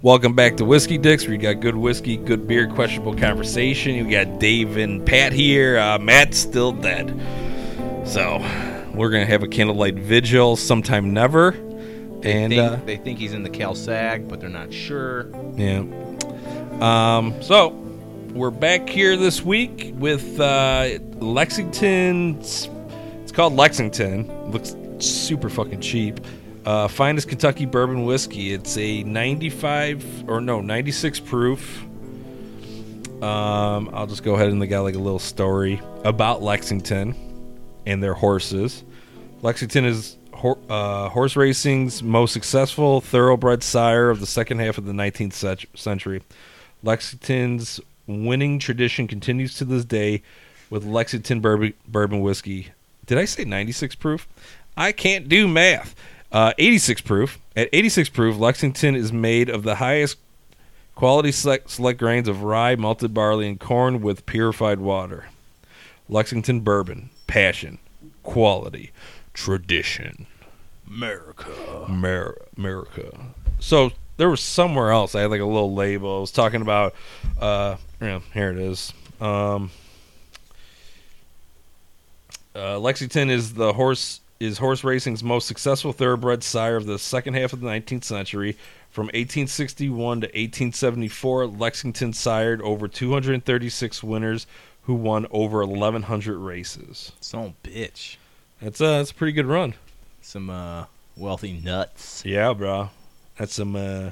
Welcome back to Whiskey Dicks, where you got good whiskey, good beer, questionable conversation. You got Dave and Pat here. Uh, Matt's still dead. So, we're going to have a candlelight vigil sometime never. And, think, uh, they think he's in the Cal Sag, but they're not sure. yeah. Um, so, we're back here this week with uh, Lexington. It's called Lexington. Looks super fucking cheap. Uh, finest Kentucky bourbon whiskey. It's a 95 or no 96 proof. Um, I'll just go ahead and they got like a little story about Lexington and their horses. Lexington is hor- uh, horse racing's most successful thoroughbred sire of the second half of the 19th cent- century. Lexington's winning tradition continues to this day with Lexington bourbon, bourbon whiskey. Did I say 96 proof? I can't do math. Uh, 86 proof. At 86 proof, Lexington is made of the highest quality select, select grains of rye, malted barley, and corn with purified water. Lexington bourbon, passion, quality, tradition. America. America. So there was somewhere else. I had like a little label. I was talking about, uh, yeah, here it is. Um, uh, Lexington is the horse is horse racing's most successful thoroughbred sire of the second half of the 19th century. From 1861 to 1874, Lexington sired over 236 winners who won over 1,100 races. Some bitch. That's a that's a pretty good run. Some uh, wealthy nuts. Yeah, bro. That's some uh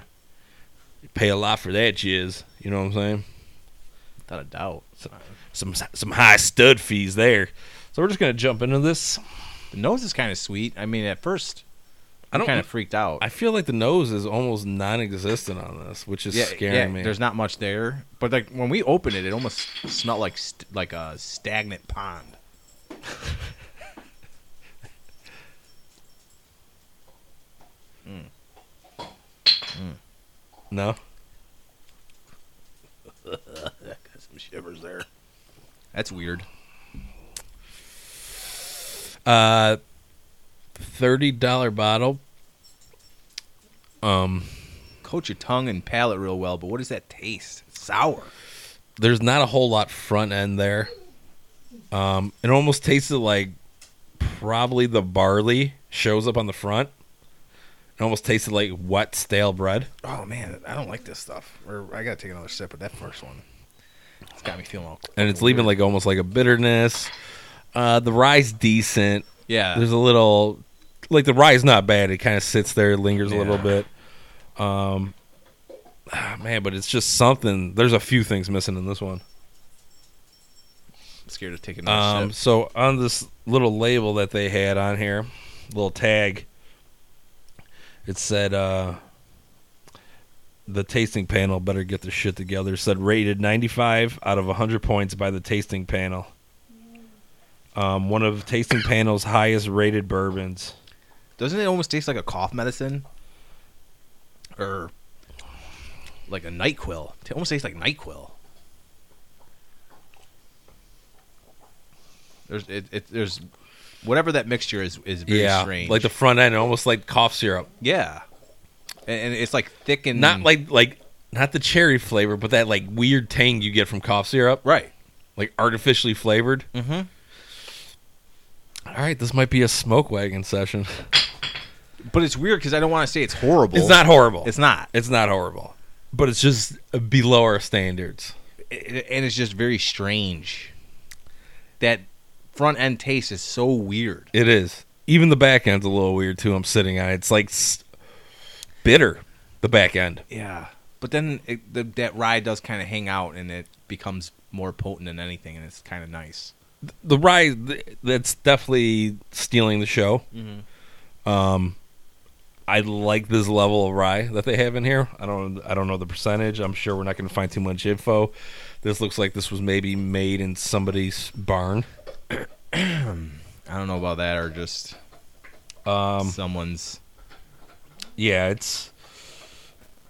you pay a lot for that jizz, you know what I'm saying? Without a doubt. Some some high stud fees there. So we're just going to jump into this. The nose is kind of sweet. I mean, at first, I I don't kind of freaked out. I feel like the nose is almost non-existent on this, which is scaring me. There's not much there, but like when we opened it, it almost smelled like st- like a stagnant pond. no. Got some shivers there. That's weird. Uh $30 bottle. Um Coat your tongue and palate real well, but what does that taste? It's sour. there's not a whole lot front end there. Um, it almost tasted like probably the barley shows up on the front. It almost tasted like wet stale bread. Oh man, I don't like this stuff. Or I gotta take another sip of that first one. It's got me feeling all. And it's leaving like almost like a bitterness. Uh, the rye's decent. Yeah, There's a little, like the rye's not bad. It kind of sits there, lingers a little Yeah. bit. Um, ah, man, but it's just something. There's a few things missing in this one. I'm scared of taking another Um, sip. so on this little label that they had on here, little tag, it said uh, the tasting panel better get their shit together. It said rated 95 out of 100 points by the tasting panel. Um, one of tasting panel's highest rated bourbons. Doesn't it almost taste like a cough medicine? Or like a NyQuil. It almost tastes like NyQuil. There's it, it there's whatever that mixture is is very yeah, strange. like the front end, almost like cough syrup. yeah, and, and it's like thick and Not like like not the cherry flavor, but that like weird tang you get from cough syrup. right. like artificially flavored. Mhm. All right, this might be a smoke wagon session. But it's weird because I don't want to say it's horrible. It's not horrible. It's not. It's not horrible, but it's just below our standards. it- and it's just very strange. That front end taste is so weird. It is. Even the back end's a little weird too. I'm sitting on it. It's like s- bitter. The back end. Yeah, but then it, the, that rye does kind of hang out, and it becomes more potent than anything, and it's kind of nice. The rye. th- That's definitely stealing the show. Um, I like this level of rye that they have in here. I don't. I don't know the percentage. I'm sure we're not going to find too much info. This looks like this was maybe made in somebody's barn. I don't know about that, or just Um, someone's. yeah, it's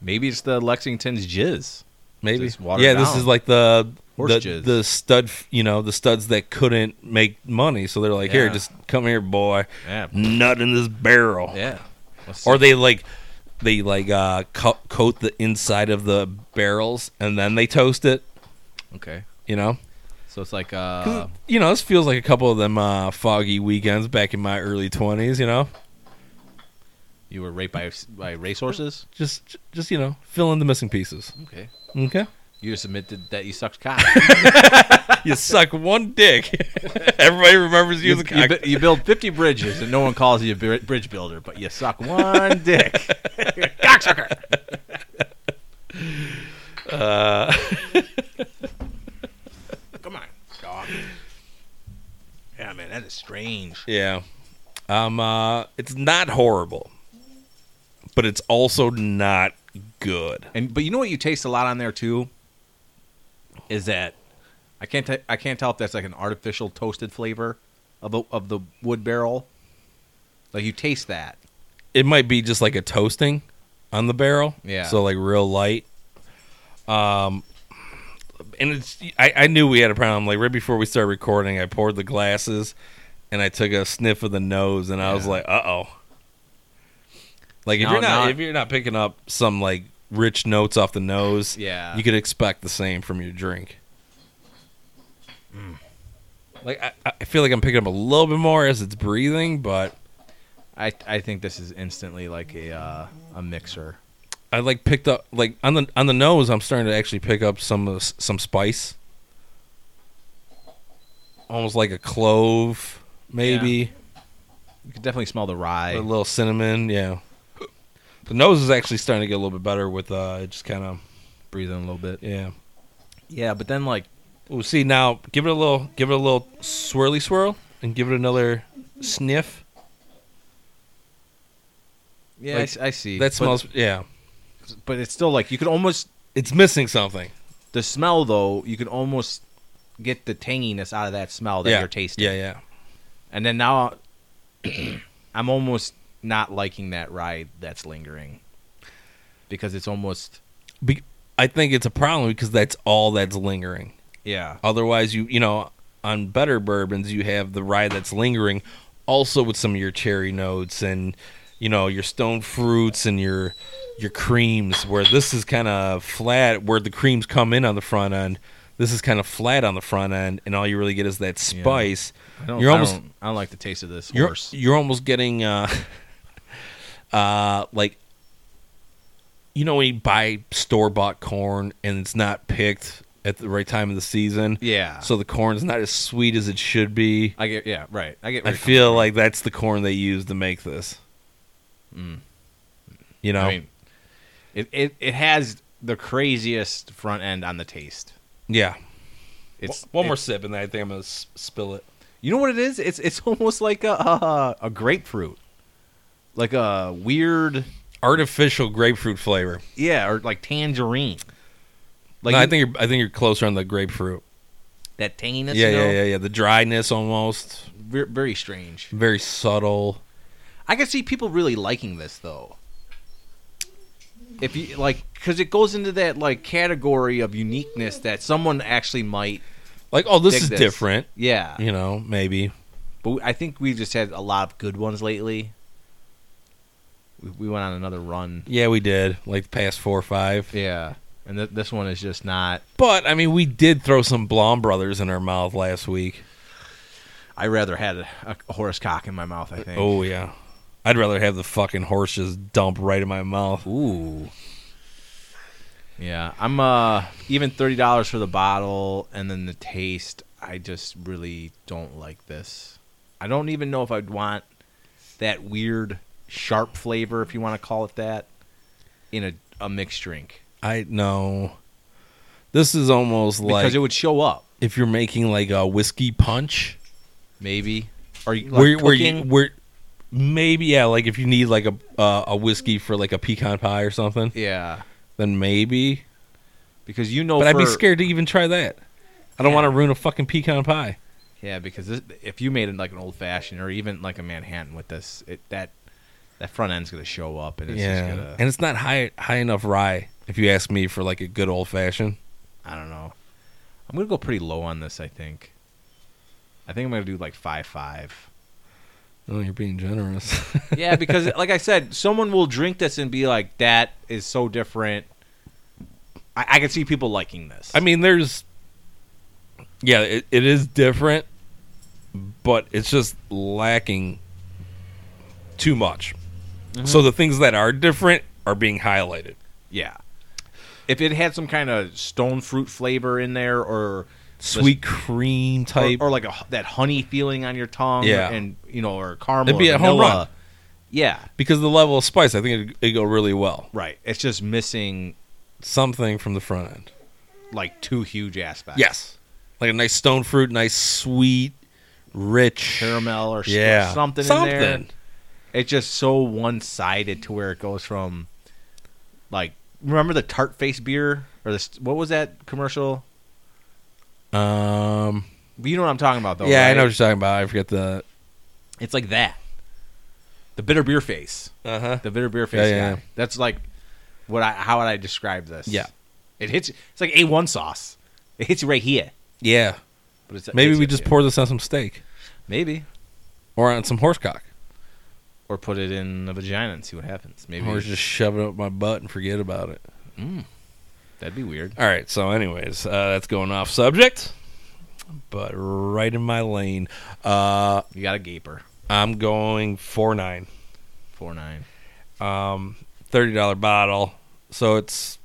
Maybe it's the Lexington's jizz. maybe. Just watered Yeah, this down. is like the Horse the, jizz. the stud, f- you know, the studs that couldn't make money, so they're like, here, Yeah. just come here, boy, Yeah, nut in this barrel, yeah. Let's see. or they like they like uh, co- coat the inside of the barrels and then they toast it. Okay. You know, So it's like uh, you know, this feels like a couple of them uh, foggy weekends back in my early twenties. You know, you were raped by by racehorses. just just you know, fill in the missing pieces. Okay. Okay, You just admitted that you sucked cock. you suck one dick. Everybody remembers you, as you, a you cock. bu- you build 50 bridges and no one calls you a bri- bridge builder, but you suck one dick. You're a cocksucker. uh, Come on, dog. Yeah, man, that is strange. yeah, um, uh, it's not horrible, but it's also not good. And but you know what you taste a lot on there too is that I can't t- I can't tell if that's like an artificial toasted flavor of the, of the wood barrel. Like you taste that. It might be just like a toasting on the barrel. Yeah. So like real light. Um, and it's I, I knew we had a problem. Like right before we started recording, I poured the glasses, and I took a sniff of the nose, and I was Yeah. like, uh oh. Like if No, you're not, not- if you're not picking up some like rich notes off the nose, Yeah. you could expect the same from your drink. Mm. Like I, I feel like I'm picking up a little bit more as it's breathing, but I I think this is instantly like a uh, a mixer. I like picked up like on the on the nose. I'm starting to actually pick up some of the s- some spice, almost like a clove, maybe You can definitely smell the a rye. little cinnamon. Yeah, the nose is actually starting to get a little bit better with uh, it just kind of Breathe in a little bit. yeah. Yeah, but then like Oh, see now, give it a little, give it a little swirly swirl, and give it another sniff. yeah, Like, I s- I, see That But- smells, yeah. but it's still like you could almost It's missing something. the smell though. You could almost get the tanginess out of that smell that yeah, you're tasting. Yeah, yeah. And then now I'm almost not liking that ride that's lingering because it's almost Be- I think it's a problem because that's all that's lingering. yeah. Otherwise, you you know, on better bourbons, you have the rye that's lingering, also with some of your cherry notes and you know your stone fruits and your your creams. Where this is kind of flat, where the creams come in on the front end. This is kind of flat on the front end, and all you really get is that spice. I don't, You're I almost- don't- I don't like the taste of this You're horse. you're almost getting uh, uh, like you know when you buy store bought corn and it's not picked at the right time of the season. Yeah. So the corn's not as sweet as it should be. I get yeah, right. I get I feel like that's the corn they used to make this. You know? Hmm. I mean it, it it has the craziest front end on the taste. yeah. It's one more it- sip and then I think I'm going to spill it. You know what it is? It's it's almost like a a, a grapefruit. Like a weird Artificial grapefruit flavor. yeah, or like tangerine. Like Like I you- think you're I think you're closer on the grapefruit. that tanginess, Yeah, you know? yeah, yeah, yeah. The dryness almost Ver- very strange. very subtle. I can see people really liking this though. If you like, because it goes into that like category of uniqueness that someone actually might, Like oh, this Dig is this. different, yeah. you know, maybe. But I think we've just had a lot of good ones lately. We, we went on another run, Yeah, we did. Like the past 4 or 5. yeah. And th- this one is just not. But I mean, we did throw some Blom brothers in our mouth last week. I rather had a, a horse cock in my mouth. I think. Oh yeah, I'd rather have the fucking horse just dump right in my mouth. Ooh. Yeah, I'm uh even thirty dollars for the bottle, and then the taste. I just really don't like this. I don't even know if I'd want that weird sharp flavor, if you want to call it that, in a, a mixed drink I know. This is almost because like it would show up if you're making like a whiskey punch, maybe. Or you- like where where you cooking. where maybe yeah, like if you need like a uh, a whiskey for like a pecan pie or something, yeah, then maybe. because you know. But I'd be Oh, for- scared to even try that. I don't want to ruin a fucking pecan pie. Yeah, because this, if you made it like an old fashioned or even like a Manhattan with this, it, that that front end's gonna show up, and it's yeah, just gonna. and it's not high high enough rye. If you ask me for like a good old fashioned, I don't know. I'm gonna go pretty low on this. I think. I think I'm gonna do like five five. Oh, you're being generous. Yeah, because like I said, someone will drink this and be like, "That is so different." I, I can see people liking this. I mean, there's. Yeah, it, it is different, but it's just lacking too much. Mm-hmm. So the things that are different are being highlighted. yeah. If it had some kind of stone fruit flavor in there, or Sweet cream or, type. or like a, that honey feeling on your tongue, Yeah. and you know, or caramel, It'd be or a home run. vanilla. Yeah, because the level of spice, I think it'd, it'd go really well. right. It's just missing Something from the front end. like two huge aspects. Yes. Like a nice stone fruit, nice sweet, rich. caramel or s- Yeah. something, in there. Something. It's just so one sided to where it goes from, like, remember the tart face beer or this? What was that commercial? Um, You know what I'm talking about, though. yeah, I right? know what you're talking about. I forget the. It's like that. The bitter beer face. Uh huh. The bitter beer face. Yeah, yeah, guy. yeah. That's like what I. How would I describe this? Yeah. It hits. It's like A1 sauce. It hits you right here. Yeah. But it's, Maybe hits we you just here. pour this on some steak Maybe. or on some horsecock. Or put it in the vagina and see what happens. Maybe. Or just shove it up my butt and forget about it. That'd be weird. All right. So, anyways, uh, that's going off subject, but right in my lane. Uh, You got a gaper. I'm going four nine. Four nine. um, thirty dollar bottle. So it's,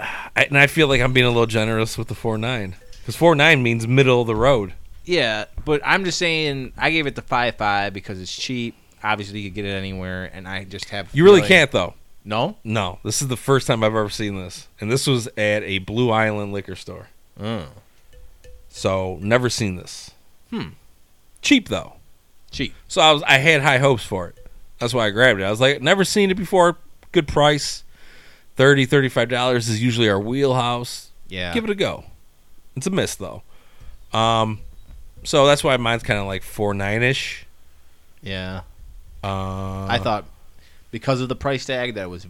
I, and I feel like I'm being a little generous with the four nine because four nine means middle of the road. Yeah, but I'm just saying I gave it the five five because it's cheap. Obviously, you could get it anywhere, and I just have You really feeling- can't though. No, No, this is the first time I've ever seen this, and this was at a Blue Island liquor store. Mm. So never seen this. Hmm. Cheap though. cheap. So I was I had high hopes for it. That's why I grabbed it. I was like, never seen it before. Good price. 30 $35 is usually our wheelhouse. Yeah, give it a go. It's a miss though. Um, so that's why mine's kind of like four nine ish. yeah. Uh, I thought because of the price tag that was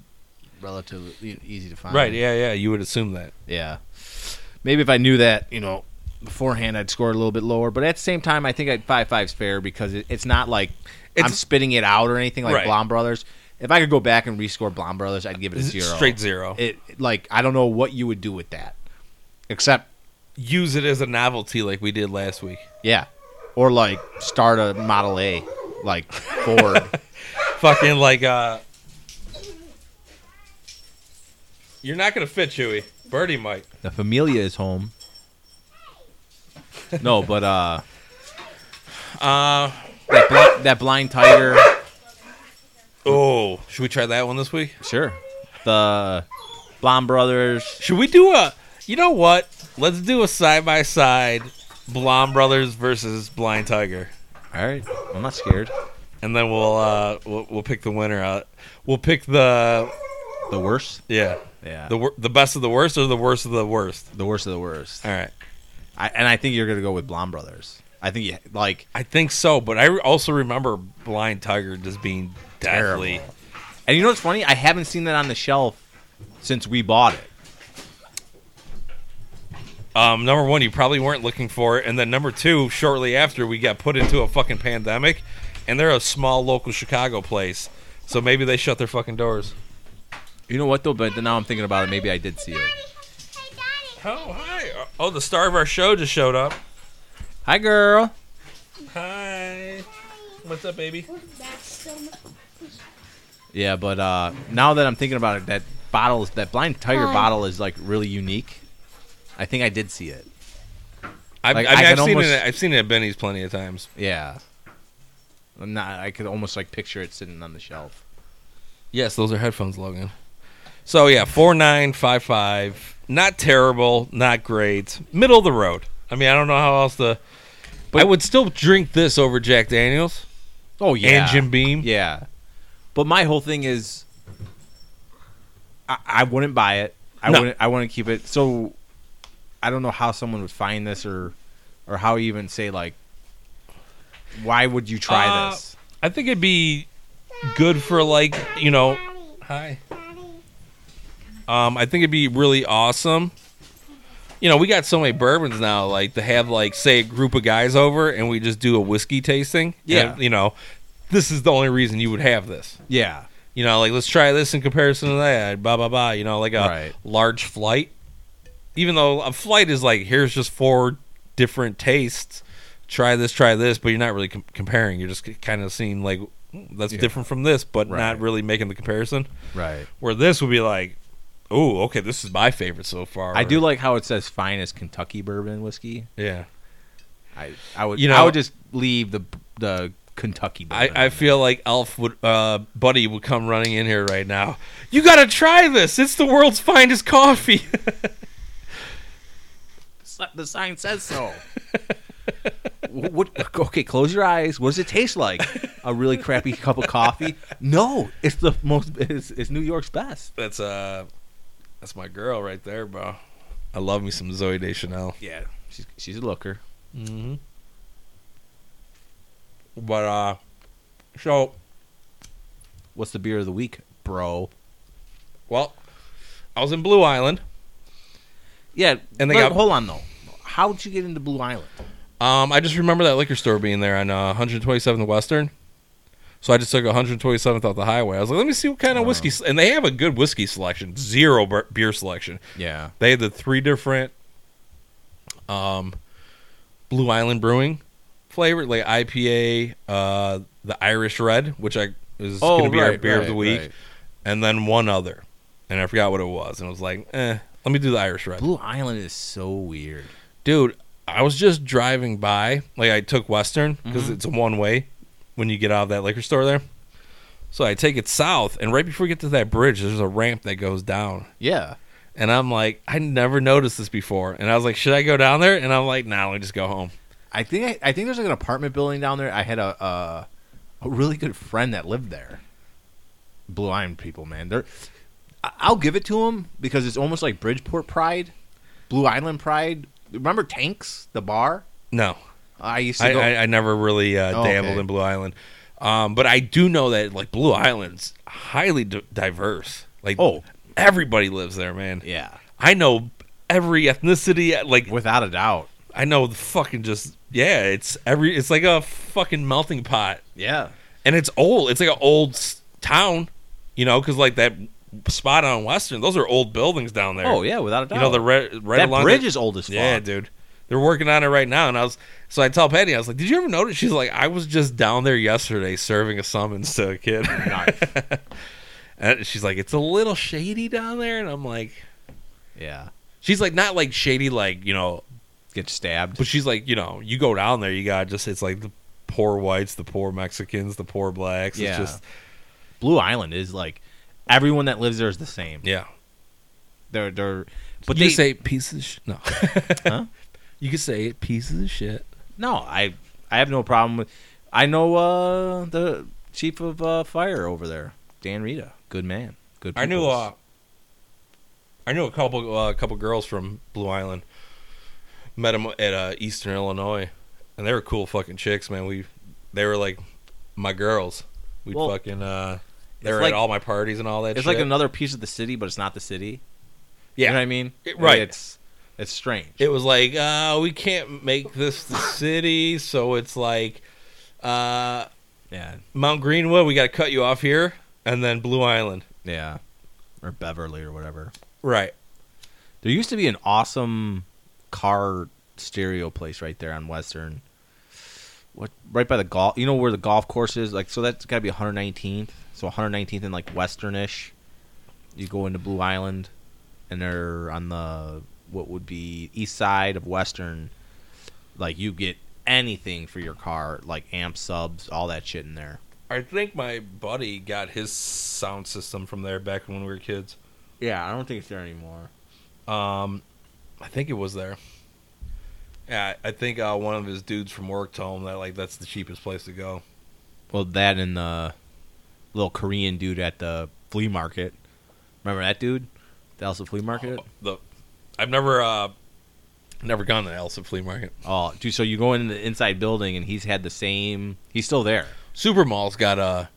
relatively e- easy to find. right, yeah, yeah. You would assume that. yeah. Maybe if I knew that, you know, beforehand, I'd score a little bit lower. But at the same time, I think I'd five five's fair because it, it's not like I'm It's- spitting it out or anything like Right. Blom Brothers. If I could go back and rescore Blom Brothers, I'd give it a It's zero. Straight zero. it like I don't know what you would do with that, except Use it as a novelty like we did last week. yeah, or like start a Model A, like Ford. Fucking like uh, you're not gonna fit Chewy. Birdie might. the Familia is home. No, but uh, Uh that, bl- that blind tiger. oh. Should we try that one this week? Sure, the Blom Brothers. Should we do a? You know what? Let's do a side by side, Blom Brothers versus Blind Tiger. All right, I'm not scared. and then we'll uh we'll, we'll pick the winner out. We'll pick the The worst. yeah Yeah. the wor- the best of the worst or the worst of the worst. the worst of the worst. All right, I, and I think you're gonna go with Blom Brothers. I think you, like I think so, but I re- also remember Blind Tiger just being Terrible. deathly. And you know what's funny? I haven't seen that on the shelf since we bought it. Um, number one, you probably weren't looking for it, and then number two, shortly after we got put into a fucking pandemic, and they're a small local Chicago place, so maybe they shut their fucking doors. You know what though? But now I'm thinking about it. Maybe I did see it. Oh hi! Oh, the star of our show just showed up. Hi, girl. Hi, what's up, baby? Yeah, but uh, now that I'm thinking about it, that bottle, is- that blind tiger Hi. bottle, is like really unique. I think I did see it. I've, Like, I I mean, can I've seen almost- it. at- I've seen it at Benny's plenty of times. Yeah. I'm not. I could almost like picture it sitting on the shelf. Yes, those are headphones, Logan. So yeah, four nine five five. Not terrible, not great, middle of the road. I mean, I don't know how else to. But I would still drink this over Jack Daniels Oh and Jim Beam. Yeah. But my whole thing is, I, I wouldn't buy it. I No. wouldn't. I wouldn't keep it. So, I don't know how someone would find this, or, or how you even say like, why would you try Uh, this? I think it'd be good for like you know. Hi. Um, I think it'd be really awesome you know, we got so many bourbons now, like to have like say a group of guys over and we just do a whiskey tasting. Yeah. And, you know, this is the only reason you would have this. Yeah. You know, like let's try this in comparison to that. Blah blah blah. You know, like a Right. large flight. Even though a flight is like here's just four different tastes. Try this, try this, but you're not really com- comparing. You're just kind of seeing like "Mm, that's Yeah. different from this, but Right. not really making the comparison. Right. Where this would be like, oh, okay, this is my favorite so far. I do like how it says finest Kentucky bourbon whiskey. Yeah. I, I would You you know- know I would just leave the the Kentucky bourbon. I, I feel like Elf would, uh, Buddy would come running in here right now. You gotta try this. It's the world's finest coffee. the sign says so. what, okay, close your eyes. What does it taste like? A really crappy cup of coffee? No, it's the most. It's, it's New York's best. that's uh, that's my girl right there, bro. I love me some Zoe Deschanel. Yeah, she's she's a looker. Mm-hmm. But uh, so What's the beer of the week, bro? well, I was in Blue Island. Yeah, And and they they got- hold on though. How did you get into Blue Island? Um, I just remember that liquor store being there on uh, 127th Western. So I just took 127th off the highway. I was like, let me see what kind of Wow. whiskey, and they have a good whiskey selection, zero bur- beer selection. Yeah, They had the three different um Blue Island Brewing flavor, like IPA, uh the Irish Red, which I is Oh, gonna be our right, beer of right, the week, right. and then one other. And I forgot what it was. And I was like, eh, let me do the Irish Red. Blue Island is so weird. Dude, I was just driving by, like I took Western because Mhm. it's a one way when you get out of that liquor store there. So I take it south, and right before you get to that bridge, there's a ramp that goes down. Yeah, And I'm like, I never noticed this before. And I was like, should I go down there? And I'm like, nah, let me just go home. I think I, I think there's like an apartment building down there. I had a uh, a really good friend that lived there. Blue Island people, man, they're I- I'll give it to them because it's almost like Bridgeport Pride, Blue Island Pride. Remember Tanks, the bar? No, I used to I, go. I, I never really uh, Oh, dabbled okay. in Blue Island. Um, but I do know that like Blue Island's highly d- diverse. Like, Oh. everybody lives there, man. yeah, I know every ethnicity. Like, without a doubt. I know the fucking just yeah. It's every. It's like a fucking melting pot, Yeah, and it's old. It's like an old s- town, you know, because like that spot on Western, those are old buildings down there. Oh yeah, without a doubt. You know the red right that along bridge the- is old as fuck. yeah, dude. They're working on it right now, and I was so I tell Patty, I was like, "Did you ever notice?" She's like, "I was just down there yesterday serving a summons to a kid." Nice. and she's like, "It's a little shady down there," and I'm like, yeah, "She's like not like shady like you know, get stabbed. but she's like you know, you go down there, you got just it's like the poor whites, the poor Mexicans, the poor blacks. Yeah. It's just Blue Island is like everyone that lives there is the same. yeah." They're they're but you they say pieces of sh- no, Huh? you could say it pieces of shit. No, I I have no problem with. I know uh, the chief of uh, fire over there, Dan Rita. Good man. Good. I knew peoples. uh, I knew a couple uh, a couple girls from Blue Island. Met them at uh, Eastern Illinois, and they were cool fucking chicks, man. We they were like my girls. We Well, would fucking uh, they it's were like- at all my parties and all that. it's shit. like another piece of the city, but it's not the city. yeah. You know what I mean? It- right. It's it's strange. It was like uh, we can't make this the city, so it's like uh, yeah. Mount Greenwood. We got to cut you off here, and then Blue Island. Yeah. Or Beverly or whatever. Right. There used to be an awesome car stereo place right there on Western. What right by the golf? You know where the golf course is? Like so that's got to be 119th. So 119th and like Westernish. You go into Blue Island, and they're on the what would be east side of Western. Like you get anything for your car, like amp subs, all that shit in there. I think my buddy got his sound system from there back when we were kids. Yeah, I don't think it's there anymore. Um, I think it was there. Yeah, I I think uh, one of his dudes from work told him that like that's the cheapest place to go. Well, that and the little Korean dude at the flea market. Remember that dude? The Elsa flea market? The I've never uh never gone to Elsa Flea Market. Oh, dude, so you go in the inside building and he's had the same. He's still there. Super Mall's got a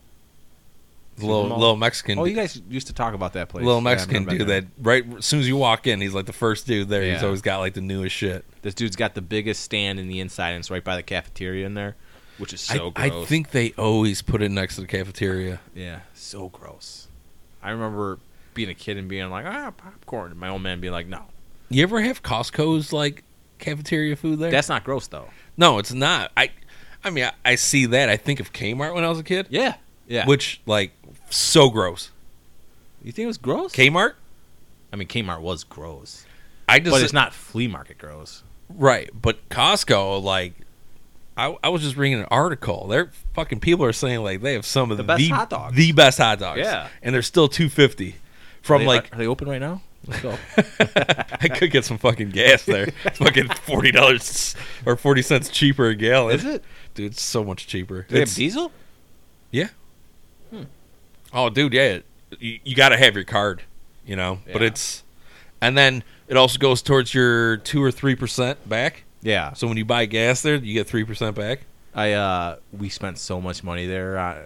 The uh, little, Mall. little Mexican Oh, you guys used to talk about that place. little Yeah, I haven't Mexican been dude back that right as soon as you walk in, he's like the first dude there. He's Yeah. always got like the newest shit. there. This dude's got the biggest stand in the inside, and it's right by the cafeteria in there, which is so I, gross. I think they always put it next to the cafeteria. Yeah, so gross. I remember being a kid and being like, ah, popcorn. And my old man being like, no, You ever have Costco's like cafeteria food there? that's not gross though. no, it's not. I, I mean, I, I see that. I think of Kmart when I was a kid, Yeah, yeah. which like so gross. you think it was gross? Kmart, I mean, Kmart was gross, I just but it's not flea market gross. right. But Costco, like, I, I was just reading an article. Their fucking people are saying like they have some of The the best hot dogs. the best hot dogs. Yeah. and they're still two fifty from Are they- like are they open right now? Let's go. I could get some fucking gas there. It's fucking forty dollars or forty cents cheaper a gallon. Is it? dude? It's so much cheaper. Do they have It's- diesel? yeah. Oh, dude, yeah. You, you got to have your card, you know. But Yeah. it's, and then it also goes towards your two or three percent back. Yeah. So when you buy gas there, you get three percent back. I uh, we spent so much money there. I,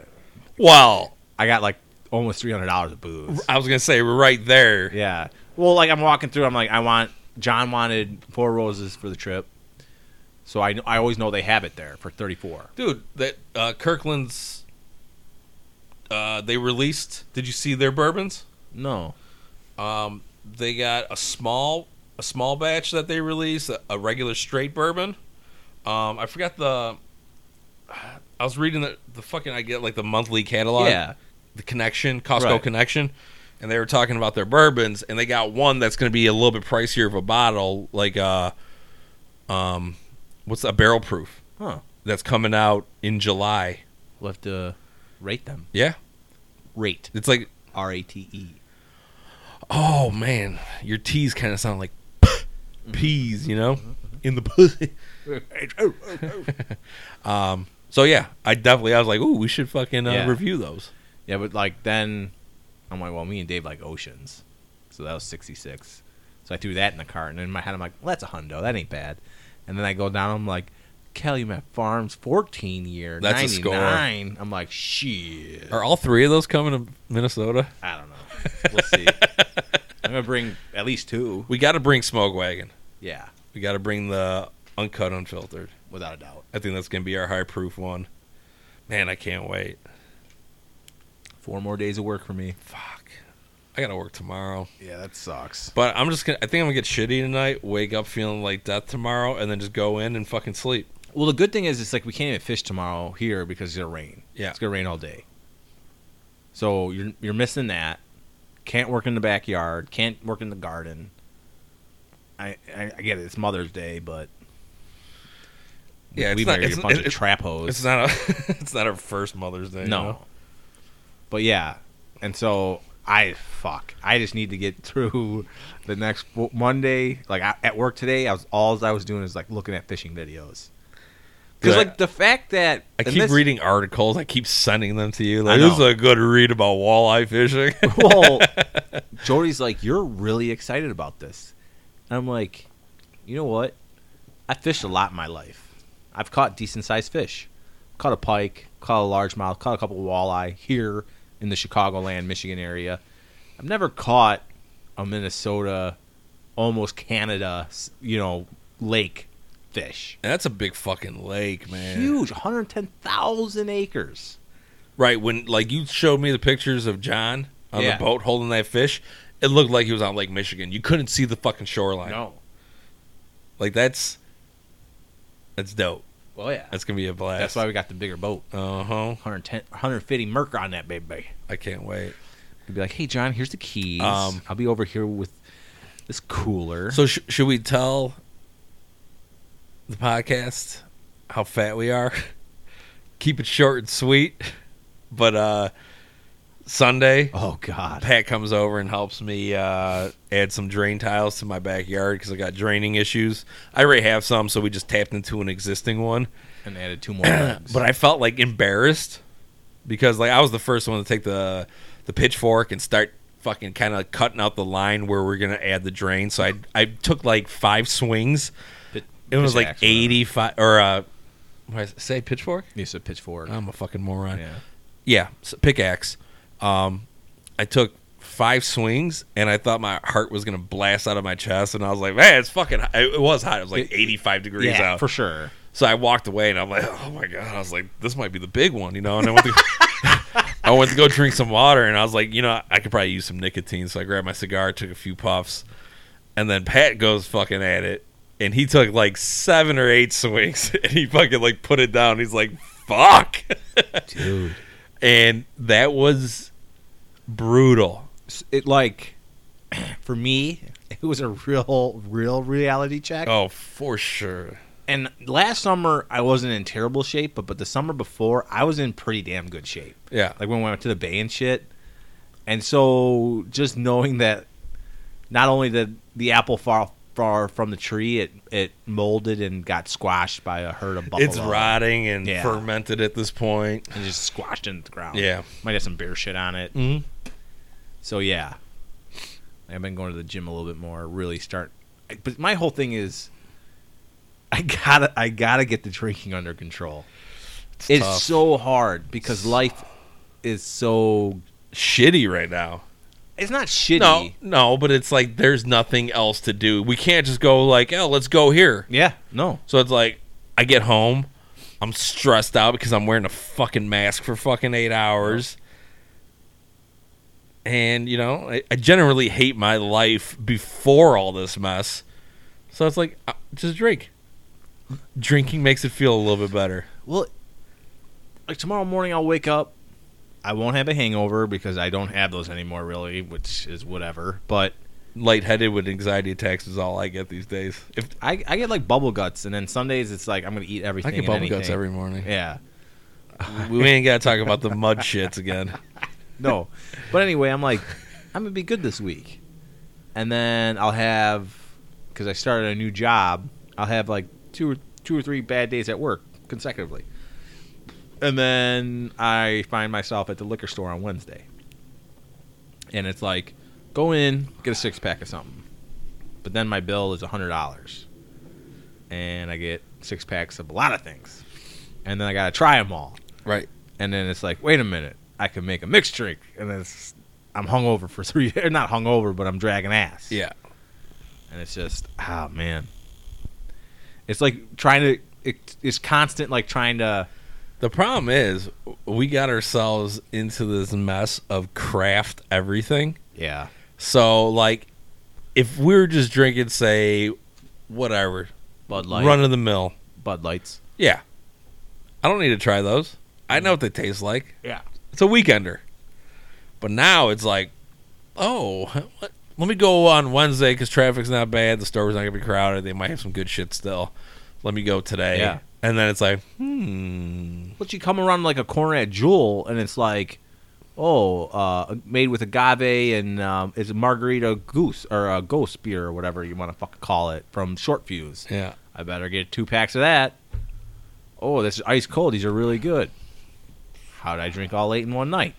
Wow. I got like almost three hundred dollars of booze. I was gonna say we're right there. Yeah. Well, like I'm walking through, I'm like, I want John wanted four roses for the trip, so I I always know they have it there for thirty four. dude that uh kirkland's uh they released did you see their bourbons No. um they got a small a small batch that they released a, a regular straight bourbon um i forgot the i was reading the the fucking i get like the monthly catalog Yeah. the connection costco Right. connection and they were talking about their bourbons and they got one that's going to be a little bit pricier of a bottle like uh um what's a barrel proof Huh. that's coming out in july We'll have to rate them. yeah Rate. It's like, R A T E. oh man, your T's kind of sound like peas, you know, in the pussy. Um, so yeah, I definitely I was like, ooh, we should fucking uh, Yeah. review those. Yeah, but like then, I'm like, well, me and Dave like oceans, so that was sixty six. So I threw that in the cart, and in my head I'm like, well, that's a hundo, that ain't bad. And then I go down, I'm like, Calumet Farms, fourteen year, That's a ninety score. nine. I'm like, shit. Are all three of those coming to Minnesota? I don't know. We'll see. I'm gonna bring at least two. We got to bring Smoke Wagon. Yeah, We got to bring the uncut, unfiltered. without a doubt. I think that's gonna be our high proof one. Man, I can't wait. Four more days of work for me. Fuck, I gotta work tomorrow. Yeah, that sucks. But I'm just gonna. I think I'm gonna get shitty tonight. Wake up feeling like death tomorrow, and then just go in and fucking sleep. Well, the good thing is, it's like we can't even fish tomorrow here because it's gonna rain. Yeah. it's gonna rain all day. So you're you're missing that. Can't work in the backyard. Can't work in the garden. I I, I get it. It's Mother's Day, but Yeah, we it's not- married it's- a bunch it- of it- trap hoes. It's not a. it's not our first Mother's Day. you no. know? But yeah, and so I fuck. I just need to get through the next fo- Monday. Like I, at work today, I was all I was doing is like looking at fishing videos. Because Good. like the fact that I and keep this- reading articles. I keep sending them to you. I Like, this is know. a good read about walleye fishing. Well, Jody's like, you're really excited about this. And I'm like, you know what? I fished a lot in my life. I've caught decent sized fish. Caught a pike, caught a largemouth, caught a couple walleye here in the Chicagoland, Michigan area. I've never caught a Minnesota, almost Canada, s- you know, lake fish. That's a big fucking lake, man. Huge, 110,000 acres. Right when like you showed me the pictures of John on Yeah. the boat holding that fish, it looked like he was on Lake Michigan. You couldn't see the fucking shoreline. Like that's that's dope. Well, yeah. That's gonna be a blast. That's why we got the bigger boat. Uh huh. 110, 150 Merc on that baby. I can't wait. You'd be like, hey, John, here's the keys. Um, I'll be over here with this cooler. So sh- should we tell the podcast how fat we are? Keep it short and sweet. But uh Sunday, oh, God. Pat comes over and helps me uh add some drain tiles to my backyard because I got draining issues. I already have some, so we just tapped into an existing one. And added two more legs. But I felt like embarrassed because like I was the first one to take the the pitchfork and start fucking kind of cutting out the line where we're gonna add the drain. So I I took like five swings. Pit- It was like pickaxe, whatever. eighty five or uh, what did I say pitchfork. You said pitchfork. I'm a fucking moron. yeah. Yeah, s pickaxe. Um, I took five swings and I thought my heart was gonna blast out of my chest, and I was like, man, it's fucking. Hot. It was hot. It was like 85 degrees yeah, out. for sure. So I walked away and I'm like, oh my god. I was like, this might be the big one, you know. And I went to, I went to go drink some water, and I was like, you know, I could probably use some nicotine. So I grabbed my cigar, took a few puffs, and then Pat goes fucking at it, and he took like seven or eight swings, and he fucking like put it down. He's like, fuck, Dude. and that was brutal. It like for me, it was a real real reality check. Oh, for sure. And last summer I wasn't in terrible shape, but but the summer before I was in pretty damn good shape. Yeah, like when we went to the bay and shit. And so just knowing that not only did the apple fall far from the tree, it it molded and got squashed by a herd of buffalo. it's rotting and Yeah. Oh. fermented at this point. And just squashed into the ground. Yeah. Might have some bear shit on it. Mhm. So yeah. I've been going to the gym a little bit more, really start I- but my whole thing is I gotta I gotta get the drinking under control. It's, tough. so hard because life is so Shitty right now. it's not shitty. No, no, but it's like there's nothing else to do. We can't just go like, oh, let's go here. Yeah, no. So it's like I get home, I'm stressed out because I'm wearing a fucking mask for fucking eight hours. And you know, I, I generally hate my life before all this mess. So it's like uh, just drink. Drinking makes it feel a little bit better. Well, like tomorrow morning, I'll wake up. I won't have a hangover because I don't have those anymore, really, which is whatever. But Lightheaded with anxiety attacks is all I get these days. If I, I get like bubble guts, and then Sundays it's like I'm gonna eat everything. I get and bubble guts anything. every morning. Yeah. We ain't gotta talk about the mud shits again. No. but anyway, I'm like, I'm gonna be good this week, and then I'll have because I started a new job. I'll have like two or two or three bad days at work consecutively, and then I find myself at the liquor store on Wednesday, and it's like, go in, get a six pack of something, but then my bill is hundred dollars, and I get six packs of a lot of things, and then I gotta try them all Right. and then it's like, wait a minute, I can make a mixed drink, and then it's, I'm hungover for three, or not hungover, but I'm dragging ass. Yeah. and it's just, ah, man, it's like trying to, it, it's constant, like trying to, The problem is we got ourselves into this mess of craft everything. yeah, So like if we were just drinking say whatever Bud run of the mill. Bud Lights, Yeah. I don't need to try those. I know what they taste like. yeah, It's a weekender. But now it's like oh, what? let me go on Wednesday cuz traffic's not bad, the store's not going to be crowded, they might have some good shit still. Let me go today. Yeah. And then it's like, hmm. but you come around like a corner at Jewel, and it's like. Oh, uh, made with agave and um, it's a margarita goose or a ghost beer or whatever you want to fucking call it from Short Fuse. Yeah. I better get two packs of that. Oh, this is ice cold. These are really good. How did I drink all eight in one night?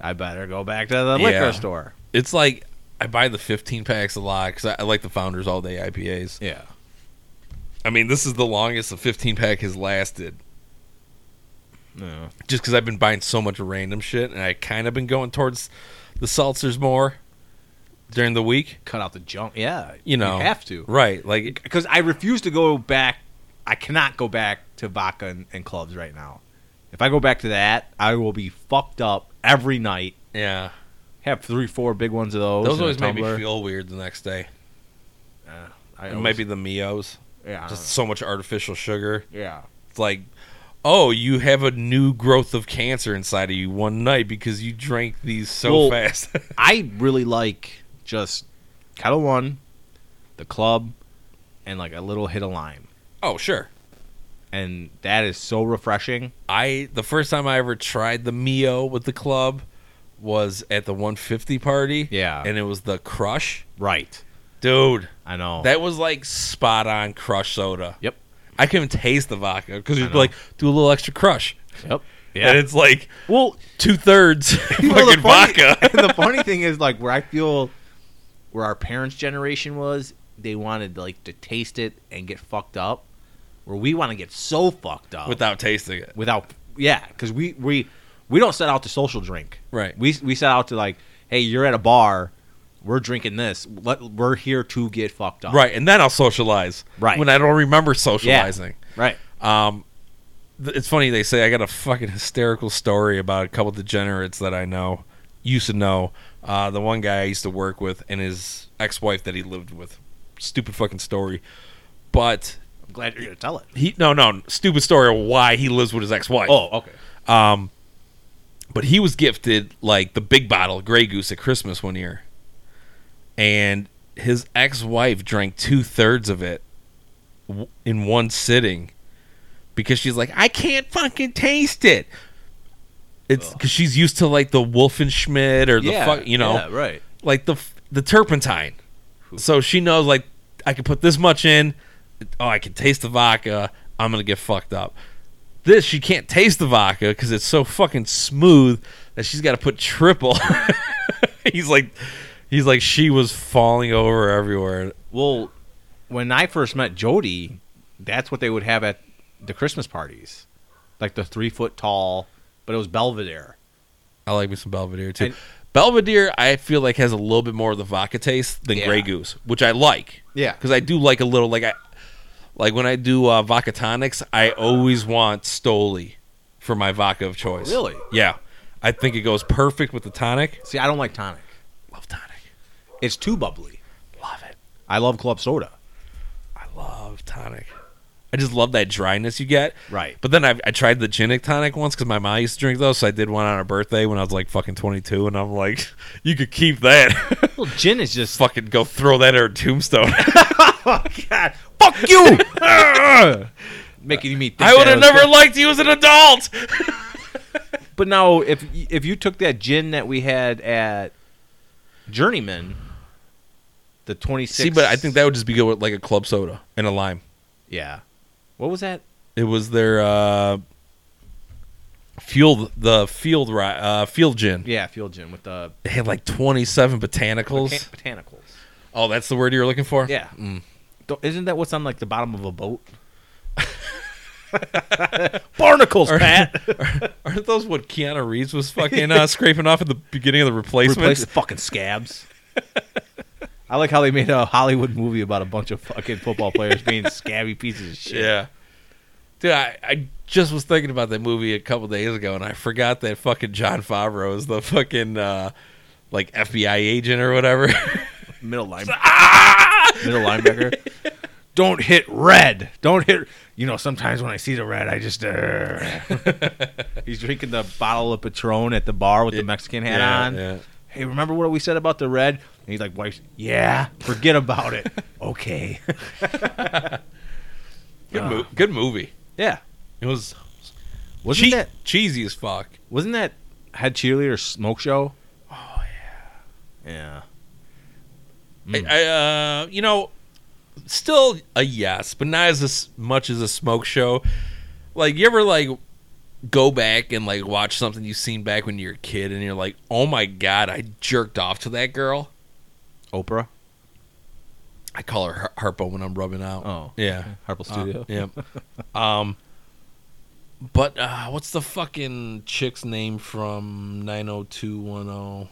I better go back to the Yeah. liquor store. it's like I buy the 15 packs a lot because I, I like the Founders All Day IPAs. Yeah. I mean, this is the longest the 15 pack has lasted No. just because I've been buying so much random shit and I kind of been going towards the seltzers more during the week. Cut out the junk. Yeah. You know, have to. Right. Like, Because I refuse to go back. I cannot go back to vodka and, and clubs right now. If I go back to that, I will be fucked up every night. yeah. Have three, four big ones of those. Those in a always make me tumbler. feel weird the next day. Uh, I It always- might be the Mios. Yeah. I Just so much artificial sugar. don't know. yeah. It's like, oh, you have a new growth of cancer inside of you one night because you drank these so Well, fast. I really like just Kettle One, the club, and like a little hit of lime. oh, sure. And that is so refreshing. I the first time I ever tried the Mio with the club was at the 150 party. Yeah. And it was the Crush. Right. Dude, I know. that was like spot on crush soda. yep. I couldn't taste the vodka because I you'd be know. like, do a little extra crush. Yep. And Yeah. it's like Well, two thirds fucking well, the funny- vodka. the funny thing is, like, where I feel where our parents' generation was, they wanted like to taste it and get fucked up. Where we want to get so fucked up Without tasting it. without yeah because we we we don't set out to social drink. Right. We we set out to like, hey, you're at a bar, we're drinking this. Let, we're here to get fucked up. Right, and then I'll socialize. Right. When I don't remember Yeah. socializing. Right. Um, th- it's funny they say I got a fucking hysterical story about a couple degenerates that I know used to know. Uh, the one guy I used to work with and his ex-wife that he lived with. Stupid fucking story, but I'm glad you're gonna tell it. he no no stupid story of why he lives with his ex-wife. Oh, okay. but he was gifted like the big bottle of Grey Goose at Christmas one year, and his ex-wife drank two thirds of it w- in one sitting because she's like, I can't fucking taste it. It's because she's used to like the Wolfenschmidt or the fuck, you know, Yeah, right. like the f- the turpentine. So she knows like I can put this much in. Oh, I can taste the vodka. I'm gonna get fucked up. This she can't taste the vodka because it's so fucking smooth that she's got to put triple. he's like, he's like she was falling over everywhere. Well, when I first met Jody, that's what they would have at the Christmas parties, like the three foot tall, but it was Belvedere. I like me some Belvedere too. And- Belvedere, I feel like has a little bit more of the vodka taste than Yeah. Grey Goose, which I like. Yeah. because I do like a little like I like when I do uh, vodka tonics. I always want Stoli for my vodka of choice. Really? Yeah, I think it goes perfect with the tonic. See, I don't like tonic. Love tonic. It's too bubbly. Love it. I love club soda. I love tonic. I just love that dryness you get. Right. But then I, I tried the ginic tonic once because my mom used to drink those, so I did one on her birthday when I was like fucking 22, and I'm like, you could keep that. Well, gin is just fucking go throw that at her tombstone. God, fuck you. Making me think I would have that it was never good. liked you as an adult. But now, if y- if you took that gin that we had at Journeyman, the twenty six. See, but I think that would just be good with like a club soda and a lime. yeah. What was that? It was their uh, field, the field ri- uh, field gin. Yeah, field gin with the It had like twenty seven botan- botanicals. botanicals. Oh, that's the word you were looking for. Yeah. Mm. Don't- Isn't that what's on like the bottom of a boat? Barnacles, Or- Pat. aren't those what Keanu Reeves was fucking uh, scraping off at the beginning of the replacement? Replace the fucking scabs. I like how they made a Hollywood movie about a bunch of fucking football players being scabby pieces of shit. Yeah. Dude, I, I just was thinking about that movie a couple days ago, and I forgot that fucking John Favreau is the fucking uh, like FBI agent or whatever. Middle line. Middle linebacker. Don't hit red. Don't hit. You know, sometimes when I see the red, I just. uh. He's drinking the bottle of Patron at the bar with the Mexican hat Yeah, on. yeah. hey, remember what we said about the red? And he's like, wipes, yeah, forget about it. okay. Good, mo- good movie. Yeah. It was Ah. Wasn't che- that cheesy as fuck. wasn't that head cheerleader smoke show? Oh yeah. Yeah. Mm. I, I, uh, you know, still a yes, but not as as much as a smoke show. Like you ever like go back and like watch something you've seen back when you were a kid, and you're like, oh my god, I jerked off to that girl. Oprah. I call her Har- Harpo when I'm rubbing out. Oh. yeah, Harpo Uh, Studio. yeah. um, but uh, what's the fucking chick's name from 90210? oh?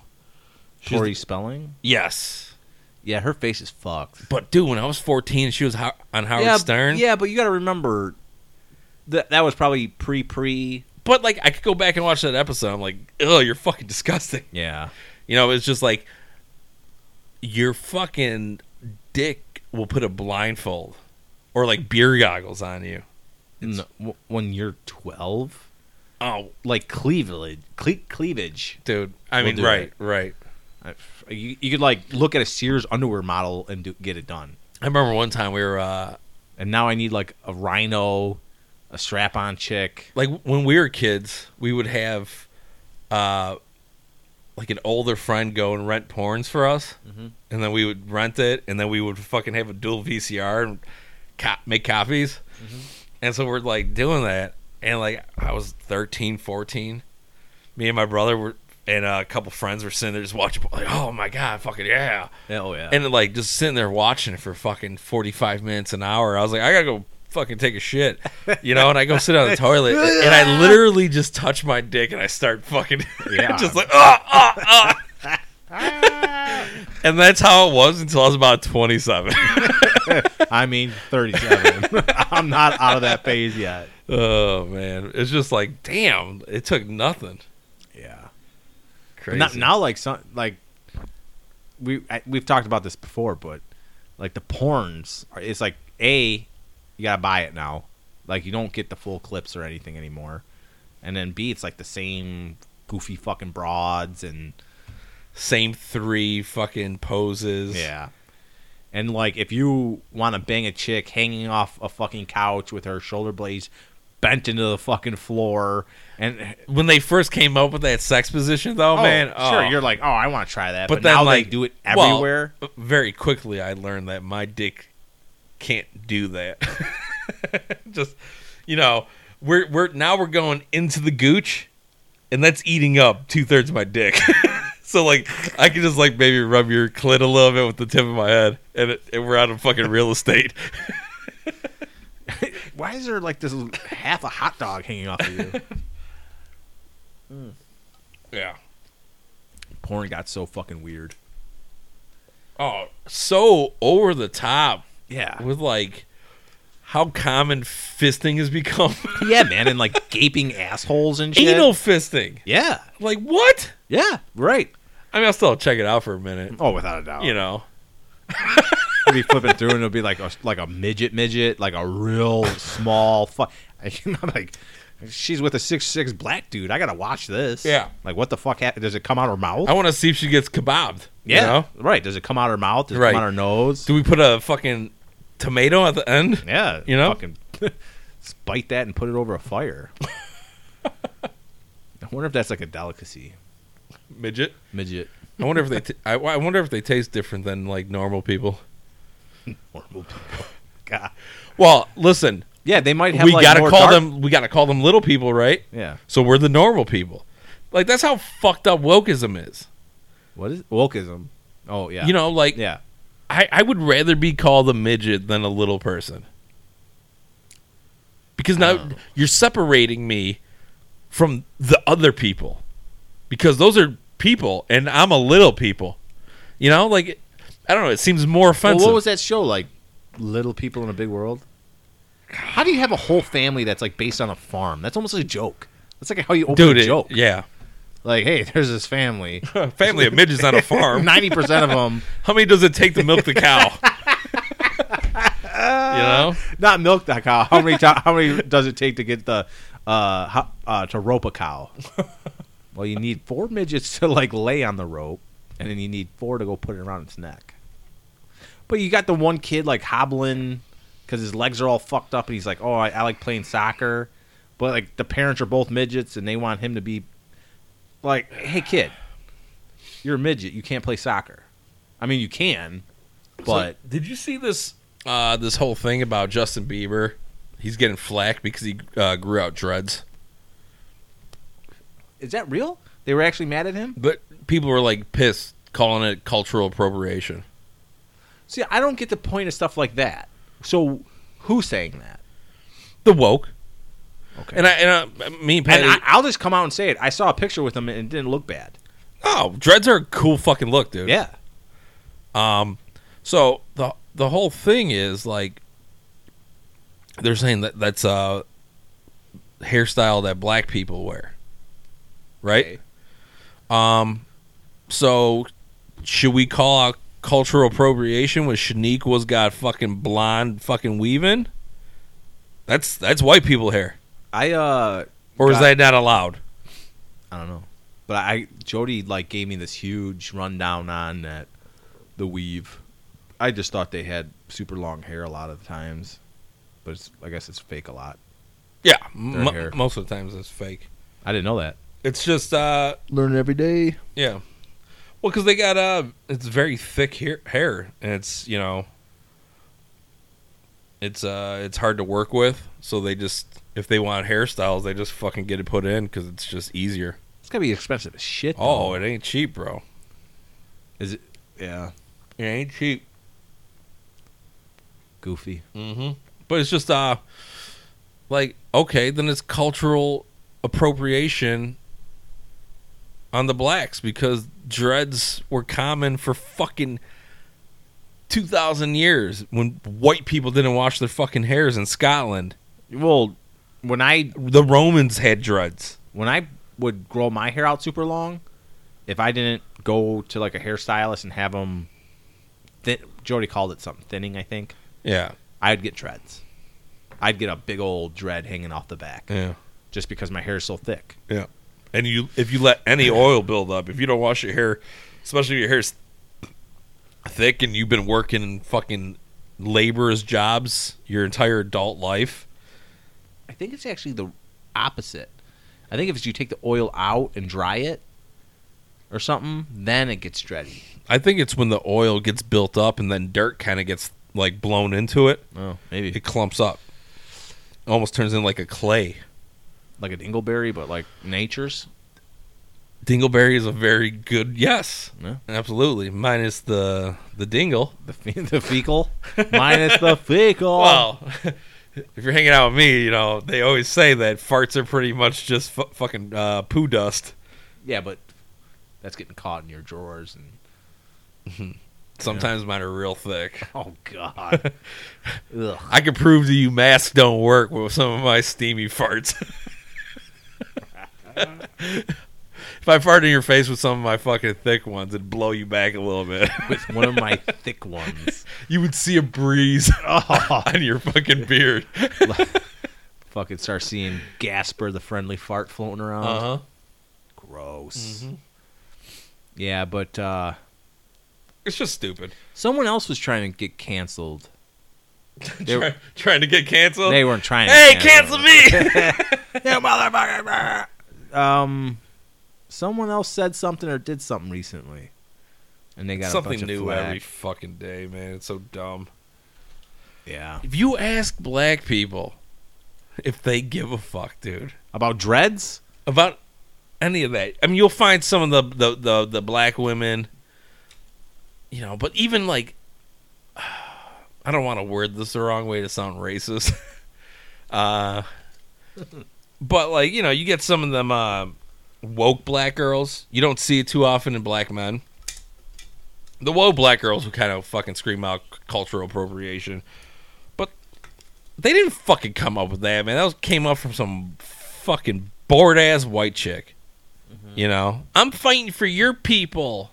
She's- Tori Spelling. Yes. Yeah, her face is fucked. But dude, when I was 14, she was ho- on Howard yeah, Stern. Yeah, but you got to remember that that was probably pre pre. But like, I could go back and watch that episode. I'm like, oh, you're fucking disgusting. Yeah. You know, it's just like your fucking dick will put a blindfold or like beer goggles on you. No, w- when you're 12, Oh, like cleavage, cle- cleavage. dude. I We'll mean, do right, it. right. I- You, you could like look at a Sears underwear model and do, get it done. I remember one time we were uh, And now I need like a rhino, a strap-on chick. like when we were kids, we would have uh like an older friend go and rent porns for us, and then we would rent it, and then we would fucking have a dual VCR and co- make copies. And so we're like doing that, and like I was 13, 14. Me and my brother were, and uh, a couple friends were sitting there just watching, like, oh my god, fucking yeah. Oh yeah. And like just sitting there watching it for fucking 45 minutes, an hour. I was like, I gotta go fucking take a shit, you know, and I go sit on the toilet and I literally just touch my dick and I start fucking Yeah. just like ah ah ah. And that's how it was until I was about 27. I mean, 37. I'm not out of that phase yet. oh man, it's just like damn, it took nothing. Yeah. Crazy. Not, now, like some like we I, we've talked about this before, but like the porns, are- it's like a you gotta buy it now. Like you don't get the full clips or anything anymore, and then b it's like the same goofy fucking broads and Same three fucking poses. yeah. And like if you want to bang a chick hanging off a fucking couch with her shoulder blades bent into the fucking floor and When they first came up with that sex position, though, oh, man, sure, oh. you're like, oh, I want to try that. But, But then, now like, they do it well, everywhere. very quickly I learned that my dick can't do that. Just you know, we're we're now we're going into the gooch, and that's eating up two thirds of my dick. so like I can just like maybe rub your clit a little bit with the tip of my head, and, it, and we're out of fucking real estate. Why is there like this half a hot dog hanging off of you? yeah. Porn got so fucking weird. Oh, so over the top Yeah. with like how common fisting has become. Yeah, man, and like gaping assholes and shit. Anal fisting. Yeah. Like what? Yeah. Right. I mean, I'll still check it out for a minute. Oh, without a doubt. You know, You'll be flipping through and it'll be like a like a midget midget, like a real small fuck. I'm like, she's with a six six black dude. I gotta watch this. Yeah. Like what the fuck happened? Does it come out her mouth? I want to see if she gets kebabbed. yeah. You know? Right. Does it come out her mouth? Does it Right. come out her nose? Do we put a fucking tomato at the end? Yeah, You know? fucking just bite that and put it over a fire. I wonder if that's like a delicacy, Midget. midget, I wonder if they. T- I, I wonder if they taste different than like normal people. horrible people. God. Well, listen, Yeah, they might have. we like, gotta more call dark- them. We gotta call them little people, right? Yeah. So we're the normal people. Like that's how fucked up wokeism is. What is wokeism? Oh yeah. You know, like Yeah. I, I would rather be called a midget than a little person. Because now Oh. you're separating me from the other people. Because those are people and I'm a little people. You know, like I don't know, it seems more Well, offensive. what was that show like? Little people in a big world. How do you have a whole family that's like based on a farm? That's almost a joke. That's like how you open Dude, a it- joke. yeah. Like, hey, there's this family. Family of midgets on a farm. Ninety percent of them How many does it take to milk the cow? you know? Not milk that cow. How many ti- how many does it take to get the uh, ho- uh to rope a cow? well, you need four midgets to like lay on the rope, and then you need four to go put it around its neck. But you got the one kid like hobbling because his legs are all fucked up, and he's like, "Oh, I, I like playing soccer," but like the parents are both midgets, and they want him to be like, "Hey, kid, you're a midget. You can't play soccer. I mean, you can, but." So, did you see this uh, this whole thing about Justin Bieber? He's getting flack because he uh, grew out dreads. Is that real? They were actually mad at him? But people were like pissed, calling it cultural appropriation. See, I don't get the point of stuff like that. So, who's saying that? The woke. Okay. And I and I, me and Patty. and I, I'll just come out and say it. I saw a picture with him and it didn't look bad. oh, dreads are a cool fucking look, dude. Um, Yeah. So the the whole thing is like they're saying that that's a hairstyle that black people wear, right? Okay. Um, so should we call out cultural appropriation when Shaniqua's got fucking blonde fucking weaving? That's that's white people hair, I uh or is Got- that not allowed? I don't know. But I Jody like gave me this huge rundown on that the weave. I just thought they had super long hair a lot of the times. But it's, I guess it's fake a lot. Yeah, m- Their hair. most of the times it's fake. I didn't know that. It's just uh, Learn every day. yeah. Well, because they got uh, it's very thick hair, hair, and it's you know, it's uh, it's hard to work with. So they just if they want hairstyles, they just fucking get it put in because it's just easier. It's gotta be expensive as shit. Oh, though. it ain't cheap, bro. is it? Yeah, It ain't cheap. goofy. Mm-hmm. But it's just uh like okay, then it's cultural appropriation on the blacks because dreads were common for fucking 2000 years when white people didn't wash their fucking hairs in Scotland. Well, when I The Romans had dreads. when I would grow my hair out super long, if I didn't go to like a hairstylist and have them, thin- Jody called it something thinning. I think Yeah. I'd get dreads. I'd get a big old dread hanging off the back Yeah. just because my hair's so thick. Yeah. And you if you let any oil build up, if you don't wash your hair, especially if your hair's thick and you've been working fucking laborers jobs your entire adult life. I think it's actually the opposite. I think if you take the oil out and dry it or something, then it gets dready. I think it's when the oil gets built up and then dirt kind of gets like blown into it, Oh, maybe it clumps up. Almost turns into like a clay. like a dingleberry, but like nature's. Dingleberry is a very good yes. Yeah. Absolutely. Minus the the dingle. The, fe- the fecal minus the fecal. Well, if you're hanging out with me, you know they always say that farts are pretty much just fu- fucking uh, poo dust. Yeah, but that's getting caught in your drawers and Sometimes mine are real thick. oh god. Ugh. I can prove to you masks don't work with some of my steamy farts. if I fart in your face with some of my fucking thick ones, it'd blow you back a little bit. With one of my thick ones. you would see a breeze Oh, on your fucking beard. Uh-huh. fucking start seeing Gasper the friendly fart floating around. Uh huh. Gross. Mm-hmm. Yeah, but uh It's just stupid. someone else was trying to get canceled. They, Try- trying to get canceled. they weren't trying to Oh. hey, cancel me! you motherfucker. Um someone else said something or did something recently. And they got a bunch Something of new flack. every fucking day, man. It's so dumb. Yeah. If you ask black people if they give a fuck, dude, About dreads? about any of that, I mean, you'll find some of the the the, the black women, you know, but even like, I don't want to word this the wrong way to sound racist, uh, but like you know, you get some of them uh, woke black girls. You don't see it too often in black men. The woke black girls who kind of fucking scream out cultural appropriation they didn't fucking come up with that, man. That was, came up from some fucking bored ass white chick. You know, I'm fighting for your people.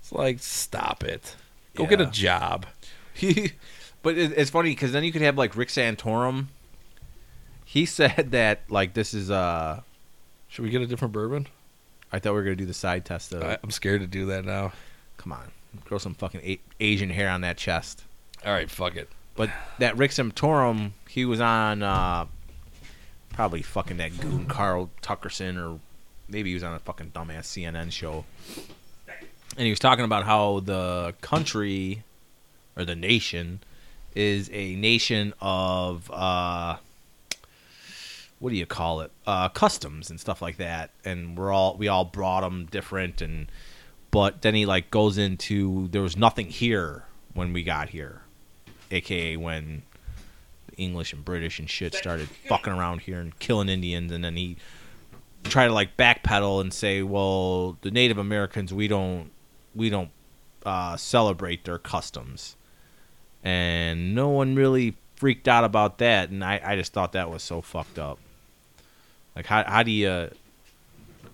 It's like, stop it. Go get a Yeah. job. but it, it's funny because then you could have like Rick Santorum. He said that like this is uh Should we get a different bourbon? I thought we were gonna do the side test though. I, I'm scared to do that now. Come on, grow some fucking a- Asian hair on that chest. All right, fuck it. But that Rick Santorum, he was on uh probably fucking that goon Carl Tuckerson or maybe he was on a fucking dumbass CNN show. And he was talking about how the country or the nation is a nation of uh what do you call it uh, customs and stuff like that and we're all we all brought them different and but then he like goes into there was nothing here when we got here aka when the english and british and shit started fucking around here and killing indians and then he tried to like backpedal and say well the native americans we don't we don't uh, celebrate their customs and no one really freaked out about that and I, I just thought that was so fucked up like how, how do you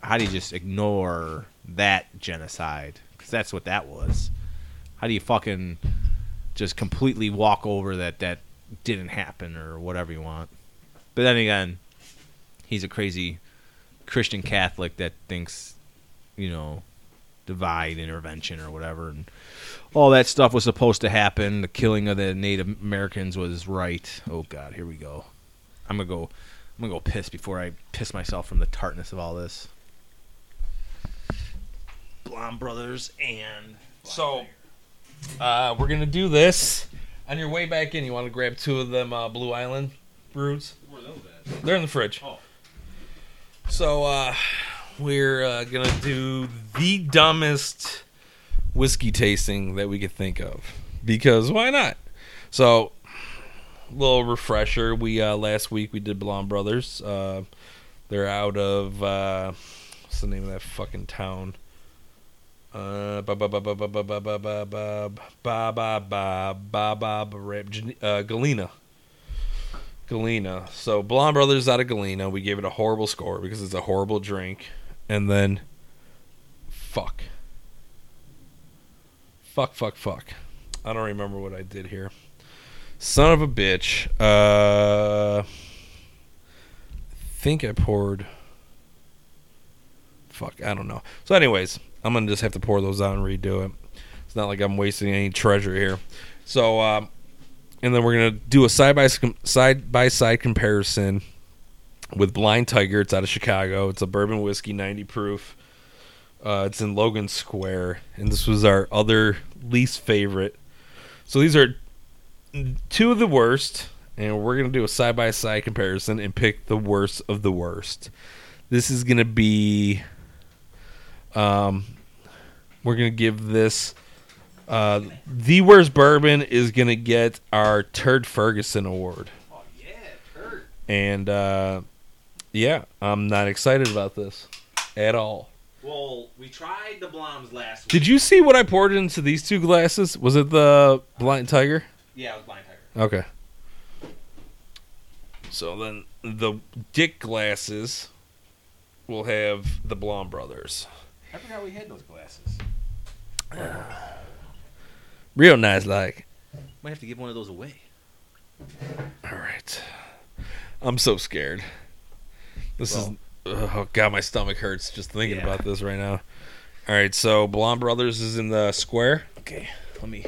how do you just ignore that genocide because that's what that was how do you fucking just completely walk over that that didn't happen or whatever you want but then again he's a crazy christian catholic that thinks you know divide intervention or whatever and all that stuff was supposed to happen. The killing of the Native Americans was right. Oh God, here we go. I'm gonna go. I'm gonna go piss before I piss myself from the tartness of all this. Blom Brothers and So, uh, we're gonna do this. On your way back in, you want to grab two of them uh, Blue Island brews. They're in the fridge. Oh. So uh, we're uh, gonna do the dumbest whiskey tasting that we could think of because why not? So little refresher. We uh, last week we did Blonde Brothers. Uh, they're out of uh, what's the name of that fucking town? Uh, ba ba ba ba ba ba ba ba ba ba ba ba ba ba ba ba rap- Gen- uh, Galena. Galena. So Blonde Brothers out of Galena. We gave it a horrible score because it's a horrible drink. And then, fuck, fuck, fuck, fuck. I don't remember what I did here. Son of a bitch. Uh, I think I poured. Fuck, I don't know. So, anyways, I'm gonna just have to pour those out and redo it. It's not like I'm wasting any treasure here. So, um, and then we're gonna do a side by side by side comparison with Blind Tiger. It's out of Chicago. It's a bourbon whiskey, 90 proof. Uh, it's in Logan Square, and this was our other least favorite. So these are two of the worst, and we're gonna do a side by side comparison and pick the worst of the worst. This is gonna be, um, we're gonna give this. Uh, the worst bourbon is gonna get our Turd Ferguson award, Oh yeah, Kurt. and uh, yeah, I'm not excited about this at all. Well, we tried the Bloms last Did you see what I poured into these two glasses? Was it the Blind Tiger? Yeah, it was Blind Tiger. Okay. So then the dick glasses will have the Blonde Brothers. I forgot we had those glasses. Real nice, like. Might have to give one of those away. All right. I'm so scared. This is. Oh, God, my stomach hurts just thinking Yeah. about this right now. All right, so Blonde Brothers is in the square. Okay, let me.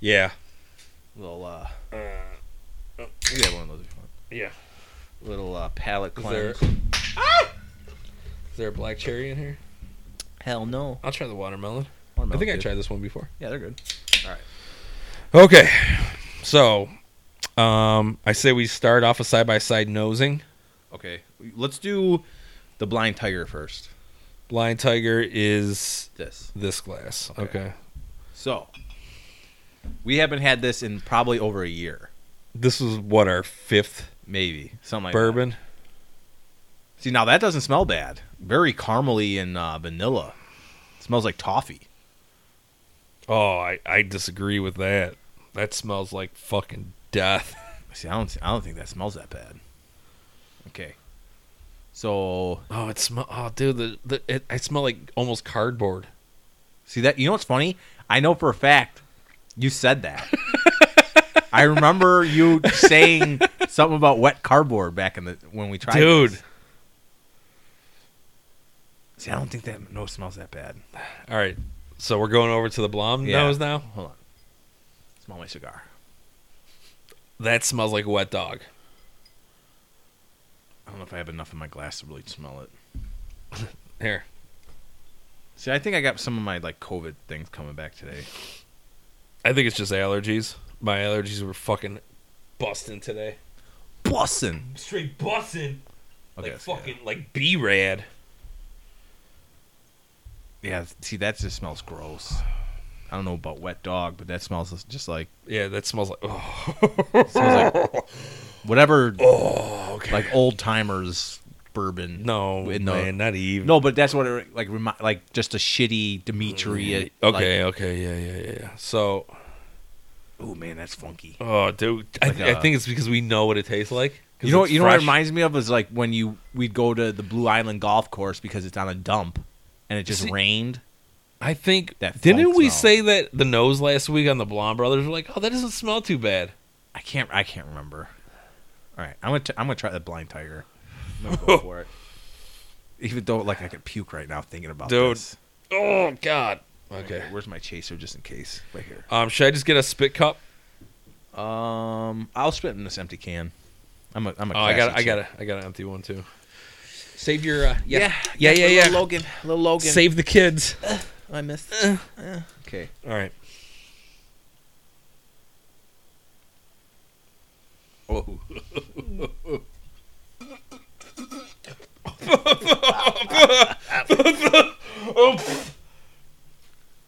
Yeah. Little uh, Uh, you can have one of those if you want. yeah. Little uh, palate Is there, cleanse. is there a black cherry in here? Hell no. I'll try the watermelon. I Watermelon's think I good. tried this one before. Yeah, they're good. Okay. So, um, I say we start off a side by side nosing. Okay, let's do the Blind Tiger first. Blind Tiger is This. this glass. Okay. Okay. So, we haven't had this in probably over a year, This was what our fifth maybe something like that. bourbon. See, now that doesn't smell bad. Very caramely and uh, vanilla. It smells like toffee. Oh, I, I disagree with that. That smells like fucking death. See, I don't, I don't think that smells that bad. Okay. So, Oh, it smell. Oh, dude, the, the it, I smell like almost cardboard. see that you know what's funny? I know for a fact you said that. I remember you saying something about wet cardboard back in the when we tried. Dude. this. See, I don't think that no smells that bad. All right, so we're going over to the blonde Yeah. nose now. Hold on. Smell my cigar. That smells like wet dog. I don't know if I have enough in my glass to really smell it. Here, See, I think I got some of my like COVID things coming back today. I think it's just allergies. My allergies were fucking busting today. Bussin. Straight busting. Okay. like that's good. fucking like B rad. Yeah. See, that just smells gross. I don't know about wet dog, but that smells just like Yeah, that smells like. Oh, smells like whatever oh okay. like old timers bourbon. no, in the- man, not even. No, but that's what it like remi- like just a shitty Dimitri. uh, Mm-hmm. Okay, okay, yeah, yeah, yeah, yeah. So, Like, oh man, that's funky. oh, dude, I, Like th- I a- think it's because we know what it tastes like. 'cause You know, it's you know what it fresh. reminds me of is like when you we'd go to the Blue Island golf course because it's on a dump, and it just See- rained. I think That didn't funk we smell. say that the nose last week on the Blonde Brothers were like, oh, that doesn't smell too bad. I can't. I can't remember. All right, I'm gonna. T- I'm gonna try the blind tiger. I'm gonna go for it. Even though, like, I could puke right now thinking about Dude. this. Oh God. Okay. Where's my chaser, just in case? Right here. Um, should I just get a spit cup? Um, I'll spit in this empty can. I'm a. I'm a Oh, I got, classy I got, chick. a, I got an empty one too. Save your, uh, Yeah, Uh. yeah, yeah, yeah. Little Logan, little Logan. Save the kids. I missed. okay. All right. Oh.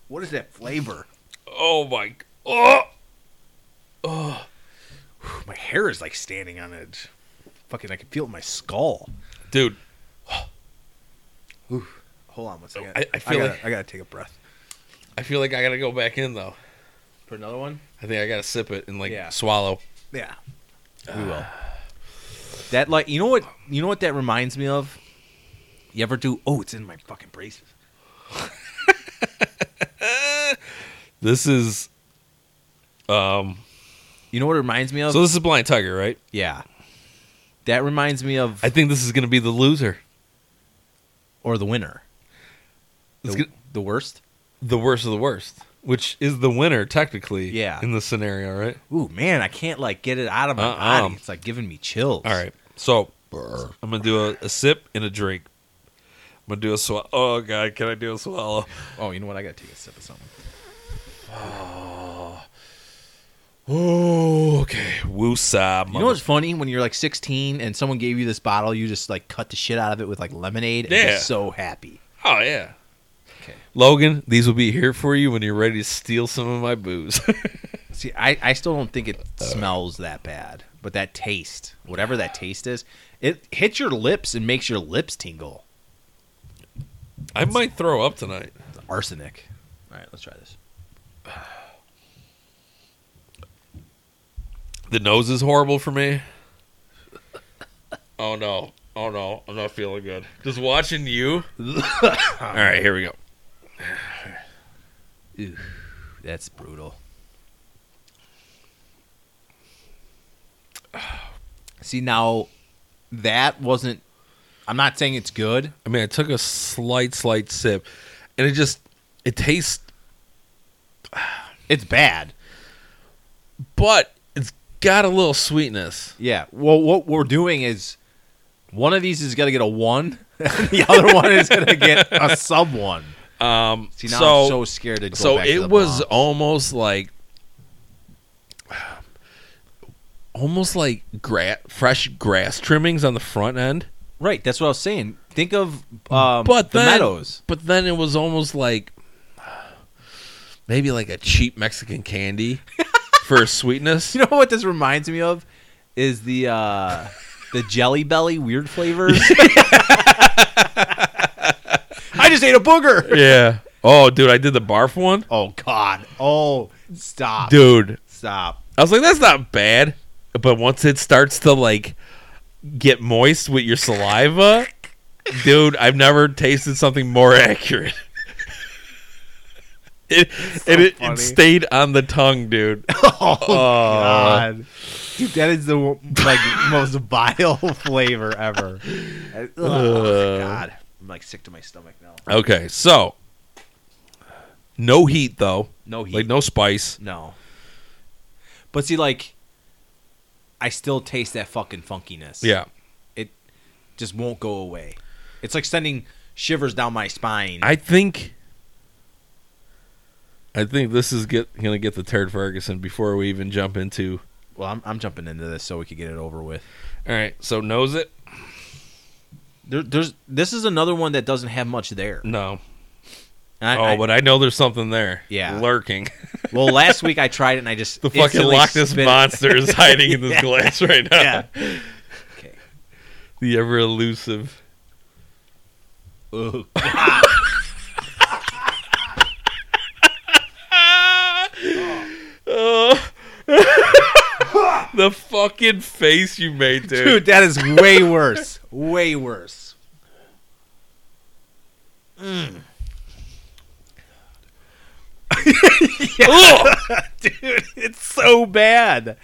What is that flavor? Oh my. Oh. my hair is like standing on edge. Fucking, I can feel it in my skull. Dude, Ooh. Hold on one second. I- I feel gotta, like- Oh, I gotta take a breath. I feel like I gotta go back in though. For another one? I think I gotta sip it and like Yeah. swallow. Yeah. We will. That like you know what you know what that reminds me of? You ever do oh it's in my fucking braces. This is You know what it reminds me of? so. This is Blind Tiger, right? yeah. That reminds me of I think this is gonna be the loser. or the winner. It's The, gonna- the worst? the worst of the worst, which is the winner technically. Yeah. In this scenario, right? Ooh man, I can't like get it out of my Uh-uh. body. It's like giving me chills. All right. So I'm gonna do a, a sip and a drink. I'm gonna do a swallow. Oh god, can I do a swallow? Oh, you know what? I gotta take a sip of something. Oh, okay. Woosah. You know what's funny? When you're like 16 and someone gave you this bottle, you just like cut the shit out of it with like lemonade and Yeah. you're so happy. Oh yeah. Okay. Logan, these will be here for you when you're ready to steal some of my booze. See, I, I still don't think it smells that bad, but that taste, whatever that taste is, it hits your lips and makes your lips tingle. I might throw up tonight. Arsenic. All right, let's try this. The nose is horrible for me. Oh no. Oh no. I'm not feeling good. Just watching you. All right, here we go. Ooh, that's brutal. See, now that wasn't. I'm not saying it's good. I mean, I took a slight, slight sip, and it just it tastes, It's bad. but it's got a little sweetness. Yeah. Well, what we're doing is one of these is going to get a one, and the other one is going to get a sub one. Um, See, now so so, I'm so scared to go back to the it was Bronx. almost like, almost like gra- fresh grass trimmings on the front end, right. That's what I was saying. Think of um, but the then, meadows. But then it was almost like maybe like a cheap Mexican candy for sweetness. You know what this reminds me of is the uh, the Jelly Belly weird flavors. I just ate a booger. yeah. Oh, dude, I did the barf one, Oh God. Oh, stop, dude. stop. I was like, that's not bad. But once it starts to like get moist with your saliva, dude, I've never tasted something more accurate. It and it, funny. it stayed on the tongue, dude. Oh, God, dude, that is the like most vile flavor ever. Oh, Ugh. God, I'm like sick to my stomach now. Okay, so no heat though, No heat. like no spice. No. But see, like, I still taste that fucking funkiness. Yeah, It just won't go away. It's like sending shivers down my spine. I think. I think this is get gonna get the turd Ferguson before we even jump into. well, I'm, I'm jumping into this so we could get it over with. All right, so nose it. There, there's this is another one that doesn't have much there. No, And I- Oh, I- but I know there's something there. Yeah. Lurking. well, last week I tried it and I just The fucking instantly Loch Ness spit it. monster is hiding in this Yeah. glass right now. Yeah. Okay. The ever elusive. Ooh. Oh. the fucking face you made, dude. Dude, that is way worse. way worse. Mm. Ugh. Dude, it's so bad.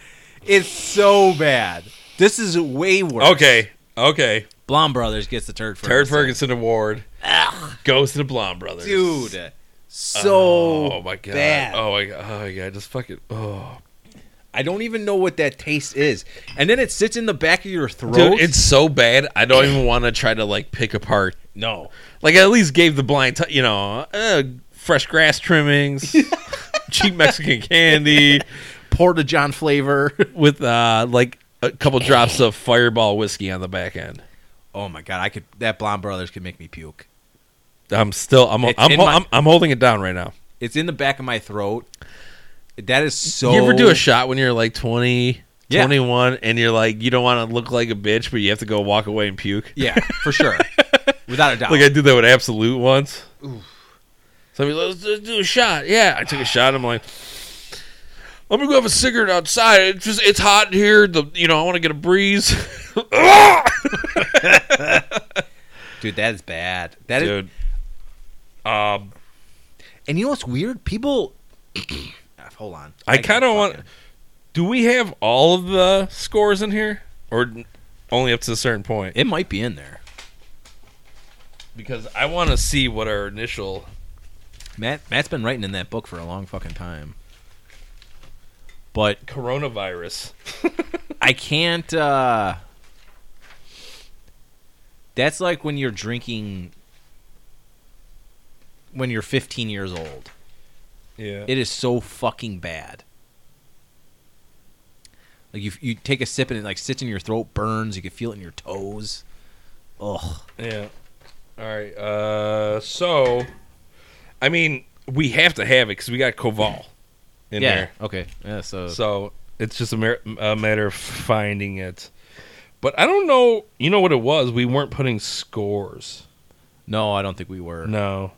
It's so bad. This is way worse. okay. Okay. Blom Brothers gets the turd first. Turd Ferguson Award Ugh, goes to the Blonde Brothers. dude. So Oh my god. bad. Oh my god. Oh my god. Just fucking. Oh. I don't even know what that taste is. And then it sits in the back of your throat. Dude, it's so bad. I don't even want to try to like pick apart no. Like I at least gave the blind, t- you know, uh, fresh grass trimmings, cheap Mexican candy Porta John flavor. with uh, like a couple drops of Fireball whiskey on the back end. oh my god, I could that Blom Brothers could make me puke. I'm still, I'm, It's I'm, in hol- my- I'm, I'm holding it down right now. It's in the back of my throat. That is so you ever do a shot when you're like 20? Yeah. 21, and you're like, you don't want to look like a bitch, but you have to go walk away and puke. Yeah, for sure, without a doubt. Like I did that with Absolute once. Somebody's like, let's, let's do a shot. Yeah, I took a shot. I'm like, I'm gonna go have a cigarette outside. It's just it's hot in here. The you know I want to get a breeze. Dude, that is bad. That is, Dude, um, and you know what's weird? People. Ah, Hold on. I I can't kinda want- fucking- do we have all of the scores in here, or n- only up to a certain point? It might be in there. Because I want to see what our initial. Matt Matt's been writing in that book for a long fucking time. But coronavirus. I can't uh That's like when you're drinking when you're 15 years old. Yeah. It is so fucking bad. Like you you take a sip and it like sits in your throat, burns, you can feel it in your toes. Ugh. Yeah. All right. Uh, so, I mean, we have to have it because we got Koval in yeah. there. Okay. Yeah, so, So it's just a, mer- a matter of finding it. But I don't know. You know what it was? We weren't putting scores. no, I don't think we were. No.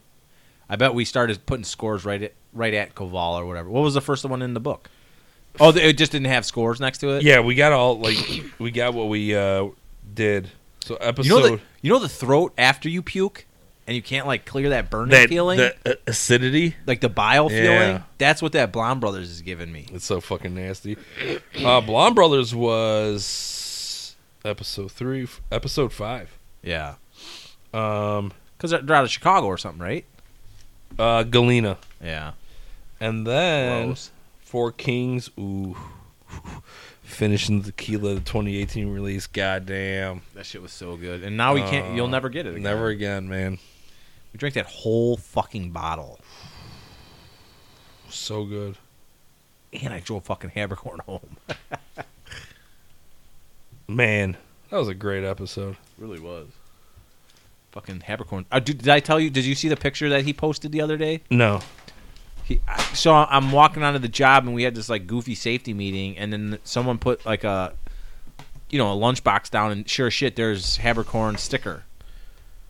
I bet we started putting scores right at right at Koval or whatever. What was the first one in the book? Oh, it just didn't have scores next to it. Yeah, we got all like we got what we uh did. So episode You know the you know the throat after you puke and you can't like clear that burning that feeling, that, uh, acidity. like the bile Yeah. feeling. That's what that Blonde Brothers is giving me. It's so fucking nasty. Uh, Blonde Brothers was episode three, f- episode five. Yeah, Um, because they're out of Chicago or something, right? uh, Galena. Yeah. And then Gross. Four Kings, ooh, finishing the tequila, the 2018 release. Goddamn, That shit was so good, and now we can't. You'll never get it. Again. Uh, never again, man. We drank that whole fucking bottle, So good. and I drove fucking Habercorn home. Man, that was a great episode. really was. Fucking Habercorn. Uh, dude, did I tell you? Did you see the picture that he posted the other day? No, He, I- so I'm walking onto the job, and we had this like goofy safety meeting, and then someone put like a, you know, a lunchbox down, and sure as shit, there's Habercorn sticker,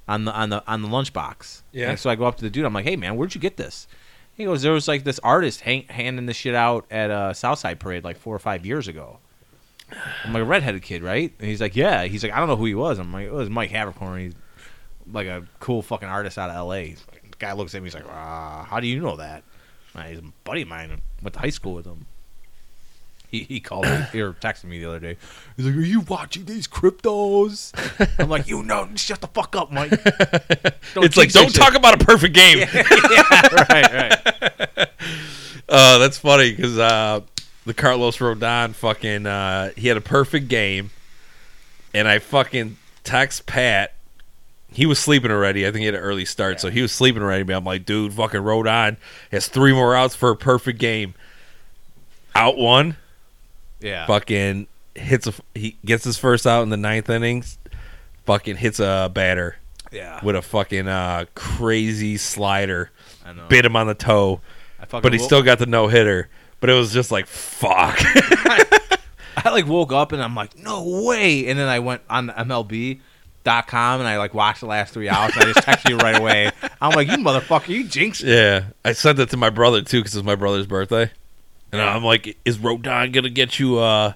on the on the on the lunchbox. Yeah. And so I go up to the dude. I'm like, hey man, where'd you get this? He goes, there was like this artist hang, handing this shit out at a Southside parade like four or five years ago. I'm like a redheaded kid, right? And he's like, yeah. He's like, I don't know who he was. I'm like, it was Mike Havercorn. He's like a cool fucking artist out of L.A. He's like- the guy looks at me. He's like, ah, how do you know that? Uh, he's a buddy of mine. I went to high school with him. He, he called me or texted me the other day. He's like, "Are you watching these cryptos?" I'm like, "You know, shut the fuck up, Mike." Don't it's like jinx that don't shit." talk about a perfect game. yeah, right, right. Uh, that's funny because uh, the Carlos Rodon fucking uh, he had a perfect game, and I fucking text Pat. He was sleeping already. I think he had an early start, so he was sleeping already. But I'm like, dude, fucking Rodon has three more outs for a perfect game. Out one, Yeah. fucking hits a he gets his first out in the ninth inning. Fucking hits a batter Yeah. with a fucking uh, crazy slider, I know. bit him on the toe I fucking but he woke- still got the no hitter. But it was just like fuck. I like woke up and I'm like, "No way!" And then I went on MLB.com and I like watched the last three hours. And I just texted you right away. I'm like, "You motherfucker, you jinxed." it." yeah, I sent that to my brother too because it's my brother's birthday, and I'm like, "Is Rodon gonna get you uh,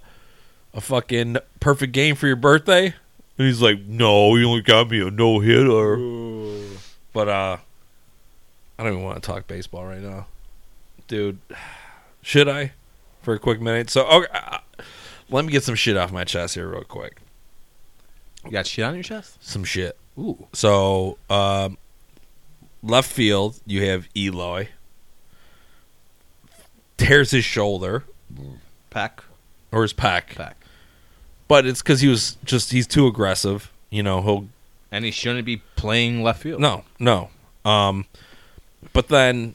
a fucking perfect game for your birthday?" And he's like, "No, you only got me a no hitter." But uh, I don't even want to talk baseball right now, dude. Should I for a quick minute? So okay, uh, let me get some shit off my chest here real quick. You got shit on your chest? Some shit. Ooh. So, um, left field, you have Eloy. Tears his shoulder Peck. or his pack, Peck. but it's because he was just—he's too aggressive. You know, he'll And he shouldn't be playing left field. no, no. Um, but then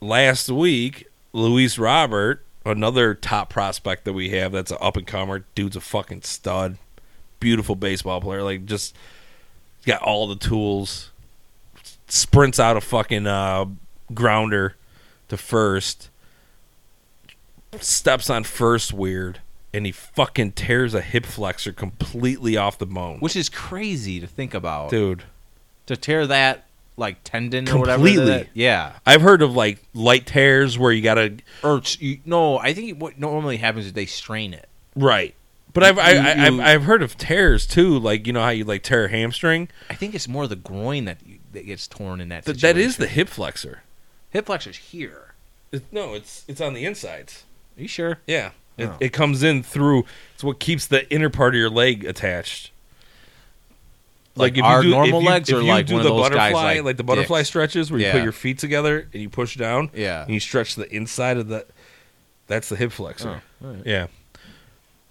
last week, Luis Robert, another top prospect that we have, that's an up and comer. Dude's a fucking stud, beautiful baseball player. Like just got all the tools. Sprints out a fucking uh, grounder to first. Steps on first weird. and he fucking tears a hip flexor completely off the bone. which is crazy to think about. Dude, To tear that like tendon or whatever. Completely. that- yeah. I've heard of like light tears where you gotta Or it's- you, no, I think what normally happens is they strain it. right, but I've I, You- I, you- I've, I've heard of tears too. Like you know how you like tear a hamstring. I think it's more the groin that you, that gets torn in that. Th- that is situation. the hip flexor. hip flexors here. It- no, it's it's on the insides. Are you sure? Yeah, it, Oh. it comes in through. It's what keeps the inner part of your leg attached. Like our normal legs if are you like do one of the those guys butterfly, like the butterfly dicks. stretches where you Yeah. put your feet together and you push down Yeah. and you stretch the inside of the. That's the hip flexor. Yeah.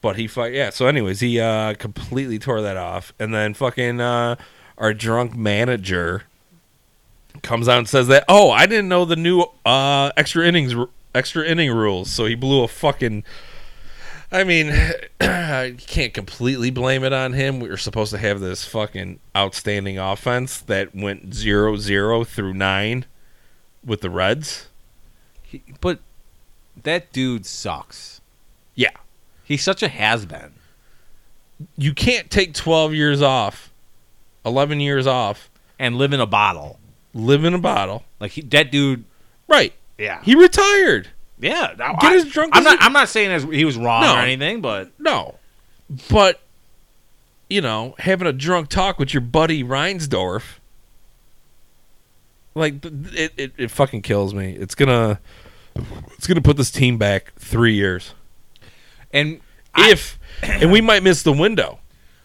But he fuck yeah. So anyways, he uh completely tore that off, and then fucking uh our drunk manager comes out and says that oh I didn't know the new uh extra innings extra inning rules, so he blew a fucking. I mean, you can't completely blame it on him. We were supposed to have this fucking outstanding offense that went zero zero through nine with the Reds. He- but that dude sucks. Yeah, He's such a has been. you can't take 12 years off, 11 years off, and live in a bottle. live in a bottle. Like he, that dude. Right. Yeah. He retired. yeah. no, Get I, as drunk I'm as not. you- I'm not saying as he was wrong No. or anything, but No. But, you know, having a drunk talk with your buddy Reinsdorf, like, th- it, it, it fucking kills me. It's gonna. It's gonna put this team back three years, and if, and we might miss the window.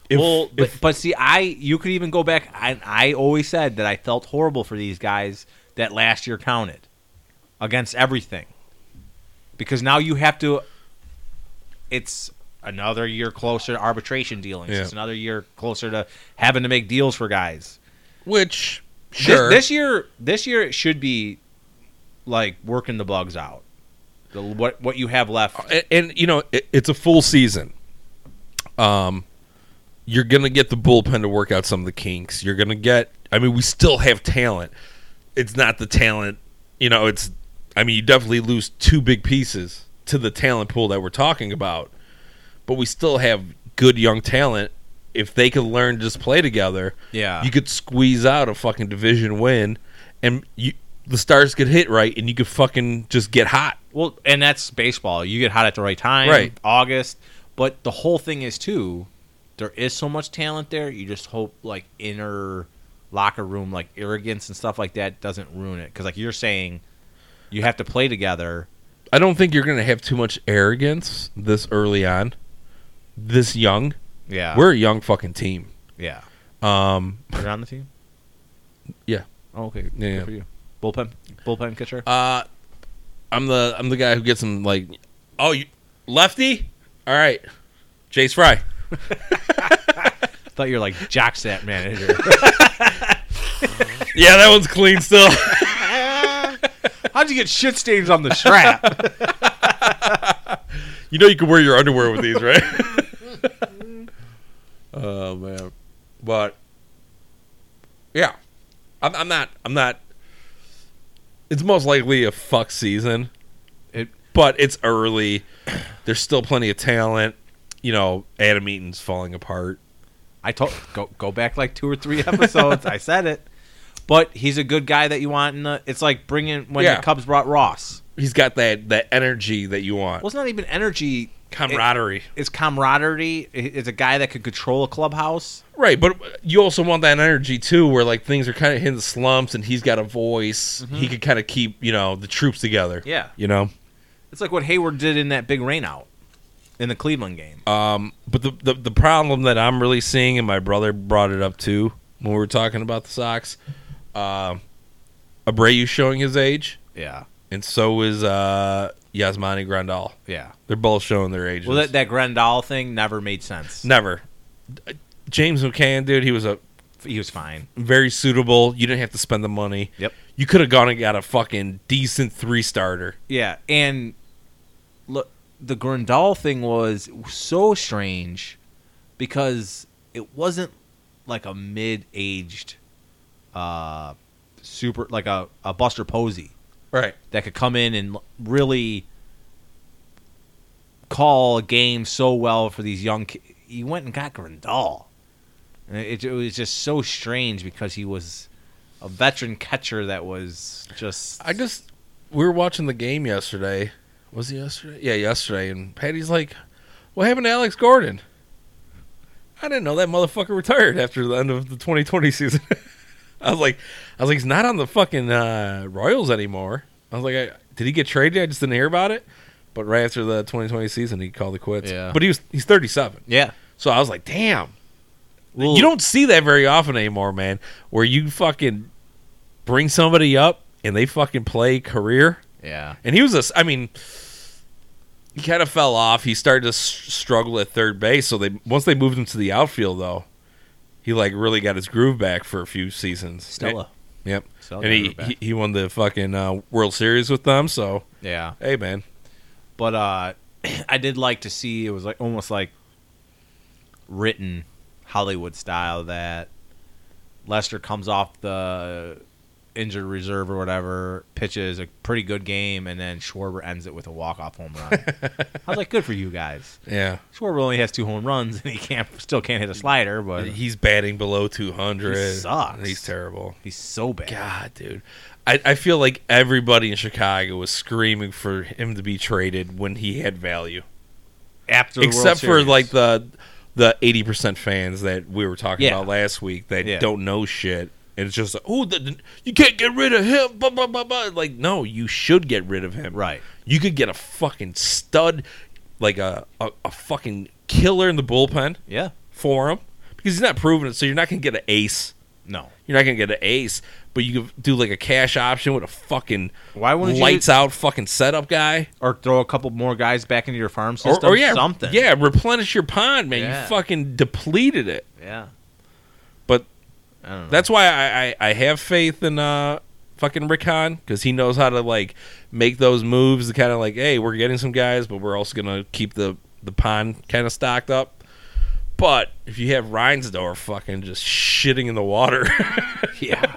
If, well, but, if- but see, I you could even go back. I I always said that I felt horrible for these guys that last year counted against everything because now you have to. It's another year closer to arbitration dealings. Yeah. It's another year closer to having to make deals for guys. which This- sure This, year, this year it should be like working the bugs out. The, what what you have left? and, and you know it, it's a full season. Um, you're gonna get the bullpen to work out some of the kinks. You're gonna get. I mean, we still have talent. It's not the talent. You know, it's. I mean, you definitely lose two big pieces to the talent pool that we're talking about, but we still have good young talent. If they could learn to just play together, Yeah. you could squeeze out a fucking division win, and you the stars could hit right, and you could fucking just get hot. Well, and that's baseball. You get hot at the right time, Right. August. But the whole thing is too. There is so much talent there. You just hope like inner locker room like arrogance and stuff like that doesn't ruin it. Because like you're saying, you have to play together. I don't think you're going to have too much arrogance this early on, this young. Yeah, We're a young fucking team. yeah. Um, You're on the team. Yeah. Oh, okay. Yeah, Good yeah. for you. Bullpen, bullpen catcher. uh, I'm the I'm the guy who gets them like, oh, you, lefty. All right, Jace Fry. I thought you were like jockstrap manager. Yeah, that one's clean still. How'd you get shit stains on the strap? you know you can wear your underwear with these, right? oh man, but yeah, I'm, I'm not. I'm not. It's most likely a fuck season. It- but it's early. There's still plenty of talent. You know, Adam Eaton's falling apart. I told go go back like two or three episodes. I said it, but he's a good guy that you want. In the, it's like bringing when Yeah. the Cubs brought Ross. He's got that that energy that you want, Well, it's not even energy. camaraderie. It's camaraderie. It- It's a guy that could control a clubhouse. Right, but you also want that energy too, where like things are kind of hitting the slumps, and he's got a voice. He could kind of keep you know the troops together. Mm-hmm. Yeah. you know. It's like what Hayward did in that big rainout in the Cleveland game. Um, but the, the the problem that I'm really seeing, and my brother brought it up too when we were talking about the Sox, um, Abreu showing his age, yeah, and so is uh, Yasmani Grandal. yeah. They're both showing their ages. Well, that that Grandal thing never made sense. Never. James McCann, dude, he was a He was fine. very suitable. You didn't have to spend the money. Yep. You could have gone and got a fucking decent three starter. Yeah, and look, the Grindal thing was so strange because it wasn't like a mid-aged, uh, super like a, a Buster Posey Right. that could come in and l- really call a game so well for these young kids. He went and got Grandal. And It, it was just so strange because he was a veteran catcher that was just. I just we were watching the game yesterday. Was it yesterday? Yeah, yesterday. And Patty's like, "What happened to Alex Gordon?" I didn't know that motherfucker retired after the end of the 2020 season. I was like, I was like, he's not on the fucking uh, Royals anymore. I was like, I, did he get traded? I just didn't hear about it. But right after the 2020 season, he called it quits. Yeah. But he was he's 37. yeah. So I was like, damn. Well- you don't see that very often anymore, man. Where you fucking bring somebody up and they fucking play career. Yeah. And he was a, s- I mean, he kind of fell off. He started to s- struggle at third base. So they once they moved him to the outfield, though, he like really got his groove back for a few seasons. Stella. Yep. Stella and got he, her back. he he won the fucking uh, World Series with them. So Yeah. hey, man, But uh, I did like to see it was like almost like written Hollywood style that Lester comes off the injured reserve or whatever, pitches a pretty good game, and then Schwarber ends it with a walk off home run. I was like, good for you guys. yeah, Schwarber only has two home runs and he can't still can't hit a slider, but uh, he's batting below two hundred. He sucks. He's terrible. he's so bad. God, dude. I, I feel like everybody in Chicago was screaming for him to be traded when he had value, After the World except for Series. like the the eighty percent fans that we were talking Yeah. about last week that Yeah. don't know shit. And it's just like, oh, the, the- you can't get rid of him. Blah, blah, blah, blah. Like, no, you should get rid of him. Right. You could get a fucking stud, like a, a, a fucking killer in the bullpen yeah, for him because he's not proven it. So you're not going to get an ace. no. You're not gonna get an ace, but you could do like a cash option with a fucking Why wouldn't you- lights out fucking setup guy Or throw a couple more guys back into your farm or, system. or yeah something. yeah replenish your pond man Yeah. you fucking depleted it yeah. but I don't know. that's why I I, I have faith in uh fucking Rick Hahn because he knows how to like make those moves to kind of like hey we're getting some guys but we're also gonna keep the the pond kind of stocked up. But if you have Reinsdorf fucking just shitting in the water, Yeah.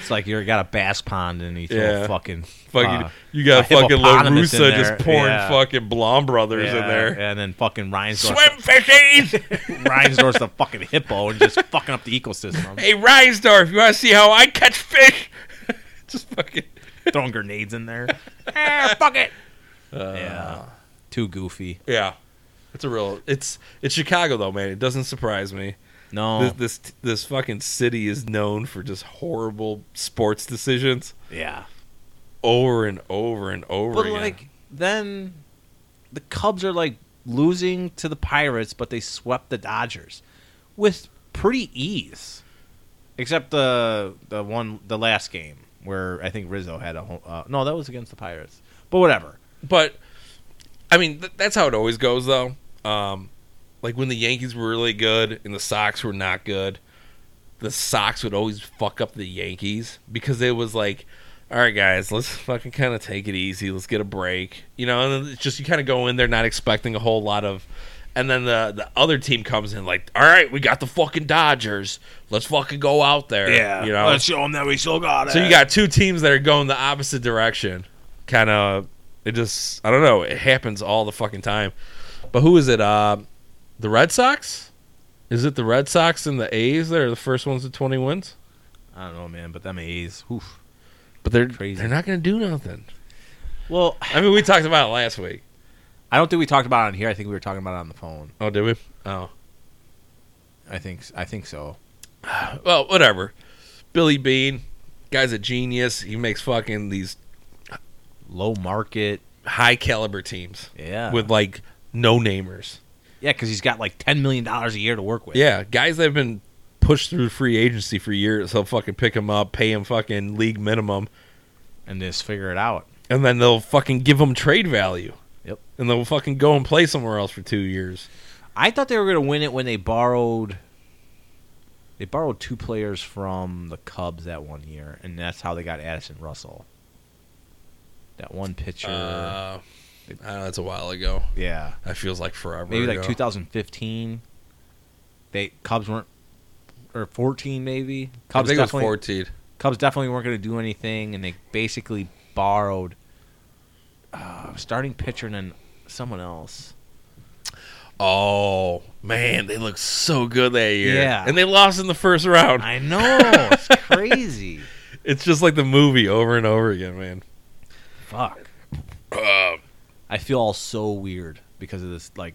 it's like you got a bass pond and you throw a Yeah. fucking fucking uh, you got a fucking La hippopotamus in Russa there. just pouring Yeah. fucking Blom Brothers yeah, in there. and then fucking Reinsdorf, Swim fishing. Reinsdorf's the fucking hippo and just fucking up the ecosystem, hey Reinsdorf, you want to see how I catch fish? just fucking. throwing grenades in there. ah, fuck it. Uh. yeah, too goofy. Yeah, it's a real. It's it's Chicago though, man. It doesn't surprise me. No, This, this this fucking city is known for just horrible sports decisions yeah, over and over and over. but again. like then the Cubs are like losing to the Pirates, but they swept the Dodgers with pretty ease. Except the the one the last game where I think Rizzo had a home, uh, no that was against the Pirates, but whatever. But I mean, th- that's how it always goes, though. Um, like when the Yankees were really good and the Sox were not good, the Sox would always fuck up the Yankees because it was like, all right, guys, let's fucking kind of take it easy. Let's get a break, you know. And it's just you kind of go in there not expecting a whole lot of. And then the the other team comes in like, all right, we got the fucking Dodgers. Let's fucking go out there. you know, show them that we still got it. so you got two teams that are going the opposite direction. Kind of, it just, I don't know. It happens all the fucking time. But who is it? Uh, the Red Sox? Is it the Red Sox and the A's that are the first ones with 20 wins? I don't know, man, but them A's. Oof. But they're Crazy. they're not going to do nothing. Well, I mean, we talked about it last week. I don't think we talked about it on here. I think we were talking about it on the phone. Oh, did we? Oh, I think I think so. well, whatever. Billy Bean, guy's a genius. He makes fucking these Low market. high caliber teams Yeah. with like no namers. yeah, because he's got like ten million dollars a year to work with. Yeah, guys that have been pushed through free agency for years, they'll fucking pick them up, pay them fucking league minimum, and just figure it out. and then they'll fucking give them trade value. Yep. And they'll fucking go and play somewhere else for two years. I thought they were going to win it when they borrowed. They borrowed two players from the Cubs that one year, and that's how they got Addison Russell. That one pitcher. Uh, I don't know, that's a while ago. yeah. That feels like forever. maybe like ago. 2015. They Cubs weren't or 14 maybe. I Cubs think it was definitely 14. Cubs definitely weren't going to do anything, and they basically borrowed uh, starting pitcher and then someone else. Oh man, they looked so good that year. Yeah. and they lost in the first round. I know. It's crazy. It's just like the movie over and over again, man. Fuck. Uh, I feel all so weird because of this, like,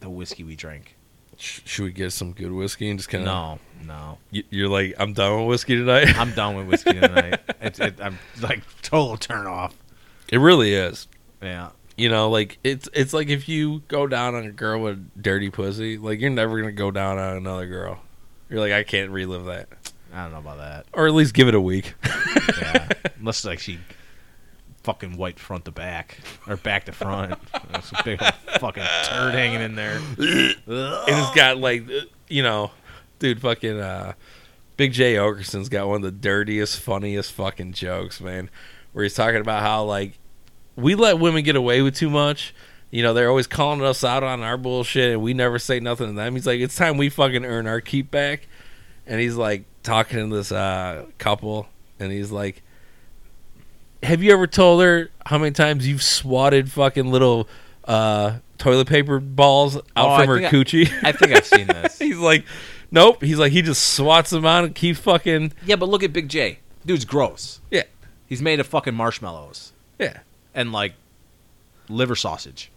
the whiskey we drank. Sh- should we get some good whiskey and just kind of? No, no. You're like, I'm done with whiskey tonight. I'm done with whiskey tonight. It's it, I'm like total turn off. it really is. Yeah. You know, like it's it's like if you go down on a girl with dirty pussy, like you're never gonna go down on another girl. You're like, I can't relive that, I don't know about that. or at least give it a week. Yeah. Unless like she fucking white front to back or back to front. There's a big old fucking turd hanging in there. and it's got like uh, you know, dude, fucking uh, Big J Okerson's got one of the dirtiest, funniest fucking jokes, man. Where he's talking about how like we let women get away with too much. You know, they're always calling us out on our bullshit, and we never say nothing to them. He's like, it's time we fucking earn our keep back. And he's like talking to this uh, couple, and he's like. Have you ever told her how many times you've swatted fucking little uh, toilet paper balls out Oh, I from her think I- coochie? I think I've seen this. He's like, nope. He's like, he just swats them out and keeps fucking. Yeah, but look at Big J. Dude's gross. Yeah, He's made of fucking marshmallows yeah. and like liver sausage.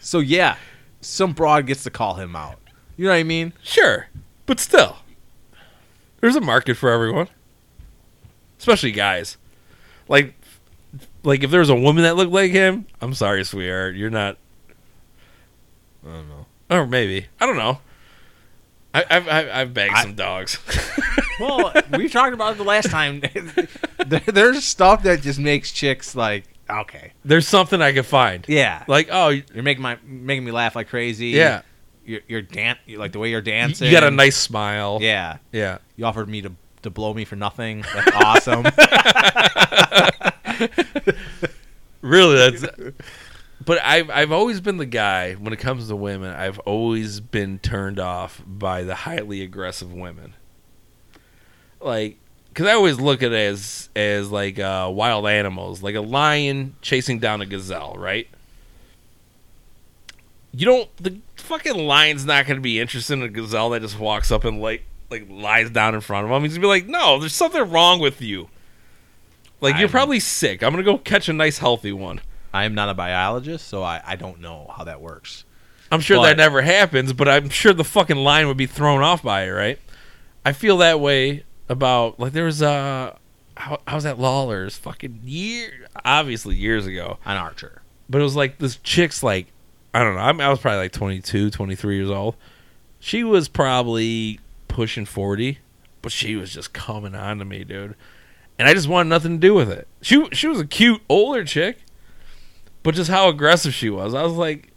So yeah, some broad gets to call him out. You know what I mean? Sure, but still, there's a market for everyone, especially guys. Like, like if there was a woman that looked like him, I'm sorry, sweetheart, you're not. I don't know. Or maybe I don't know. I, I've I've, I've bagged I- some dogs. Well, we talked about it the last time. There- There's stuff that just makes chicks like, okay, There's something I could find. yeah, Like, oh, you- you're making my making me laugh like crazy. Yeah. you're you're dan- you like the way you're you, dancing. got a nice smile. yeah. yeah. You offered me to to blow me for nothing. That's awesome. Really, that's. but I've I've always been the guy when it comes to women. I've always been turned off by the highly aggressive women. Like, because I always look at it as as like uh, wild animals, like a lion chasing down a gazelle, right? You don't. The fucking lion's not going to be interested in a gazelle that just walks up and like like lies down in front of him. He's gonna be like, "No, there's something wrong with you." Like you're I'm- probably sick. I'm gonna go catch a nice healthy one. I am not a biologist, so I, I don't know how that works. I'm sure But- that never happens, but I'm sure the fucking line would be thrown off by it, right? I feel that way about like there was uh how, how was that Lawler's fucking year obviously years ago, An archer. but it was like this chick's like I don't know, I'm, I was probably like 22, 23 years old. She was probably pushing 40, but she was just coming on to me, dude. And I just wanted nothing to do with it. She she was a cute older chick, but just how aggressive she was. I was like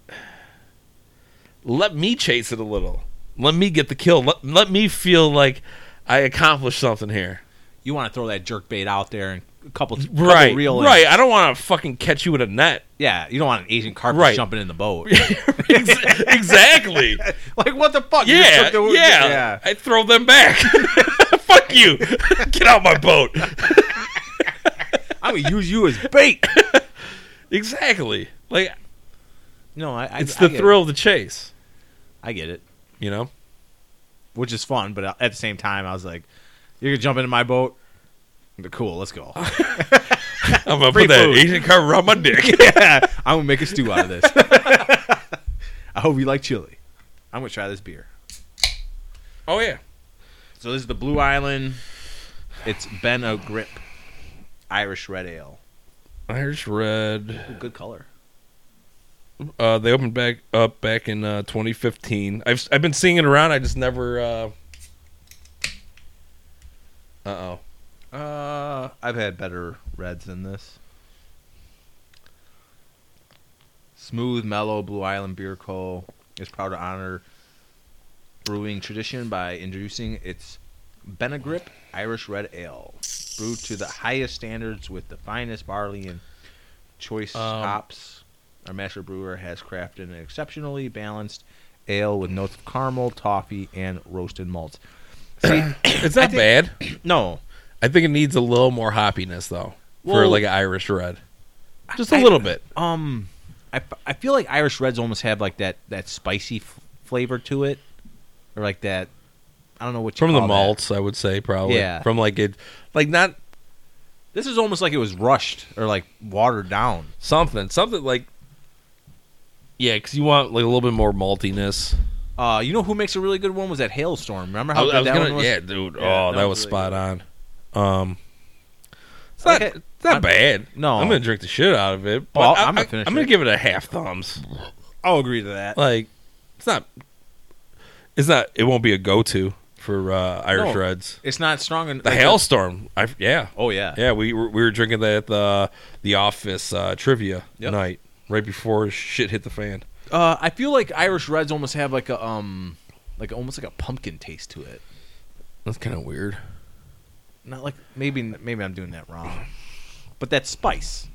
let me chase it a little. Let me get the kill. Let, let me feel like I accomplished something here. You want to throw that jerk bait out there and a couple, couple Right. reel in. right. I don't want to fucking catch you with a net. Yeah, you don't want an Asian carpet Right. jumping in the boat. Ex- exactly. like what the fuck? You just Yeah, took the- yeah. I throw them back. Fuck you. Get out my boat. I'm gonna use you as bait. Exactly. Like No, I. I it's I the get it. thrill of the chase, I get it, you know? which is fun, but uh, at the same time, I was like, "You're gonna jump into my boat? Cool, let's go. I'm going to Free put that food. Asian car around my dick. yeah, I'm gonna make a stew out of this. I hope you like chili. I'm gonna try this beer. oh yeah. So this is the Blue Island. It's Ben O Grip Irish Red Ale. Irish red. Ooh, good color. Uh, they opened back up back in uh, 2015. I've I've been seeing it around. I just never. Uh oh. Uh, I've had better reds than this. Smooth, mellow Blue Island Beer Co. is proud to honor brewing tradition by introducing its Benegrip Irish Red Ale, brewed to the highest standards with the finest barley and choice Um, hops. Our master brewer has crafted an exceptionally balanced ale with notes of caramel, toffee, and roasted malts. See, It's not I think- bad. no, I think it needs a little more hoppiness though for Well- like an Irish red, just a I- little bit. Um, I, I feel like Irish Reds almost have like that that spicy f- flavor to it, or like that. I don't know what you From the call that. malts, I would say probably. Yeah. From like it, like not This is almost like it was rushed or like watered down. something, something like. Yeah, because you want like a little bit more maltiness. Uh, you know who makes a really good one was that hailstorm. Remember I how was, good I was that gonna, one was? yeah, dude. Yeah, oh, that that, was was, really spot on. Um, it's not, Like I- it's not I'm- bad. no. I'm gonna drink the shit out of it. But Well, I, I'm gonna I- finish I'm gonna it. give it a half thumbs. I'll agree to that. Like, it's not. It's not. It won't be a go-to for uh, Irish No. Reds. It's not strong enough. The hailstorm. I yeah. Oh yeah. Yeah, we were, we were drinking that at the the office uh, trivia Yep. night right before shit hit the fan. Uh, I feel like Irish Reds almost have like a um, like almost like a pumpkin taste to it. That's kind of weird. Not like maybe maybe I'm doing that wrong, but that spice.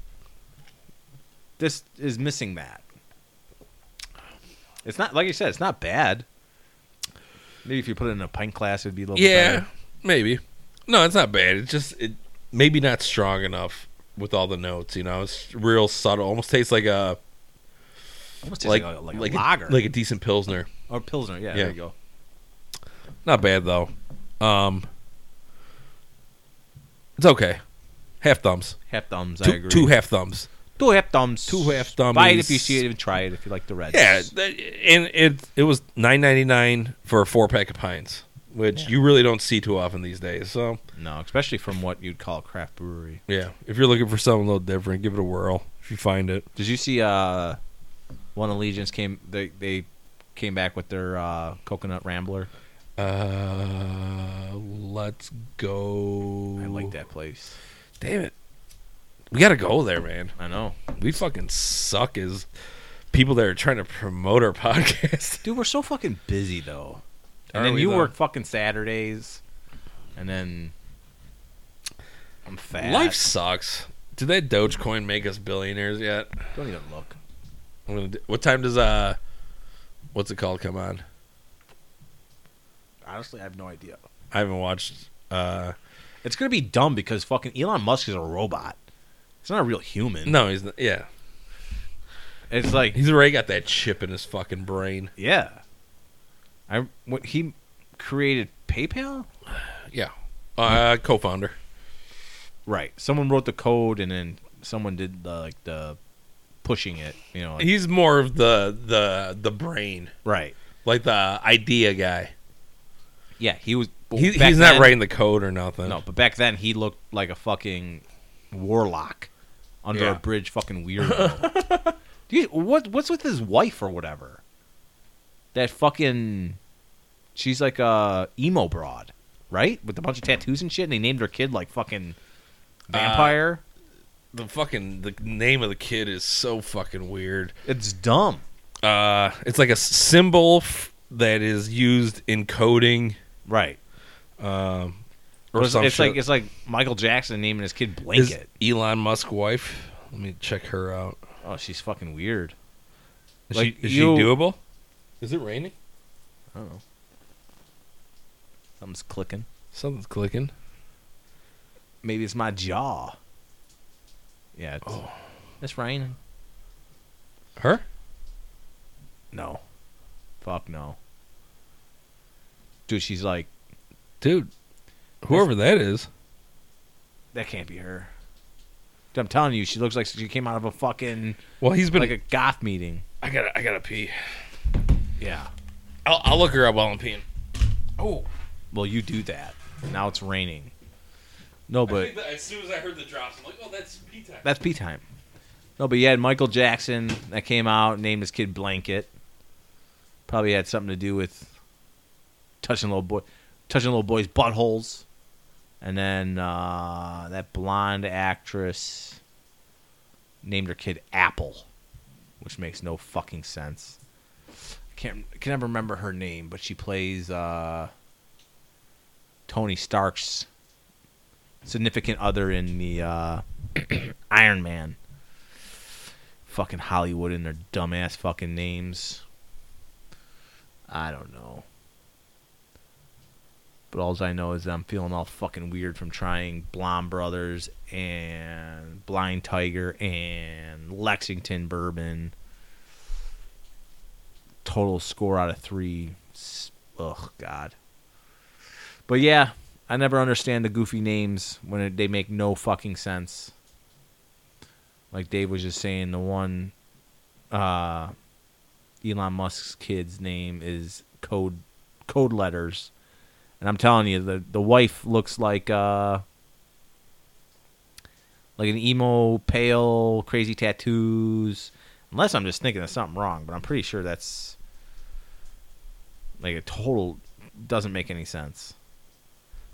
This is missing that. It's not like you said. It's not bad. Maybe if you put it in a pint glass, it'd be a little bit Yeah, better. maybe. No, it's not bad. It's just it maybe not strong enough with all the notes. You know, it's real subtle. Almost tastes like a Almost tastes like like, a, like, like a lager like a decent pilsner. or pilsner. Yeah, Yeah. there you go. Not bad though. Um, it's okay. Half thumbs. Half thumbs. I Two, agree. two half thumbs. Two half thumbs. Two half Buy it if thumbies. you see it and try it if you like the Reds. Yeah, that- and it it was nine ninety nine for a four pack of pints, which you really don't see too often these days. So No, especially from what you'd call a craft brewery. yeah, if you're looking for something a little different, give it a whirl if you find it. Did you see uh one allegiance came they they came back with their uh coconut rambler? Uh, let's go. I like that place. Damn it, we gotta go there, man. I know. We fucking suck as people that are trying to promote our podcast. Dude, we're so fucking busy though. And Are then we, you though? work fucking Saturdays and then I'm fat. Life sucks. Did that Dogecoin make us billionaires yet? don't even look. I'm gonna. Do, what time does uh, what's it called? Come on. Honestly, I have no idea. I haven't watched. Uh, It's gonna be dumb because fucking Elon Musk is a robot. He's not a real human. no, he's not. Yeah, It's like he's already got that chip in his fucking brain. yeah. I what he created PayPal? Yeah, uh, co-founder. Right. Someone wrote the code, and then someone did the, like the pushing it. You know. like- He's more of the the the brain, right. like the idea guy. Yeah. He was. He, back he's not then- writing the code or nothing. No, but back then he looked like a fucking warlock under a Yeah. bridge, fucking weirdo. Dude, what what's with his wife or whatever? That fucking. She's like a emo broad, right? With a bunch of tattoos and shit, and they named her kid like fucking Uh, vampire. the fucking the name of the kid is so fucking weird. it's dumb. Uh, it's like a symbol f- that is used in coding Right. um, Or or it's, something. it's like it's like Michael Jackson naming his kid is Blanket. Elon Musk wife. Let me check her out. oh, she's fucking weird. Is, Like, she, is you- she doable? Is it raining? I don't know. Something's clicking. Something's clicking. Maybe it's my jaw. Yeah, it's, Oh. it's raining. Her? No. Fuck no. Dude, she's like, Dude, whoever that is. that can't be her. Dude, I'm telling you, she looks like she came out of a fucking Well, he's been. like a goth meeting. I gotta, I gotta pee. Yeah. I'll, I'll look her up while I'm peeing. Oh. Well, you do that. Now it's raining. No, but that as soon as I heard the drops, I'm like, oh, that's pee time. That's P time. No, but you had Michael Jackson that came out, named his kid Blanket. Probably had something to do with touching little boy, touching little boys' buttholes, and then uh, that blonde actress named her kid Apple, which makes no fucking sense. I can't can never remember her name, but she plays uh, Tony Stark's significant other in the. Uh, Iron Man. Fucking Hollywood and their dumbass fucking names. I don't know. But all I know is that I'm feeling all fucking weird from trying Blonde Brothers and Blind Tiger and Lexington Bourbon total score out of three. S- Ugh, God. But yeah, I never understand the goofy names when it, they make no fucking sense. Like Dave was just saying, the one uh, Elon Musk's kid's name is code code letters, and I'm telling you, the the wife looks like uh, like an emo, pale, crazy tattoos. Unless I'm just thinking of something wrong, but I'm pretty sure that's like a total doesn't make any sense.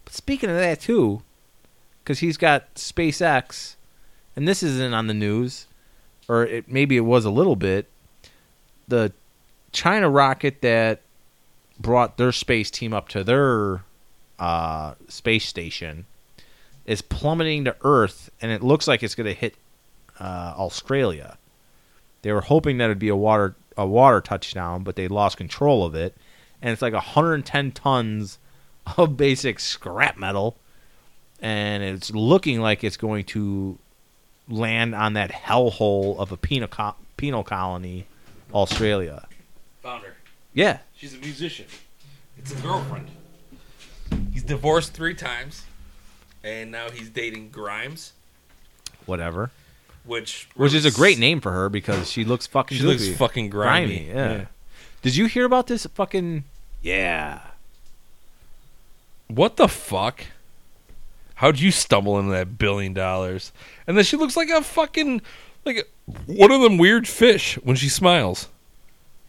But speaking of that too, because he's got SpaceX, and this isn't on the news, or it, maybe it was a little bit. The China rocket that brought their space team up to their uh, space station is plummeting to Earth, and it looks like it's going to hit uh, Australia. They were hoping that it'd be a water a water touchdown, but they lost control of it, and it's like 110 tons of basic scrap metal, and it's looking like it's going to land on that hellhole of a penal co- penal colony, Australia. Founder. Yeah, She's a musician. It's a girlfriend. He's divorced three times, and now he's dating Grimes, whatever. which Which is a really great name for her because she looks fucking. She looks goofy. fucking grimy. yeah. Did you hear about this fucking? Yeah. What the fuck? How'd you stumble into that billion dollars? And then she looks like a fucking like a- one of them weird fish when she smiles.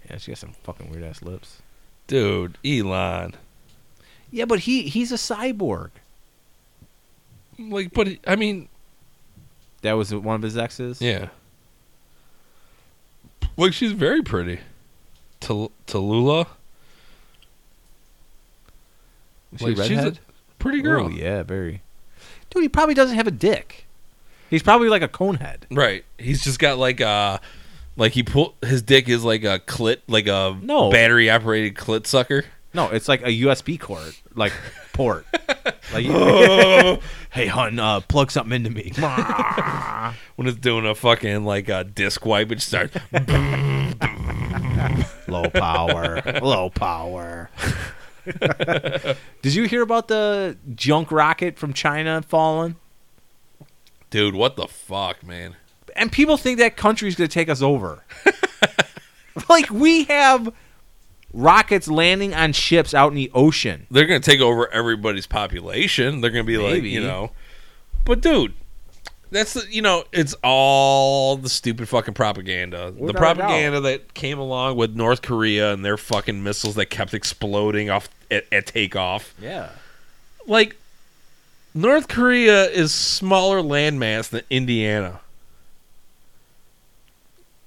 Yeah, she got some fucking weird ass lips. Dude, Elon. Yeah, but he he's a cyborg. Like but I mean, That was one of his exes. yeah. Like she's very pretty. Tal- Tallulah, Is she Like, she's a redhead? pretty girl. Ooh, yeah, very. Dude, he probably doesn't have a dick. He's probably like a cone head. Right. He's just got like a like he pull his dick is like a clit like a No. battery operated clit sucker. No, it's like a USB cord, like port. like, hey, hun, uh, plug something into me. when it's doing a fucking like a disc wipe, it starts. low power, low power. Did you hear about the junk rocket from China falling? Dude, what the fuck, man? and people think that country's going to take us over. like we have rockets landing on ships out in the ocean. They're gonna take over everybody's population. They're gonna be like, Maybe. you know, but dude, that's the, you know, it's all the stupid fucking propaganda. the Without a propaganda that came along with North Korea and their fucking missiles that kept exploding off at, at takeoff. Yeah. Like, North Korea is smaller landmass than Indiana.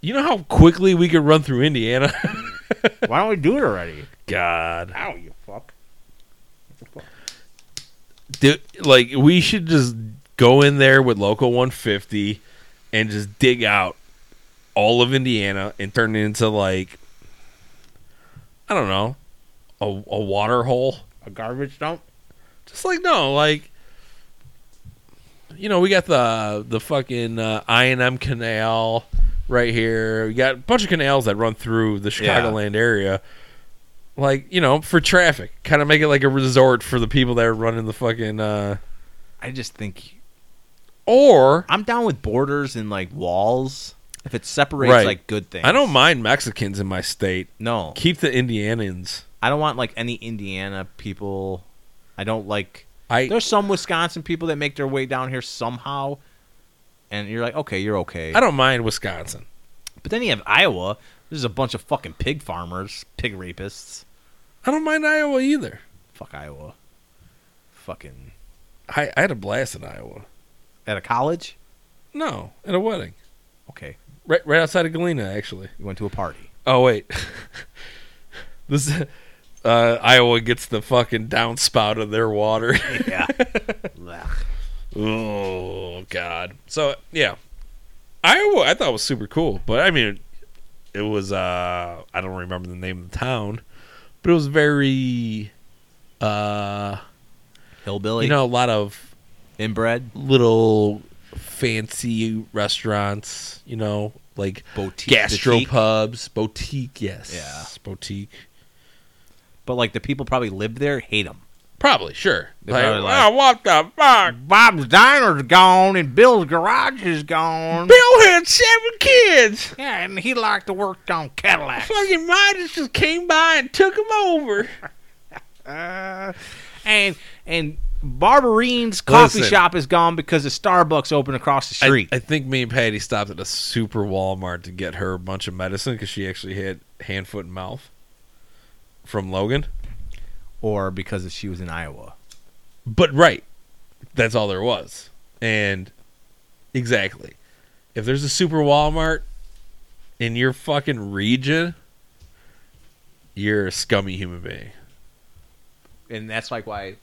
You know how quickly we could run through Indiana. Why don't we do it already? God, Ow, you fuck. Dude, like we should just go in there with local 150 and just dig out all of Indiana and turn it into like I don't know a, a water hole. A garbage dump. Just like no, like you know, we got the the fucking uh, I and M canal right here. We got a bunch of canals that run through the Yeah. Chicagoland area. Like you know, for traffic, kind of make it like a resort for the people that are running the fucking. Uh, I just think or I'm down with borders and like walls if it separates Right. like good things. I don't mind Mexicans in my state. No, Keep the Indianans. I don't want like any Indiana people. I don't like I There's some Wisconsin people that make their way down here somehow and you're like, "Okay, you're okay." I don't mind Wisconsin. But then you have Iowa. There's a bunch of fucking pig farmers, pig rapists. I don't mind Iowa either. Fuck Iowa. Fucking I, I had a blast in Iowa. at a college. No, at a wedding, Okay, right right outside of Galena, actually. you went to a party. Oh wait, this uh, Iowa gets the fucking downspout of their water. Yeah. Blech. oh god. So yeah, Iowa I thought was super cool, but I mean, it was uh I don't remember the name of the town, but it was very uh Hillbilly. you know a lot of inbred. little fancy restaurants, you know, like Boutique. gastro boutique. pubs, boutique. Yes, Yeah. boutique. But like the people probably live there hate them. Probably sure. They Like, probably like- "Oh, what the fuck? Bob's Diner's gone and Bill's Garage is gone. Bill had seven kids. Yeah, and he liked to work on Cadillacs. Fucking Midas just came by and took him over. Uh, and and Barbarine's coffee Listen. shop is gone because the Starbucks opened across the I, street. I think me and Patty stopped at a super Walmart to get her a bunch of medicine because she actually had hand, foot, and mouth from Logan. or because she was in Iowa. But right, that's all there was. And exactly, if there's a super Walmart in your fucking region, you're a scummy human being. And that's like why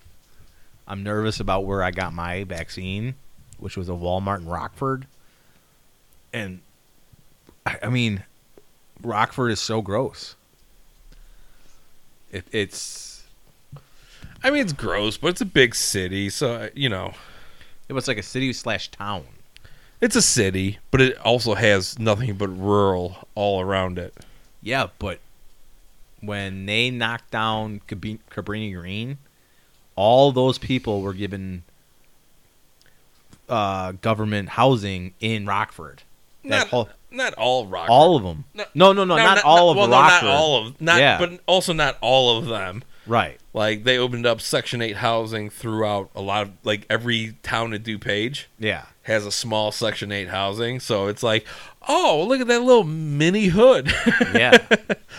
I'm nervous about where I got my vaccine, which was a Walmart in Rockford. And I, I mean, Rockford is so gross. It, it's I mean, it's gross, but it's a big city, so uh, you know it was like a city slash town. it's a city, but it also has nothing but rural all around it. Yeah, but when they knocked down Cabrini Cabrini Green, all those people were given uh, government housing in Rockford. That Not- whole, Not all rock. all of them. No- No, no, no, No, not all of well, no, Rockford. not all of not, Yeah. but also not all of them. Right. Like they opened up Section Eight housing throughout a lot of like every town in DuPage Yeah. has a small Section Eight housing, so it's like, oh, look at that little mini hood. Yeah.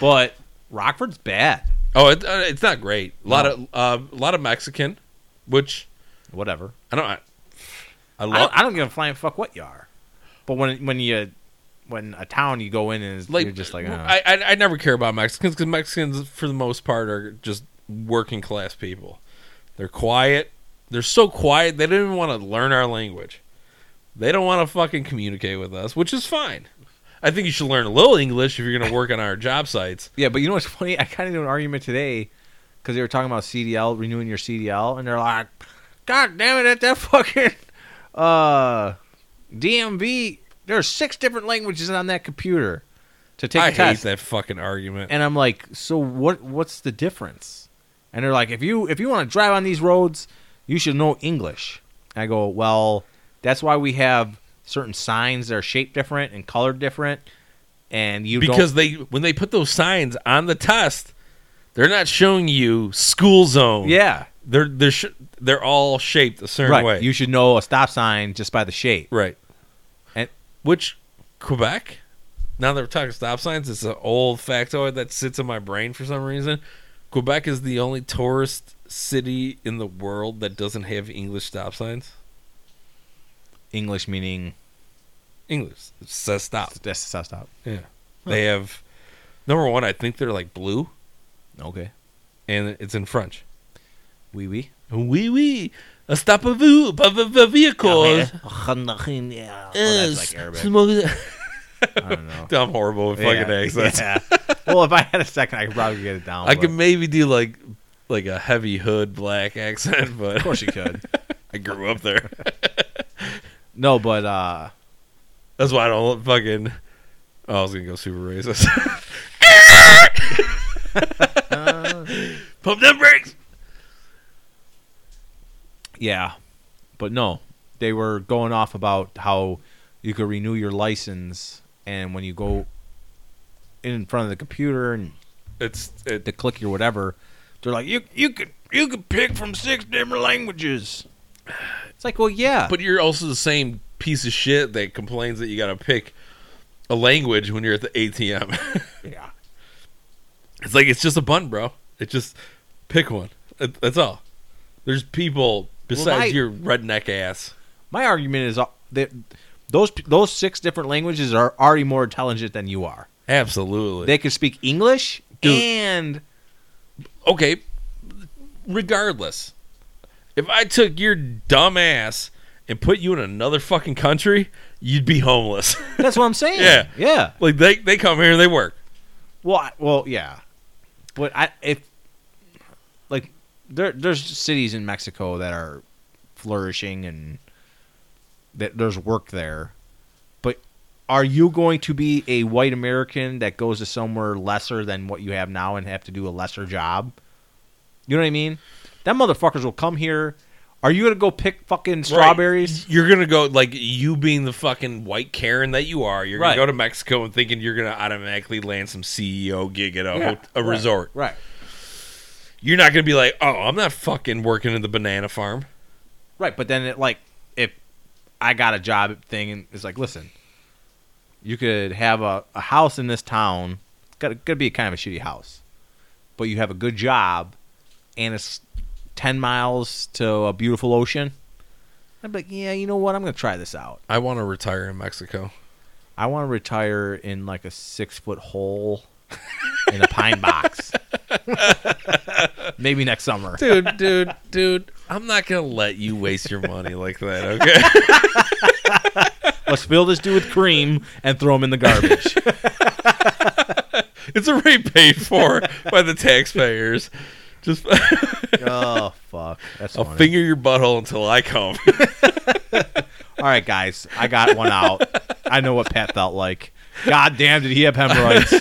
but Rockford's bad. oh, it, uh, it's not great. A lot of uh, a lot of Mexican, which Whatever. I don't. I, I I love. don't, I don't give a flying fuck what you are. But when when you when a town you go in and like, you're just like, uh, I, I I never care about Mexicans because Mexicans for the most part are just working class people. They're quiet. They're so quiet they don't even want to learn our language. They don't want to fucking communicate with us, which is fine. I think you should learn a little English if you're going to work on our job sites. Yeah, but you know what's funny? I kind of did an argument today because they were talking about CDL renewing your CDL, and they're like, "God damn it, at that fucking uh, DMV, there are six different languages on that computer to take I a hate test." that fucking argument. And I'm like, "So what? What's the difference?" And they're like, "If you if you want to drive on these roads, you should know English." And I go, "Well, that's why we have certain signs that are shaped different and colored different." And you don't- Because they when they put those signs on the test, they're not showing you school zone. yeah, They're they're sh- they're all shaped a certain right. way. You should know a stop sign just by the shape. Right. And- which Quebec, now that we're talking stop signs, it's an old factoid that sits in my brain for some reason. Quebec is the only tourist city in the world that doesn't have English stop signs. English meaning English. It says stop. that's stop stop. Yeah. They have number one, I think they're like blue Okay. and it's in French. Wee wee. Oui oui. A stop of vous of a vehicle. Oh, That's like Arabic. I don't know. I'm horrible with fucking Yeah, accents. yeah. Well, if I had a second, I could probably get it down. I but- could maybe do like like a heavy hood black accent, but Of course you could. I grew up there. No, but uh, That's why I don't fucking. Oh, I was gonna go super racist. uh, Pump them brakes. yeah, but no, they were going off about how you could renew your license, and when you go in front of the computer and It's it, the clicky or whatever, they're like, you you could you could pick from six different languages. It's like, well, yeah, but you're also the same piece of shit that complains that you gotta pick a language when you're at the ATM. yeah, it's like it's just a button, bro. It just pick one. That- That's all. There's people besides my- your redneck ass. my argument is uh, that those those six different languages are already more intelligent than you are. Absolutely. They could speak English Dude. and okay, regardless, if I took your dumb ass and put you in another fucking country, you'd be homeless. that's what I'm saying. Yeah. yeah. like they they come here and they work. Well, I, well, yeah, but I if like there there's cities in Mexico that are flourishing and that there's work there, but are you going to be a white American that goes to somewhere lesser than what you have now and have to do a lesser job? You know what I mean? That motherfuckers will come here. Are you gonna go pick fucking strawberries? You're gonna go like you being the fucking white Karen that you are. You're Right. gonna go to Mexico and thinking you're gonna automatically land some CEO gig at a, Yeah, hot- a resort. Right. You're not gonna be like, oh, I'm not fucking working in the banana farm. Right, but then it like if I got a job thing and it's like, listen, you could have a, a house in this town. It's gotta, gotta be kind of a shitty house. But you have a good job and it's ten miles to a beautiful ocean. I'd be like, yeah, you know what? I'm gonna try this out. I want to retire in Mexico. I want to retire in like a six foot hole in a pine box. Maybe next summer. dude, dude, dude. I'm not gonna let you waste your money like that. Okay. Let's fill this dude with cream and throw him in the garbage. it's already paid for by the taxpayers. Just oh fuck, that's I'll funny. finger your butthole until I come. All right, guys, I got one out. I know what Pat felt like. God damn, did he have hemorrhoids?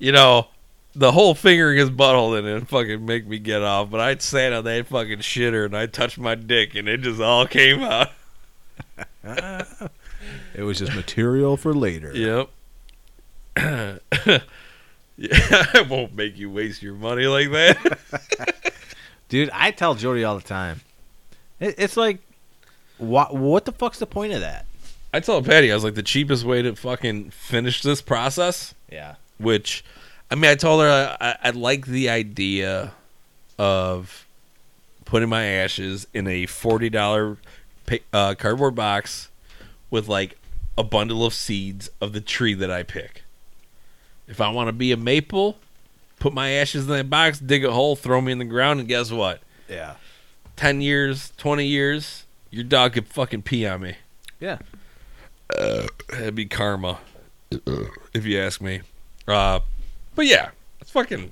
you know, the whole fingering his butthole didn't fucking make me get off, but I sat on that fucking shitter and I touched my dick and it just all came out. it was just material for later. Yep. yeah, I won't make you waste your money like that. Dude, I tell Jody all the time. It, it's like, what? What the fuck's the point of that? I told Patty, I was like, the cheapest way to fucking finish this process Yeah. which I mean, I told her I, I, I like the idea of putting my ashes in a forty dollar uh, cardboard box with like a bundle of seeds of the tree that I pick. If I want to be a maple, put my ashes in that box, dig a hole, throw me in the ground, and guess what? Yeah. Ten years, twenty years, your dog could fucking pee on me. Yeah. That'd be karma, if you ask me. Uh, but yeah, it's fucking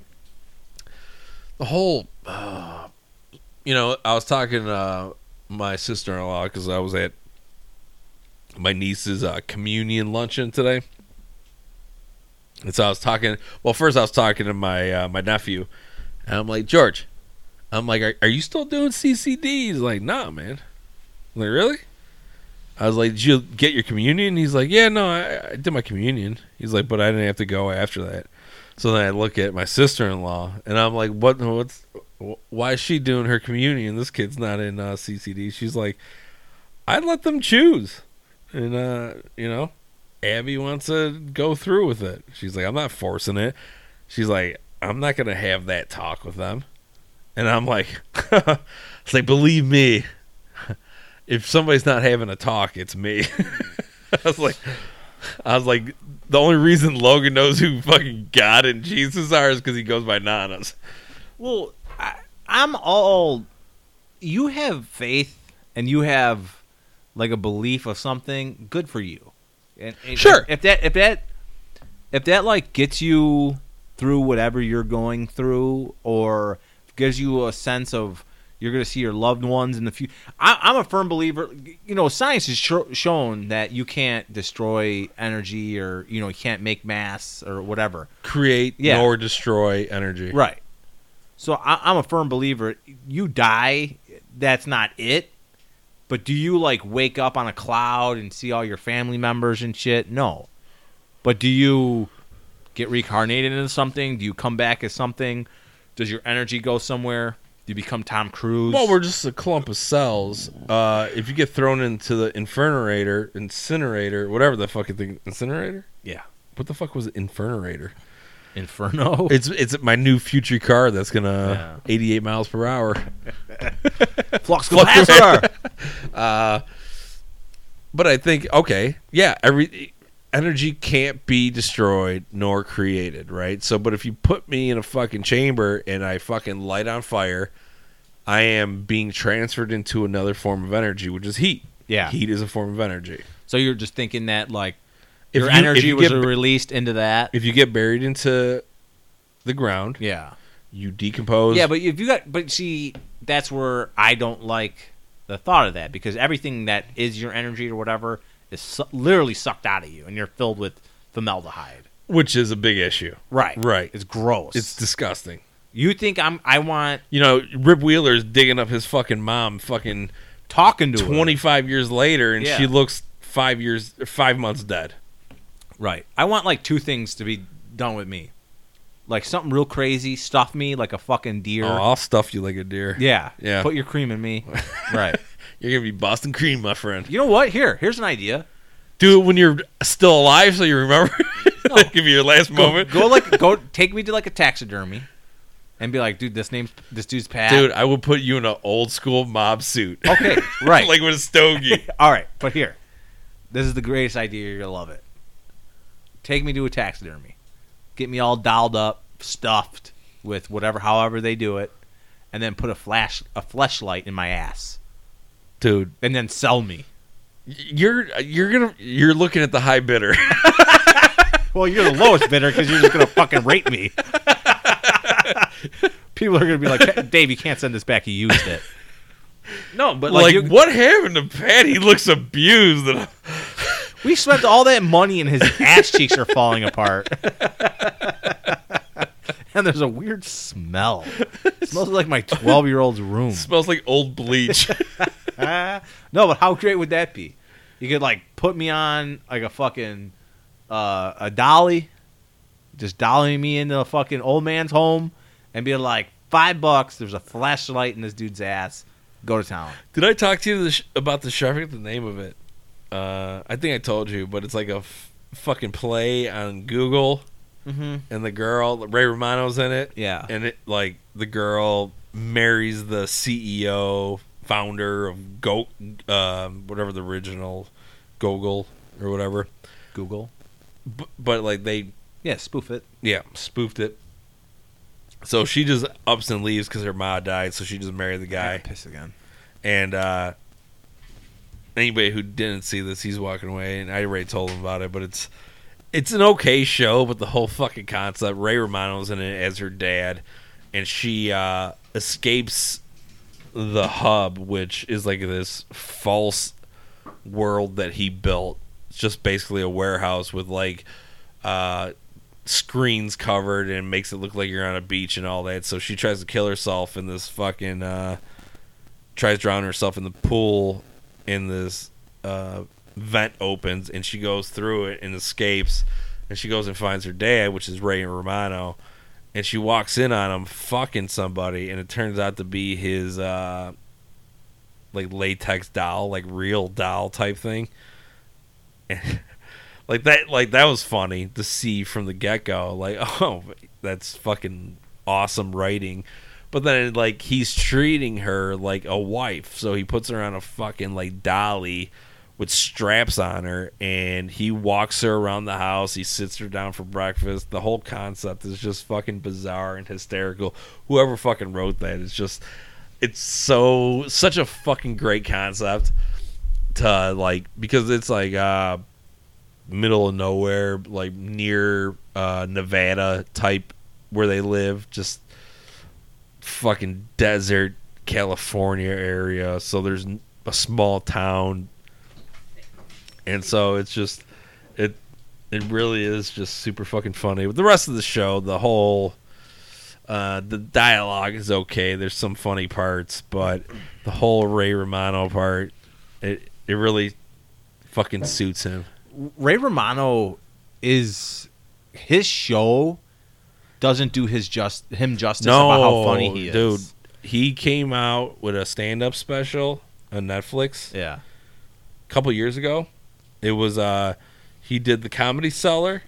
the whole. Uh, you know, I was talking uh, my sister in law because I was at my niece's uh, communion luncheon today, and so I was talking. Well, first I was talking to my uh, my nephew, and I'm like George, I'm like, are, are you still doing CCD? He's like, Nah, man. I'm like, really? I was like, "Did you get your communion?" He's like, "Yeah, no, I, I did my communion." He's like, "But I didn't have to go after that." So then I look at my sister-in-law, and I'm like, "What? What's? wh- Why is she doing her communion? This kid's not in uh, CCD." She's like, "I let them choose," and uh, you know, Abby wants to go through with it. She's like, "I'm not forcing it." She's like, "I'm not gonna have that talk with them," and I'm like, "It's like, believe me." if somebody's not having a talk, it's me. I was like, I was like, the only reason Logan knows who fucking God and Jesus are is because he goes by Nanas. Well, I, I'm all. You have faith and you have like a belief of something. Good for you. And, and- Sure. If that if that if that like gets you through whatever you're going through, or gives you a sense of you're going to see your loved ones in the future. I'm a firm believer. You know, science has sho shown that you can't destroy energy, or you know, you can't make mass or whatever. Create Yeah. nor destroy energy. Right. So I, I'm a firm believer. You die, that's not it. But do you like wake up on a cloud and see all your family members and shit? No. But do you get reincarnated into something? Do you come back as something? Does your energy go somewhere? Do you become Tom Cruise? Well, we're just a clump of cells. Uh, if you get thrown into the infernorator, incinerator, whatever the fucking thing, incinerator. yeah. What the fuck was it? Infernorator? Inferno. It's it's my new future car that's gonna 88 miles per hour. Flux Flux capacitor. Uh, But I think okay, yeah, every energy can't be destroyed nor created, right? So, but if you put me in a fucking chamber and I fucking light on fire, I am being transferred into another form of energy, which is heat. Yeah. heat is a form of energy. so you're just thinking that like If your you- if energy you was get- released into that. If you get buried into the ground, yeah. you decompose. Yeah, but if you got, but see, that's where I don't like the thought of that because everything that is your energy or whatever is su- literally sucked out of you, and you're filled with formaldehyde. which is a big issue. Right. Right. It's gross. It's disgusting. you think I'm? I want You know, Rip Wheeler's digging up his fucking mom fucking talking to her. 25 years later and Yeah. she looks 5 years 5 months dead. Right. I want like two things to be done with me, like something real crazy. Stuff me like a fucking deer. Oh, I'll stuff you like a deer. Yeah. Yeah. Put your cream in me. right. You're going to be Boston cream, my friend. You know what? Here, here's an idea. Do it when you're still alive so you remember. like give you your last Go, moment. go like go take me to like a taxidermy, and be like, dude, this name's this dude's Pat. Dude, I will put you in an old school mob suit. Okay. Oh, Right. like with a stogie. All right. But here, this is the greatest idea. You're gonna love it. Take me to a taxidermy. Get me all dialed up, stuffed with whatever, however they do it, and then put a flash a flashlight in my ass, Dude, and then sell me. you're you're going to you're looking at the high bidder. Well, you're the lowest bidder because you're just gonna fucking rape me. People are gonna be like, Dave, you can't send this back. You used it. No, but like, like, you- what happened to Pat? He looks abused. And we spent all that money, and his ass cheeks are falling apart. and there's a weird smell. It smells like my 12 year old's room. smells like old bleach. Ah. no, but how great would that be? You could like put me on like a fucking uh, a dolly, just dollying me into a fucking old man's home, and be like five bucks. There's a flashlight in this dude's ass. Go to town. Did I talk to you the sh- about the show? I forget the name of it. Uh, I think I told you, but it's like a f- fucking play on Google, Mm-hmm. and the girl Ray Romano's in it, Yeah. and it like the girl marries the CEO founder of Go, um, whatever the original Google or whatever, Google. B- but like they Yeah, spoof it. yeah spoofed it. So she just ups and leaves because her ma died, so she just married the guy. piss again. And uh, anybody who didn't see this, he's walking away, and I already told him about it. But it's it's an okay show, but the whole fucking concept. Ray Romano's in it as her dad, and she uh, escapes the hub, which is like this false world that he built. It's just basically a warehouse with like uh, screens covered and makes it look like you're on a beach and all that. So she tries to kill herself in this fucking uh, tries to drown herself in the pool in this uh, vent opens and she goes through it and escapes and she goes and finds her dad, which is Ray Romano, and she walks in on him fucking somebody and it turns out to be his uh, like latex doll, like real doll type thing. like that like that was funny to see from the get go. Like, oh that's fucking awesome writing. But then like he's treating her like a wife, so he puts her on a fucking like dolly with straps on her and he walks her around the house, he sits her down for breakfast. The whole concept is just fucking bizarre and hysterical. Whoever fucking wrote that is just it's so such a fucking great concept to like because it's like uh middle of nowhere, like near uh, Nevada type where they live, just fucking desert California area. So there's n- a small town, and so it's just it it really is just super fucking funny. But the rest of the show, the whole. Uh, the dialogue is okay. There's some funny parts, but the whole Ray Romano part, it it really fucking suits him. Ray Romano is his show doesn't do his just him justice about how funny he is. Dude, he came out with a stand up special on Netflix a Yeah. couple years ago. It was uh he did the comedy cellar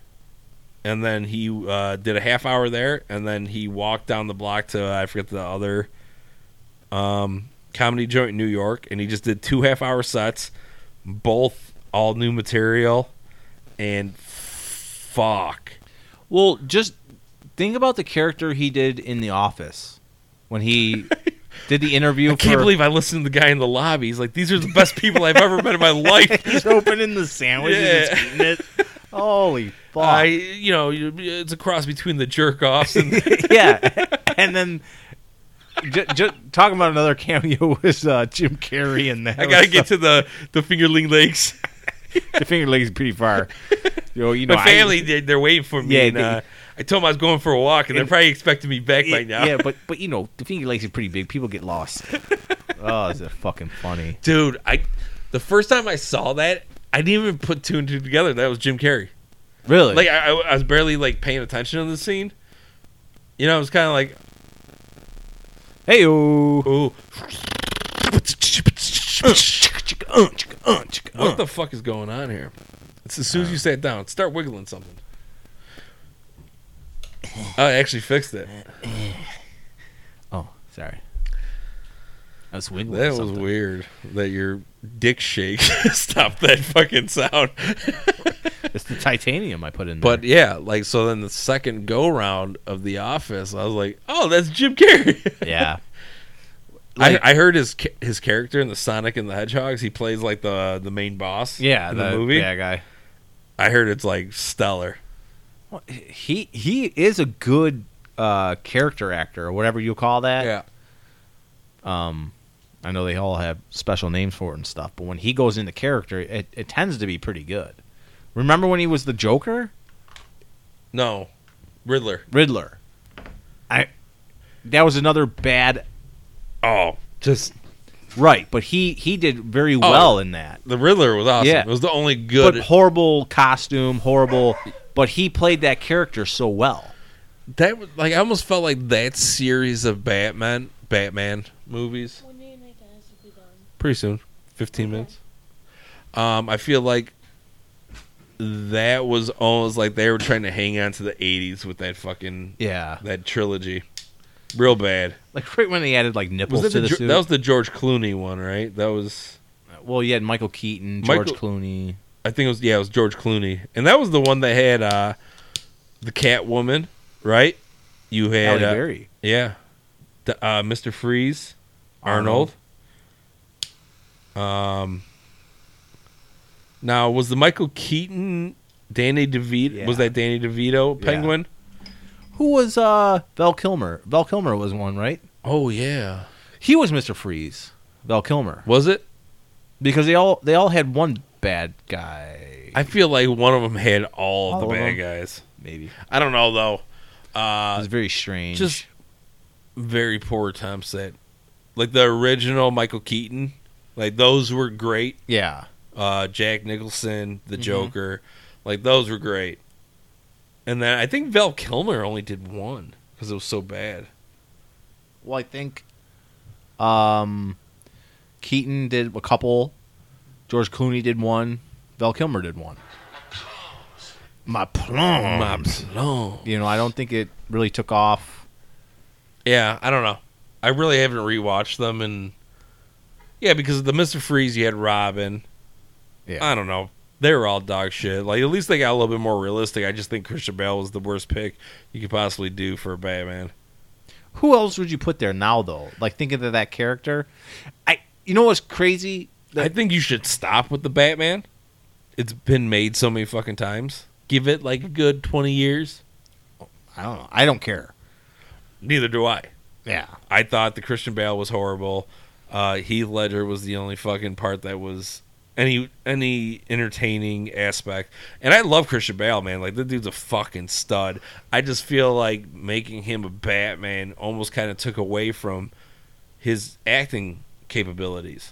and then he uh did a half hour there and then he walked down the block to I forget the other um comedy joint in New York and he just did two half hour sets, both all new material and fuck. Well, just think about the character he did in The Office when he did the interview. I can't for, believe I listened to the guy in the lobby. He's like, these are the best people I've ever met in my life. he's opening the sandwich and he's eating it. Holy fuck! I, you know, you- it's a cross between the jerk offs and yeah, and then. J- j- talking about another cameo was uh, Jim Carrey in that. I gotta get to the the fingerling lakes. the finger lakes pretty far. Yo, you know, My I- family, they, they're waiting for me. Yeah, and, they- uh, I told them I was going for a walk, and they're And- probably expecting me back Yeah, by now. Yeah, but but you know, the Finger Lakes is pretty big. People get lost. oh, is it fucking funny? Dude, I the first time I saw that, I didn't even put two and two together. That was Jim Carrey. Really? Like I, I, I was barely like paying attention to the scene. You know, I was kind of like, hey, ooh. ooh, what Oh, What the fuck is going on here? It's as soon as you sat down, start wiggling something. I actually fixed it. Oh, sorry. I was wiggling. That was something. weird that your dick shake stopped that fucking sound. It's the titanium I put in there. But yeah, like so then the second go round of The Office, I was like, oh, that's Jim Carrey. yeah, Like- I, I heard his ca- his character in the Sonic and the Hedgehogs. He plays like the the main boss. yeah, in the, movie. Yeah, guy. I heard it's like stellar. Well, he he is a good uh, character actor or whatever you call that. Um, I know they all have special names for it and stuff, but when he goes into character, it, it tends to be pretty good. Remember when he was the Joker? No, Riddler. Riddler. I that was another bad Oh, just right, but he he did very well in that. the Riddler was awesome. Yeah. It was the only But Oh. good. horrible costume, horrible, but he played that character so well. that was like I almost felt like that series of Batman Batman movies. When are you not gonna have to be done? Pretty soon, fifteen Okay. minutes. Um, I feel like that was almost like they were trying to hang on to the '80s with that fucking Yeah. that trilogy, real bad. Like right when they added like nipples Was that to the, the, Ge- suit. that was the George Clooney one, right? That was well, you had Michael Keaton, George Michael- Clooney. I think it was yeah, it was George Clooney, and that was the one that had uh, the Catwoman, right? You had Halle uh, Berry. yeah, the, uh, Mr. Freeze, Arnold. Uh-huh. Um. Now was the Michael Keaton, Danny DeVito? Yeah. Was that Danny DeVito Yeah. Penguin? Who was uh Val Kilmer? Val Kilmer was one, right? Oh yeah, He was Mr. Freeze. Val Kilmer. was it? Because they all they all had one bad guy. I feel like one of them had all, All the of bad them. guys. Maybe. I don't know though. It Uh, was very strange. just very poor attempts at like the original Michael Keaton. Like those were great. yeah. Uh Jack Nicholson, the Joker. Like those were great. And then I think Val Kilmer only did one cuz it was so bad. Well, I think um, Keaton did a couple. George Clooney did one. Val Kilmer did one. My plum. My plum. You know, I don't think it really took off. Yeah, I don't know. I really haven't rewatched them and Yeah, because of the Mr. Freeze you had Robin. Yeah. I don't know. They were all dog shit. Like at least they got a little bit more realistic. I just think Christian Bale was the worst pick you could possibly do for a Batman. Who else would you put there now, though? Like thinking of that character, I. You know what's crazy? I think you should stop with the Batman. It's been made so many fucking times. Give it like a good 20 years. I don't know. I don't care. Neither do I. Yeah. I thought the Christian Bale was horrible. Uh, Heath Ledger was the only fucking part that was any any entertaining aspect. And I love Christian Bale, man. Like the dude's a fucking stud. I just feel like making him a Batman almost kind of took away from his acting capabilities.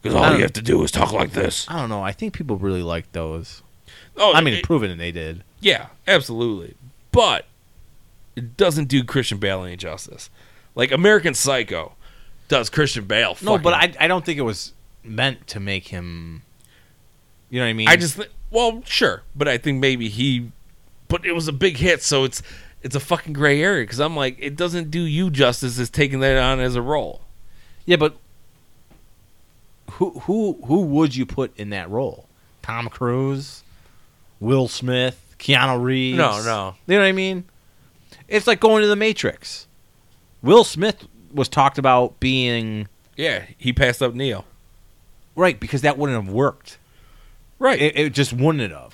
Because all I you don't- have to do is talk like this. I don't know. I think people really liked those. Oh, I mean, it- proven they did. Yeah, absolutely. But it doesn't do Christian Bale any justice. Like American Psycho does Christian Bale. No, but fucking- I. I don't think it was meant to make him. You know what I mean? I just thi- well, sure, but I think maybe he, but it was a big hit, so it's it's a fucking gray area because I'm like, it doesn't do you justice as taking that on as a role. Yeah, but who who who would you put in that role? Tom Cruise, Will Smith, Keanu Reeves. No, no. You know what I mean? It's like going to the Matrix. Will Smith was talked about being Yeah, he passed up Neo. right because that wouldn't have worked. Right, It, it just wouldn't have.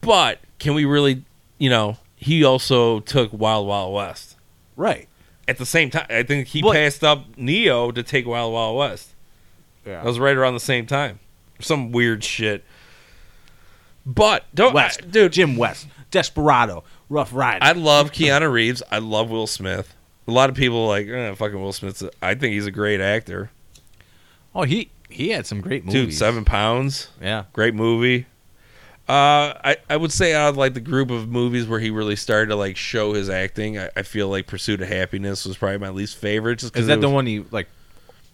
but can we really? You know, he also took Wild Wild West. Right. At the same time, I think he Well- passed up Neo to take Wild Wild West. Yeah. That was right around the same time. some weird shit. But don't, West, Oh, I- dude. Jim West, Desperado, Rough Rider. I love Keanu Reeves. I love Will Smith. A lot of people are like eh, fucking Will Smith. I think he's a great actor. oh, he he had some great movies. Dude, Seven Pounds, Yeah. great movie. Uh, I I would say out of like the group of movies where he really started to like show his acting, I, I feel like Pursuit of Happiness was probably my least favorite. Just 'cause Is that it the was one he like?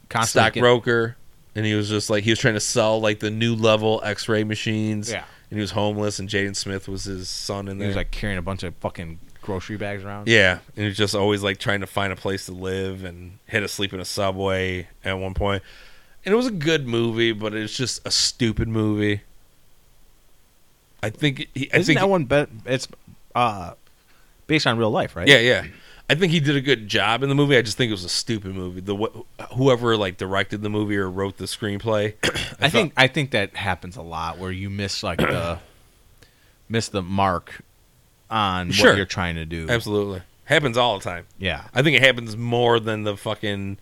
Constantly get- stockbroker, and he was just like he was trying to sell like the new level X-ray machines. Yeah. and he was homeless, and Jaden Smith was his son in He there. was like carrying a bunch of fucking grocery bags around. Yeah, and he's just always like trying to find a place to live and hit a sleep in a subway at one point. And it was a good movie, but it's just a stupid movie. I think he, I Isn't think that one? Bet it's uh, based on real life, right? Yeah, yeah. I think he did a good job in the movie. I just think it was a stupid movie. The wh- whoever like directed the movie or wrote the screenplay, I, think I think that happens a lot where you miss like the miss the mark on Sure. what you're trying to do. absolutely happens all the time. Yeah. I think it happens more than the fucking.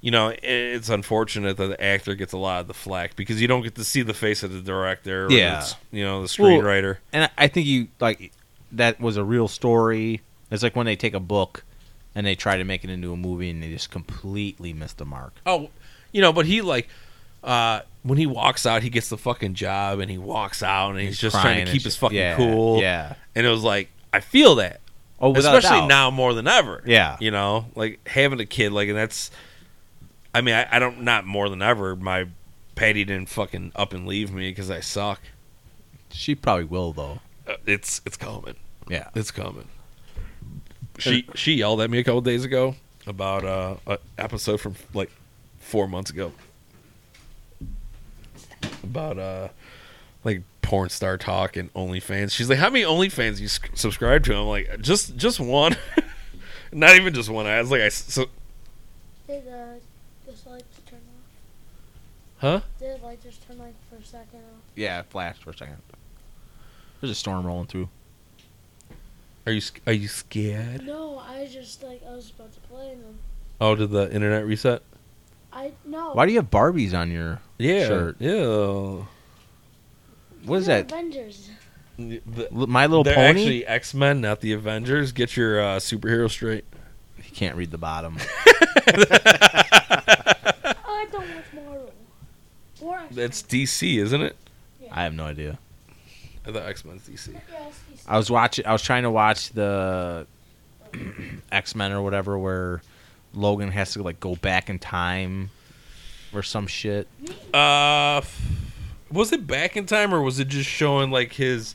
You know, i- it's unfortunate that the actor gets a lot of the flack because you don't get to see the face of the director. Or Yeah. it's, you know, the Well, screenwriter. And I- I think you like that was a real story. It's like when they take a book and they try to make it into a movie and they just completely miss the mark. oh, you know, but he like. Uh, when he walks out, he gets the fucking job, and he walks out, and he's, just Crying trying and to keep shit. his fucking Yeah, cool. Yeah. and it was like I feel that, Oh, without a especially doubt. now more than ever. Yeah. you know, like having a kid, like, and that's. I mean, I, I don't not more than ever. My Patty didn't fucking up and leave me because I suck. She probably will though. Uh, It's it's coming. Yeah. It's coming. She she yelled at me a couple days ago about uh, an episode from like four months ago about uh like porn star talk and OnlyFans. She's like, "How many OnlyFans you s- subscribe to?" I'm like, "Just just one." Not even just one. I was like, "I s- so Did uh, this light just turn off? huh?" Did the light just turn like for a second off? Yeah, it flashed for a second. There's a storm rolling through. Are you sc- are you scared? No, I was just like I was about to play and then Oh, did the internet reset? I no. Why do you have Barbies on your Yeah. shirt? Yeah. What is They're that? Avengers. The- L- My Little They're Pony? actually X Men, not the Avengers. Get your uh, superhero straight. He can't read the bottom. I don't watch Marvel. Or That's DC, isn't it? I have no idea. I thought X Men's DC. Yes, he's- I was watching. I was trying to watch the X Men or whatever, where Logan has to like go back in time or some shit. Uh, f- was it back in time or was it just showing like his?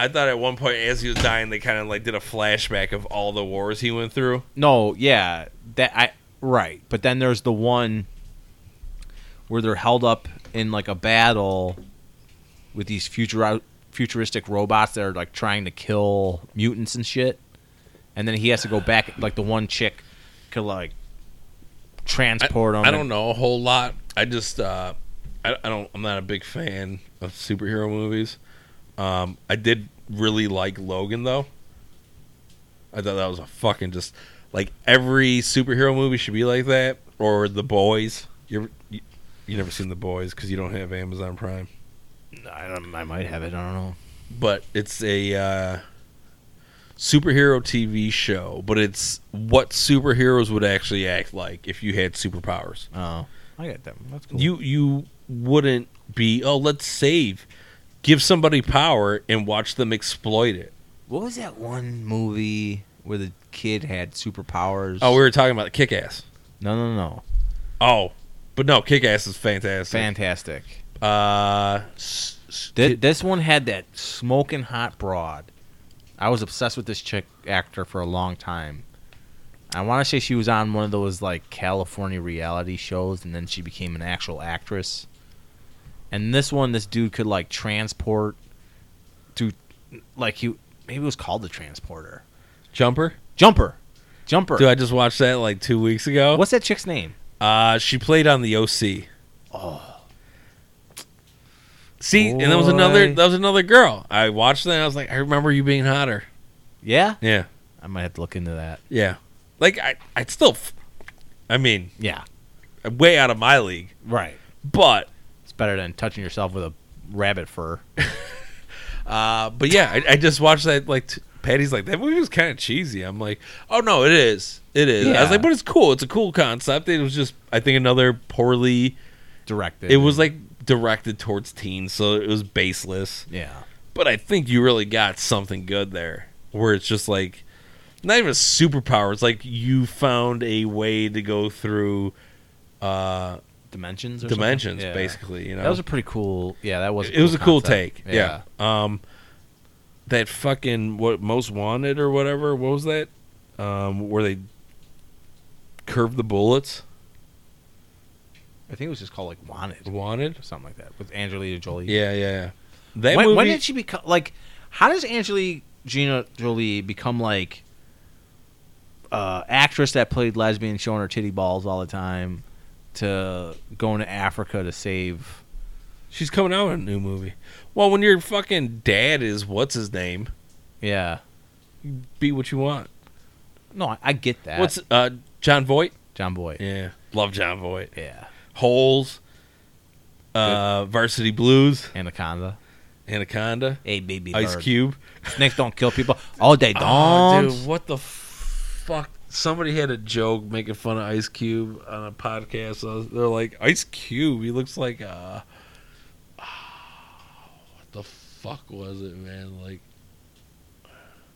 I thought at one point as he was dying, they kind of like did a flashback of all the wars he went through. No, yeah, that I right. But then there's the one where they're held up in like a battle with these future futuristic robots that are like trying to kill mutants and shit. And then he has to go back. Like the one chick could like transport him. I don't know a whole lot. I just uh, I, I don't. I'm not a big fan of superhero movies. Um, I did really like Logan though. I thought that was a fucking just like every superhero movie should be like that or The Boys. You ever, you, you never seen The Boys because you don't have Amazon Prime I, don't- I might have it. I don't know. but it's a uh, superhero TV show. But it's what superheroes would actually act like if you had superpowers. Oh, I got that. That's cool. You you wouldn't be oh let's save, give somebody power and watch them exploit it. what was that one movie where the kid had superpowers? Oh, we were talking about Kick Ass. no, no, no! Oh, but no, Kick Ass is fantastic. Fantastic. uh, s- s- Th- this one had that smoking hot broad. I was obsessed with this chick actor for a long time. I want to say she was on one of those like California reality shows, and then she became an actual actress. And this one, this dude could like transport to, like he maybe it was called the transporter Jumper. jumper, jumper. Dude, I just watched that like two weeks ago. What's that chick's name? Uh, she played on the OC. Oh. See, and that was another Boy. that was another girl. I watched that and I was like, I remember you being hotter. Yeah, Yeah. I might have to look into that. Yeah. Like I I'd still f- I mean, Yeah, way out of my league, right. but better than touching yourself with a rabbit fur. Uh, but yeah, I, I just watched that. Like t- Patty's like that movie was kind of cheesy. I'm like, oh no, it is, it is. I was Yeah. like, but it's cool. It's a cool concept. It was just, I think, another poorly. Directed. It was like directed towards teens, so it was baseless. yeah. But I think you really got something good there, where it's just like, not even a superpower. It's like you found a way to go through uh Dimensions. Or something? dimensions, Yeah. basically. You know, That was a pretty cool. Yeah, that was. it was a cool concept. take. Yeah. Um, that fucking what most wanted or whatever. What was that? Um, where they curved the bullets. I think it was just called like Wanted, Wanted. or something like that, with Angelina Jolie. Yeah, yeah. yeah. That when, movie. when did she become like? How does Angelina Gina Jolie become like uh, actress that played lesbian, showing her titty balls all the time, to going to Africa to save? she's coming out with a new movie. Well, when your fucking dad is what's his name, Yeah, be what you want. no, I, I get that. What's uh John Voight? John Boy? Yeah, love John Voight. Yeah, Holes. Uh, Varsity Blues, Anaconda. Anaconda, Hey, baby, Ice bird. Cube. Snakes don't kill people. Oh, they don't. Oh, dude, what the fuck? Somebody had a joke making fun of Ice Cube on a podcast. I was- They're like, Ice Cube, he looks like, uh, what the fuck was it, man? Like,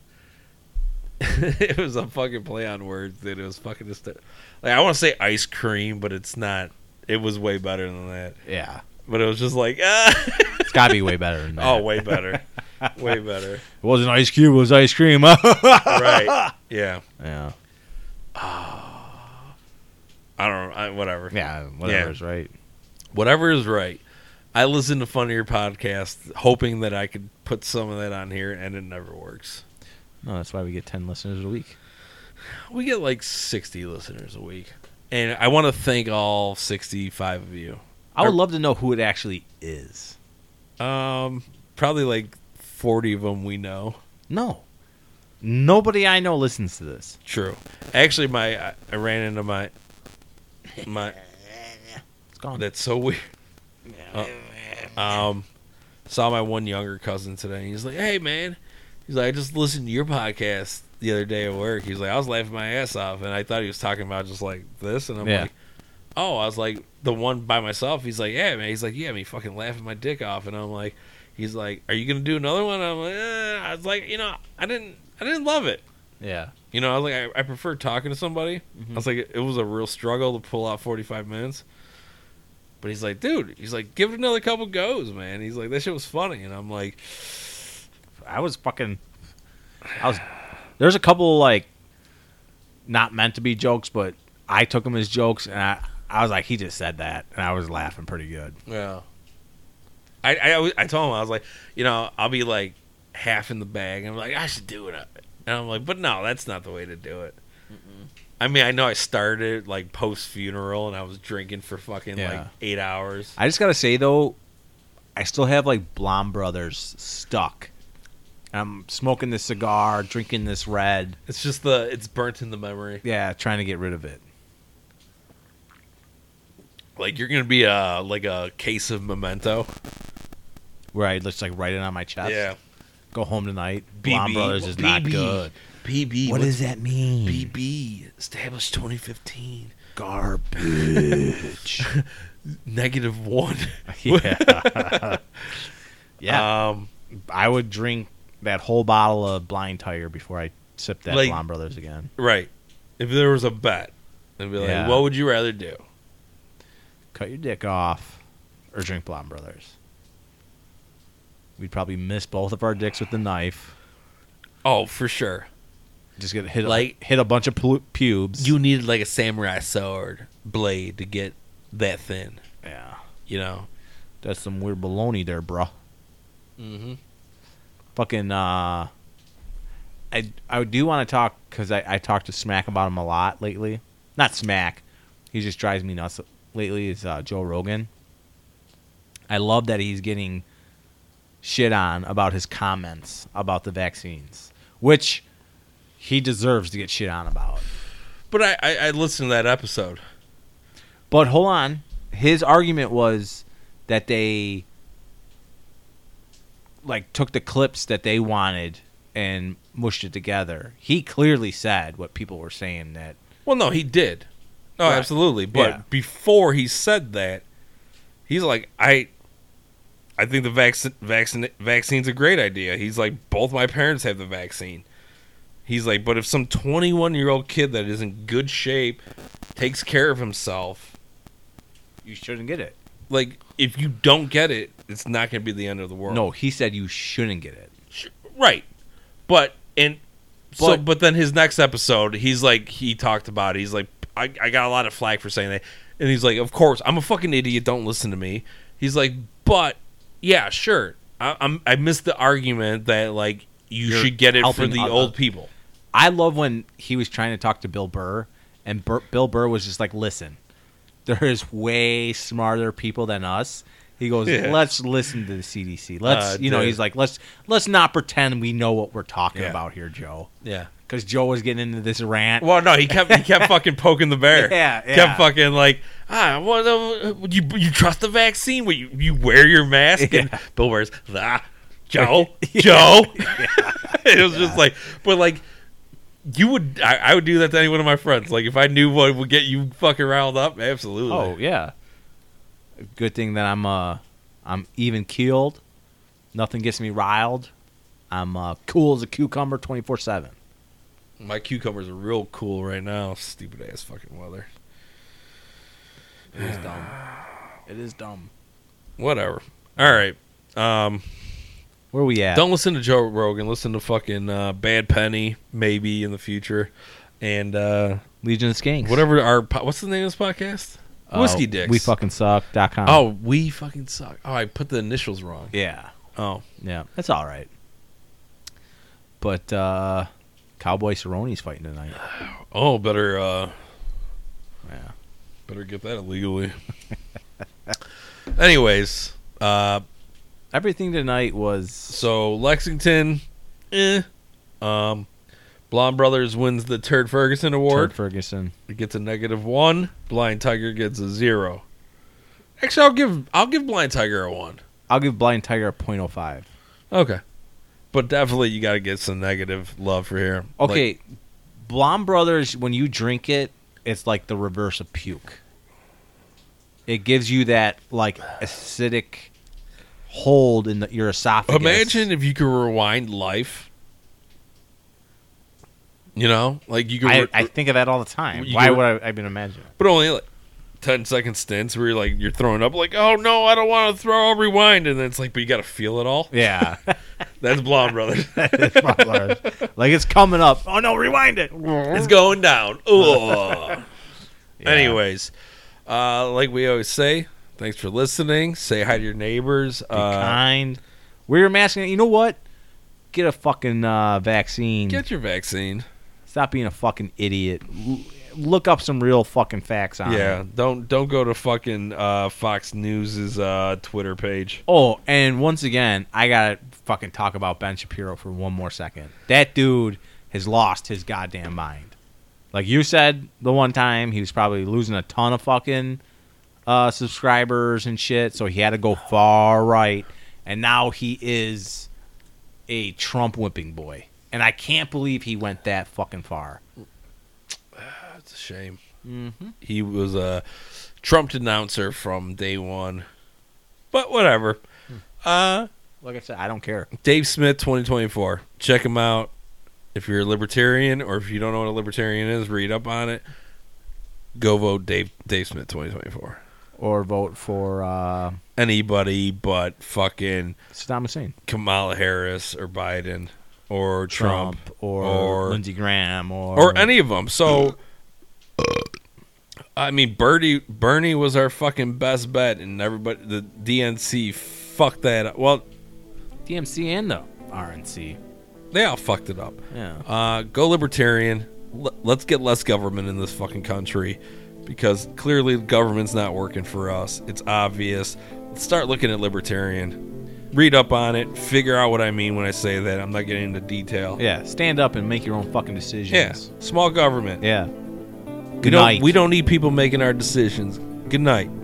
it was a fucking play on words, dude. It was fucking just, like, I want to say ice cream, but it's not. It was way better than that. Yeah, But it was just like, ah. it's gotta be way better than that. oh, way better. way better. It wasn't ice cube, it was ice cream. Right. Yeah. yeah. I don't know. I, whatever. Yeah, whatever's right. whatever is right. I listen to funnier podcasts, hoping that I could put some of that on here, and it never works. No, that's why we get 10 listeners a week. We get like sixty listeners a week, and I want to thank all sixty-five of you. I Or- would love to know who it actually is. Um, probably like forty of them we know. No. Nobody I know listens to this. True. Actually, my I- I ran into my my It's gone. that's so weird. Uh, um, saw my one younger cousin today, and he's like, "Hey, man," he's like, "I just listened to your podcast the other day at work." He's like, "I was laughing my ass off," and I thought he was talking about just like this, and I'm Yeah. like, "Oh," I was like, "The one by myself." He's like, "Yeah, man." He's like, "Yeah, me fucking laughing my dick off," and I'm like, "He's like, are you gonna do another one?" I'm like, eh. "I was like, you know, I didn't, I didn't love it." yeah. You know, I was like, I, I prefer talking to somebody. I was like, it was a real struggle to pull out 45 minutes. But he's like, dude, he's like, give it another couple goes, man. He's like, that shit was funny. And I'm like, I was fucking. I was. There's a couple, like, not meant to be jokes, but I took them as jokes, and I, I was like, he just said that, and I was laughing pretty good. yeah. I, I, always- I told him, I was like, you know, I'll be like half in the bag. I'm like, I should do it. And I'm like, but no, that's not the way to do it. I mean, I know I started like post funeral and I was drinking for fucking like Yeah. eight hours. I just gotta say though, I still have like Blom Brothers stuck. I'm smoking this cigar, drinking this red, It's just the, it's burnt in the memory. yeah, trying to get rid of it. Like you're gonna be a like a case of memento. Where I just like write it on my chest. Go home tonight. BB. Blom Brothers is not BB. good. PB. What does that mean? PB? Established 2015. Garbage. Negative one. yeah. yeah. Um. I would drink that whole bottle of Blind Tiger before I sip that Like- Blom Brothers again. Right. If there was a bet, I'd be like, Yeah. "What would you rather do?" cut your dick off or drink Blom Brothers. We'd probably miss both of our dicks with the knife. Oh, for sure. Just get hit Like- a, hit a bunch of pu- pubes. You needed like a samurai sword blade to get that thin. yeah, You know. that's some weird baloney there, bruh. Mm-hmm. Fucking. uh I I do want to talk because I I talk to Smack about him a lot lately. Not Smack. He just drives me nuts lately. Is uh, Joe Rogan. I love that he's getting shit on about his comments about the vaccines, which he deserves to get shit on about. But I, I I listened to that episode. But hold on, his argument was that they like took the clips that they wanted and mushed it together. He clearly said what people were saying that Well, no, he did. No, Right. absolutely. But Yeah. before he said that, he's like, I, I think the vaccine vaccine vaccine's a great idea. He's like, both my parents have the vaccine. He's like, but if some 21 year old kid that is in good shape takes care of himself, you shouldn't get it. like if you don't get it, it's not going to be the end of the world. No, he said you shouldn't get it. Right. But and so But- but then his next episode, he's like he talked about it. He's like I, I got a lot of flack for saying that. And he's like, Of course, I'm a fucking idiot, don't listen to me. He's like, But yeah, sure. I I'm I missed the argument that like you You're should get it for helping the other- old people. I love when he was trying to talk to Bill Burr, and Bur- Bill Burr was just like, "Listen, there is way smarter people than us." He goes, Yeah. "Let's listen to the CDC. Let's, Uh, you know." dude. He's like, "Let's let's not pretend we know what we're talking Yeah. about here, Joe," Yeah. because Joe was getting into this rant. Well, no, he kept he kept fucking poking the bear. Yeah, yeah. Kept fucking like ah, what the, you you trust the vaccine? Well, you you wear your mask and Bill wears ah, Joe, Joe. it was just like, but like you would, I, I would do that to any one of my friends. Like if I knew what would get you fucking riled up, absolutely. Oh yeah. Good thing that I'm uh I'm even keeled. Nothing gets me riled. I'm uh, cool as a cucumber, twenty four seven. my cucumbers are real cool right now. Stupid ass fucking weather. It is dumb. It is dumb. Whatever. All right. Um. Where we at? Don't listen to Joe Rogan. Listen to fucking uh, Bad Penny, maybe in the future, and uh, Legion of Skanks. whatever our po- what's the name of this podcast? Uh, Whiskey Dicks. We fucking suck. Dot com. Oh, we fucking suck. Oh, I put the initials wrong. yeah, Oh, yeah. That's all right. But uh Cowboy Cerrone's fighting tonight. oh, better uh, Yeah. better get that illegally. Anyways, uh, Everything tonight was so Lexington, eh, um, Blonde Brothers wins the Turd Ferguson Award. Turd Ferguson. It gets a negative one. Blind Tiger gets a zero. Actually, I'll give I'll give Blind Tiger a one. I'll give Blind Tiger a .05. Okay, but definitely you got to get some negative love for here. Okay, Blom Brothers. When you drink it, it's like the reverse of puke. It gives you that like acidic hold in the, your esophagus. Like, imagine if you could rewind life. You know, like you could, I, re- I think of that all the time. You Why go- would I, I even imagine? but only like ten second stints where you're like you're throwing up, like oh no, I don't want to throw. I'll rewind, and then it's like, but you got to feel it all. Yeah, That's Blonde Brothers. It's Blom Brothers. like it's coming up. Oh no, rewind it. it's going down. Ugh. Yeah. Anyways, uh, like we always say, thanks for listening. Say hi to your neighbors. be Uh, kind. Wear your mask. and- You know what? Get a fucking uh, vaccine. get your vaccine. Stop being a fucking idiot. L- look up some real fucking facts on it. Yeah, don't don't go to fucking uh, Fox News's uh, Twitter page. Oh, and once again, I gotta fucking talk about Ben Shapiro for one more second. That dude has lost his goddamn mind. Like you said the one time, he was probably losing a ton of fucking uh, subscribers and shit, so he had to go far right, and now he is a Trump whipping boy. And I can't believe he went that fucking far. That's a shame. Mm-hmm. He was a Trump denouncer from day one, but whatever. Uh, Like I said, I don't care. Dave Smith, 2024. Check him out. If you're a libertarian or if you don't know what a libertarian is, read up on it. Go vote Dave Dave Smith, 2024. Or vote for uh, anybody but fucking Saddam Hussein, Kamala Harris or Biden or Trump, or, or- Lindsey Graham, or or any of them. So, I mean, Bernie Bernie was our fucking best bet, and everybody the DNC fucked that up. Well, DMC and the RNC. they all fucked it up. Yeah. Uh, go libertarian. L- let's get less government in this fucking country because clearly the government's not working for us. It's obvious. Let's start looking at libertarian. Read up on it. Figure out what I mean when I say that. I'm not getting into detail. Yeah. Stand up and make your own fucking Yeah. decisions. Small government. Yeah. we Good don't, night. We don't need people making our decisions. Good night.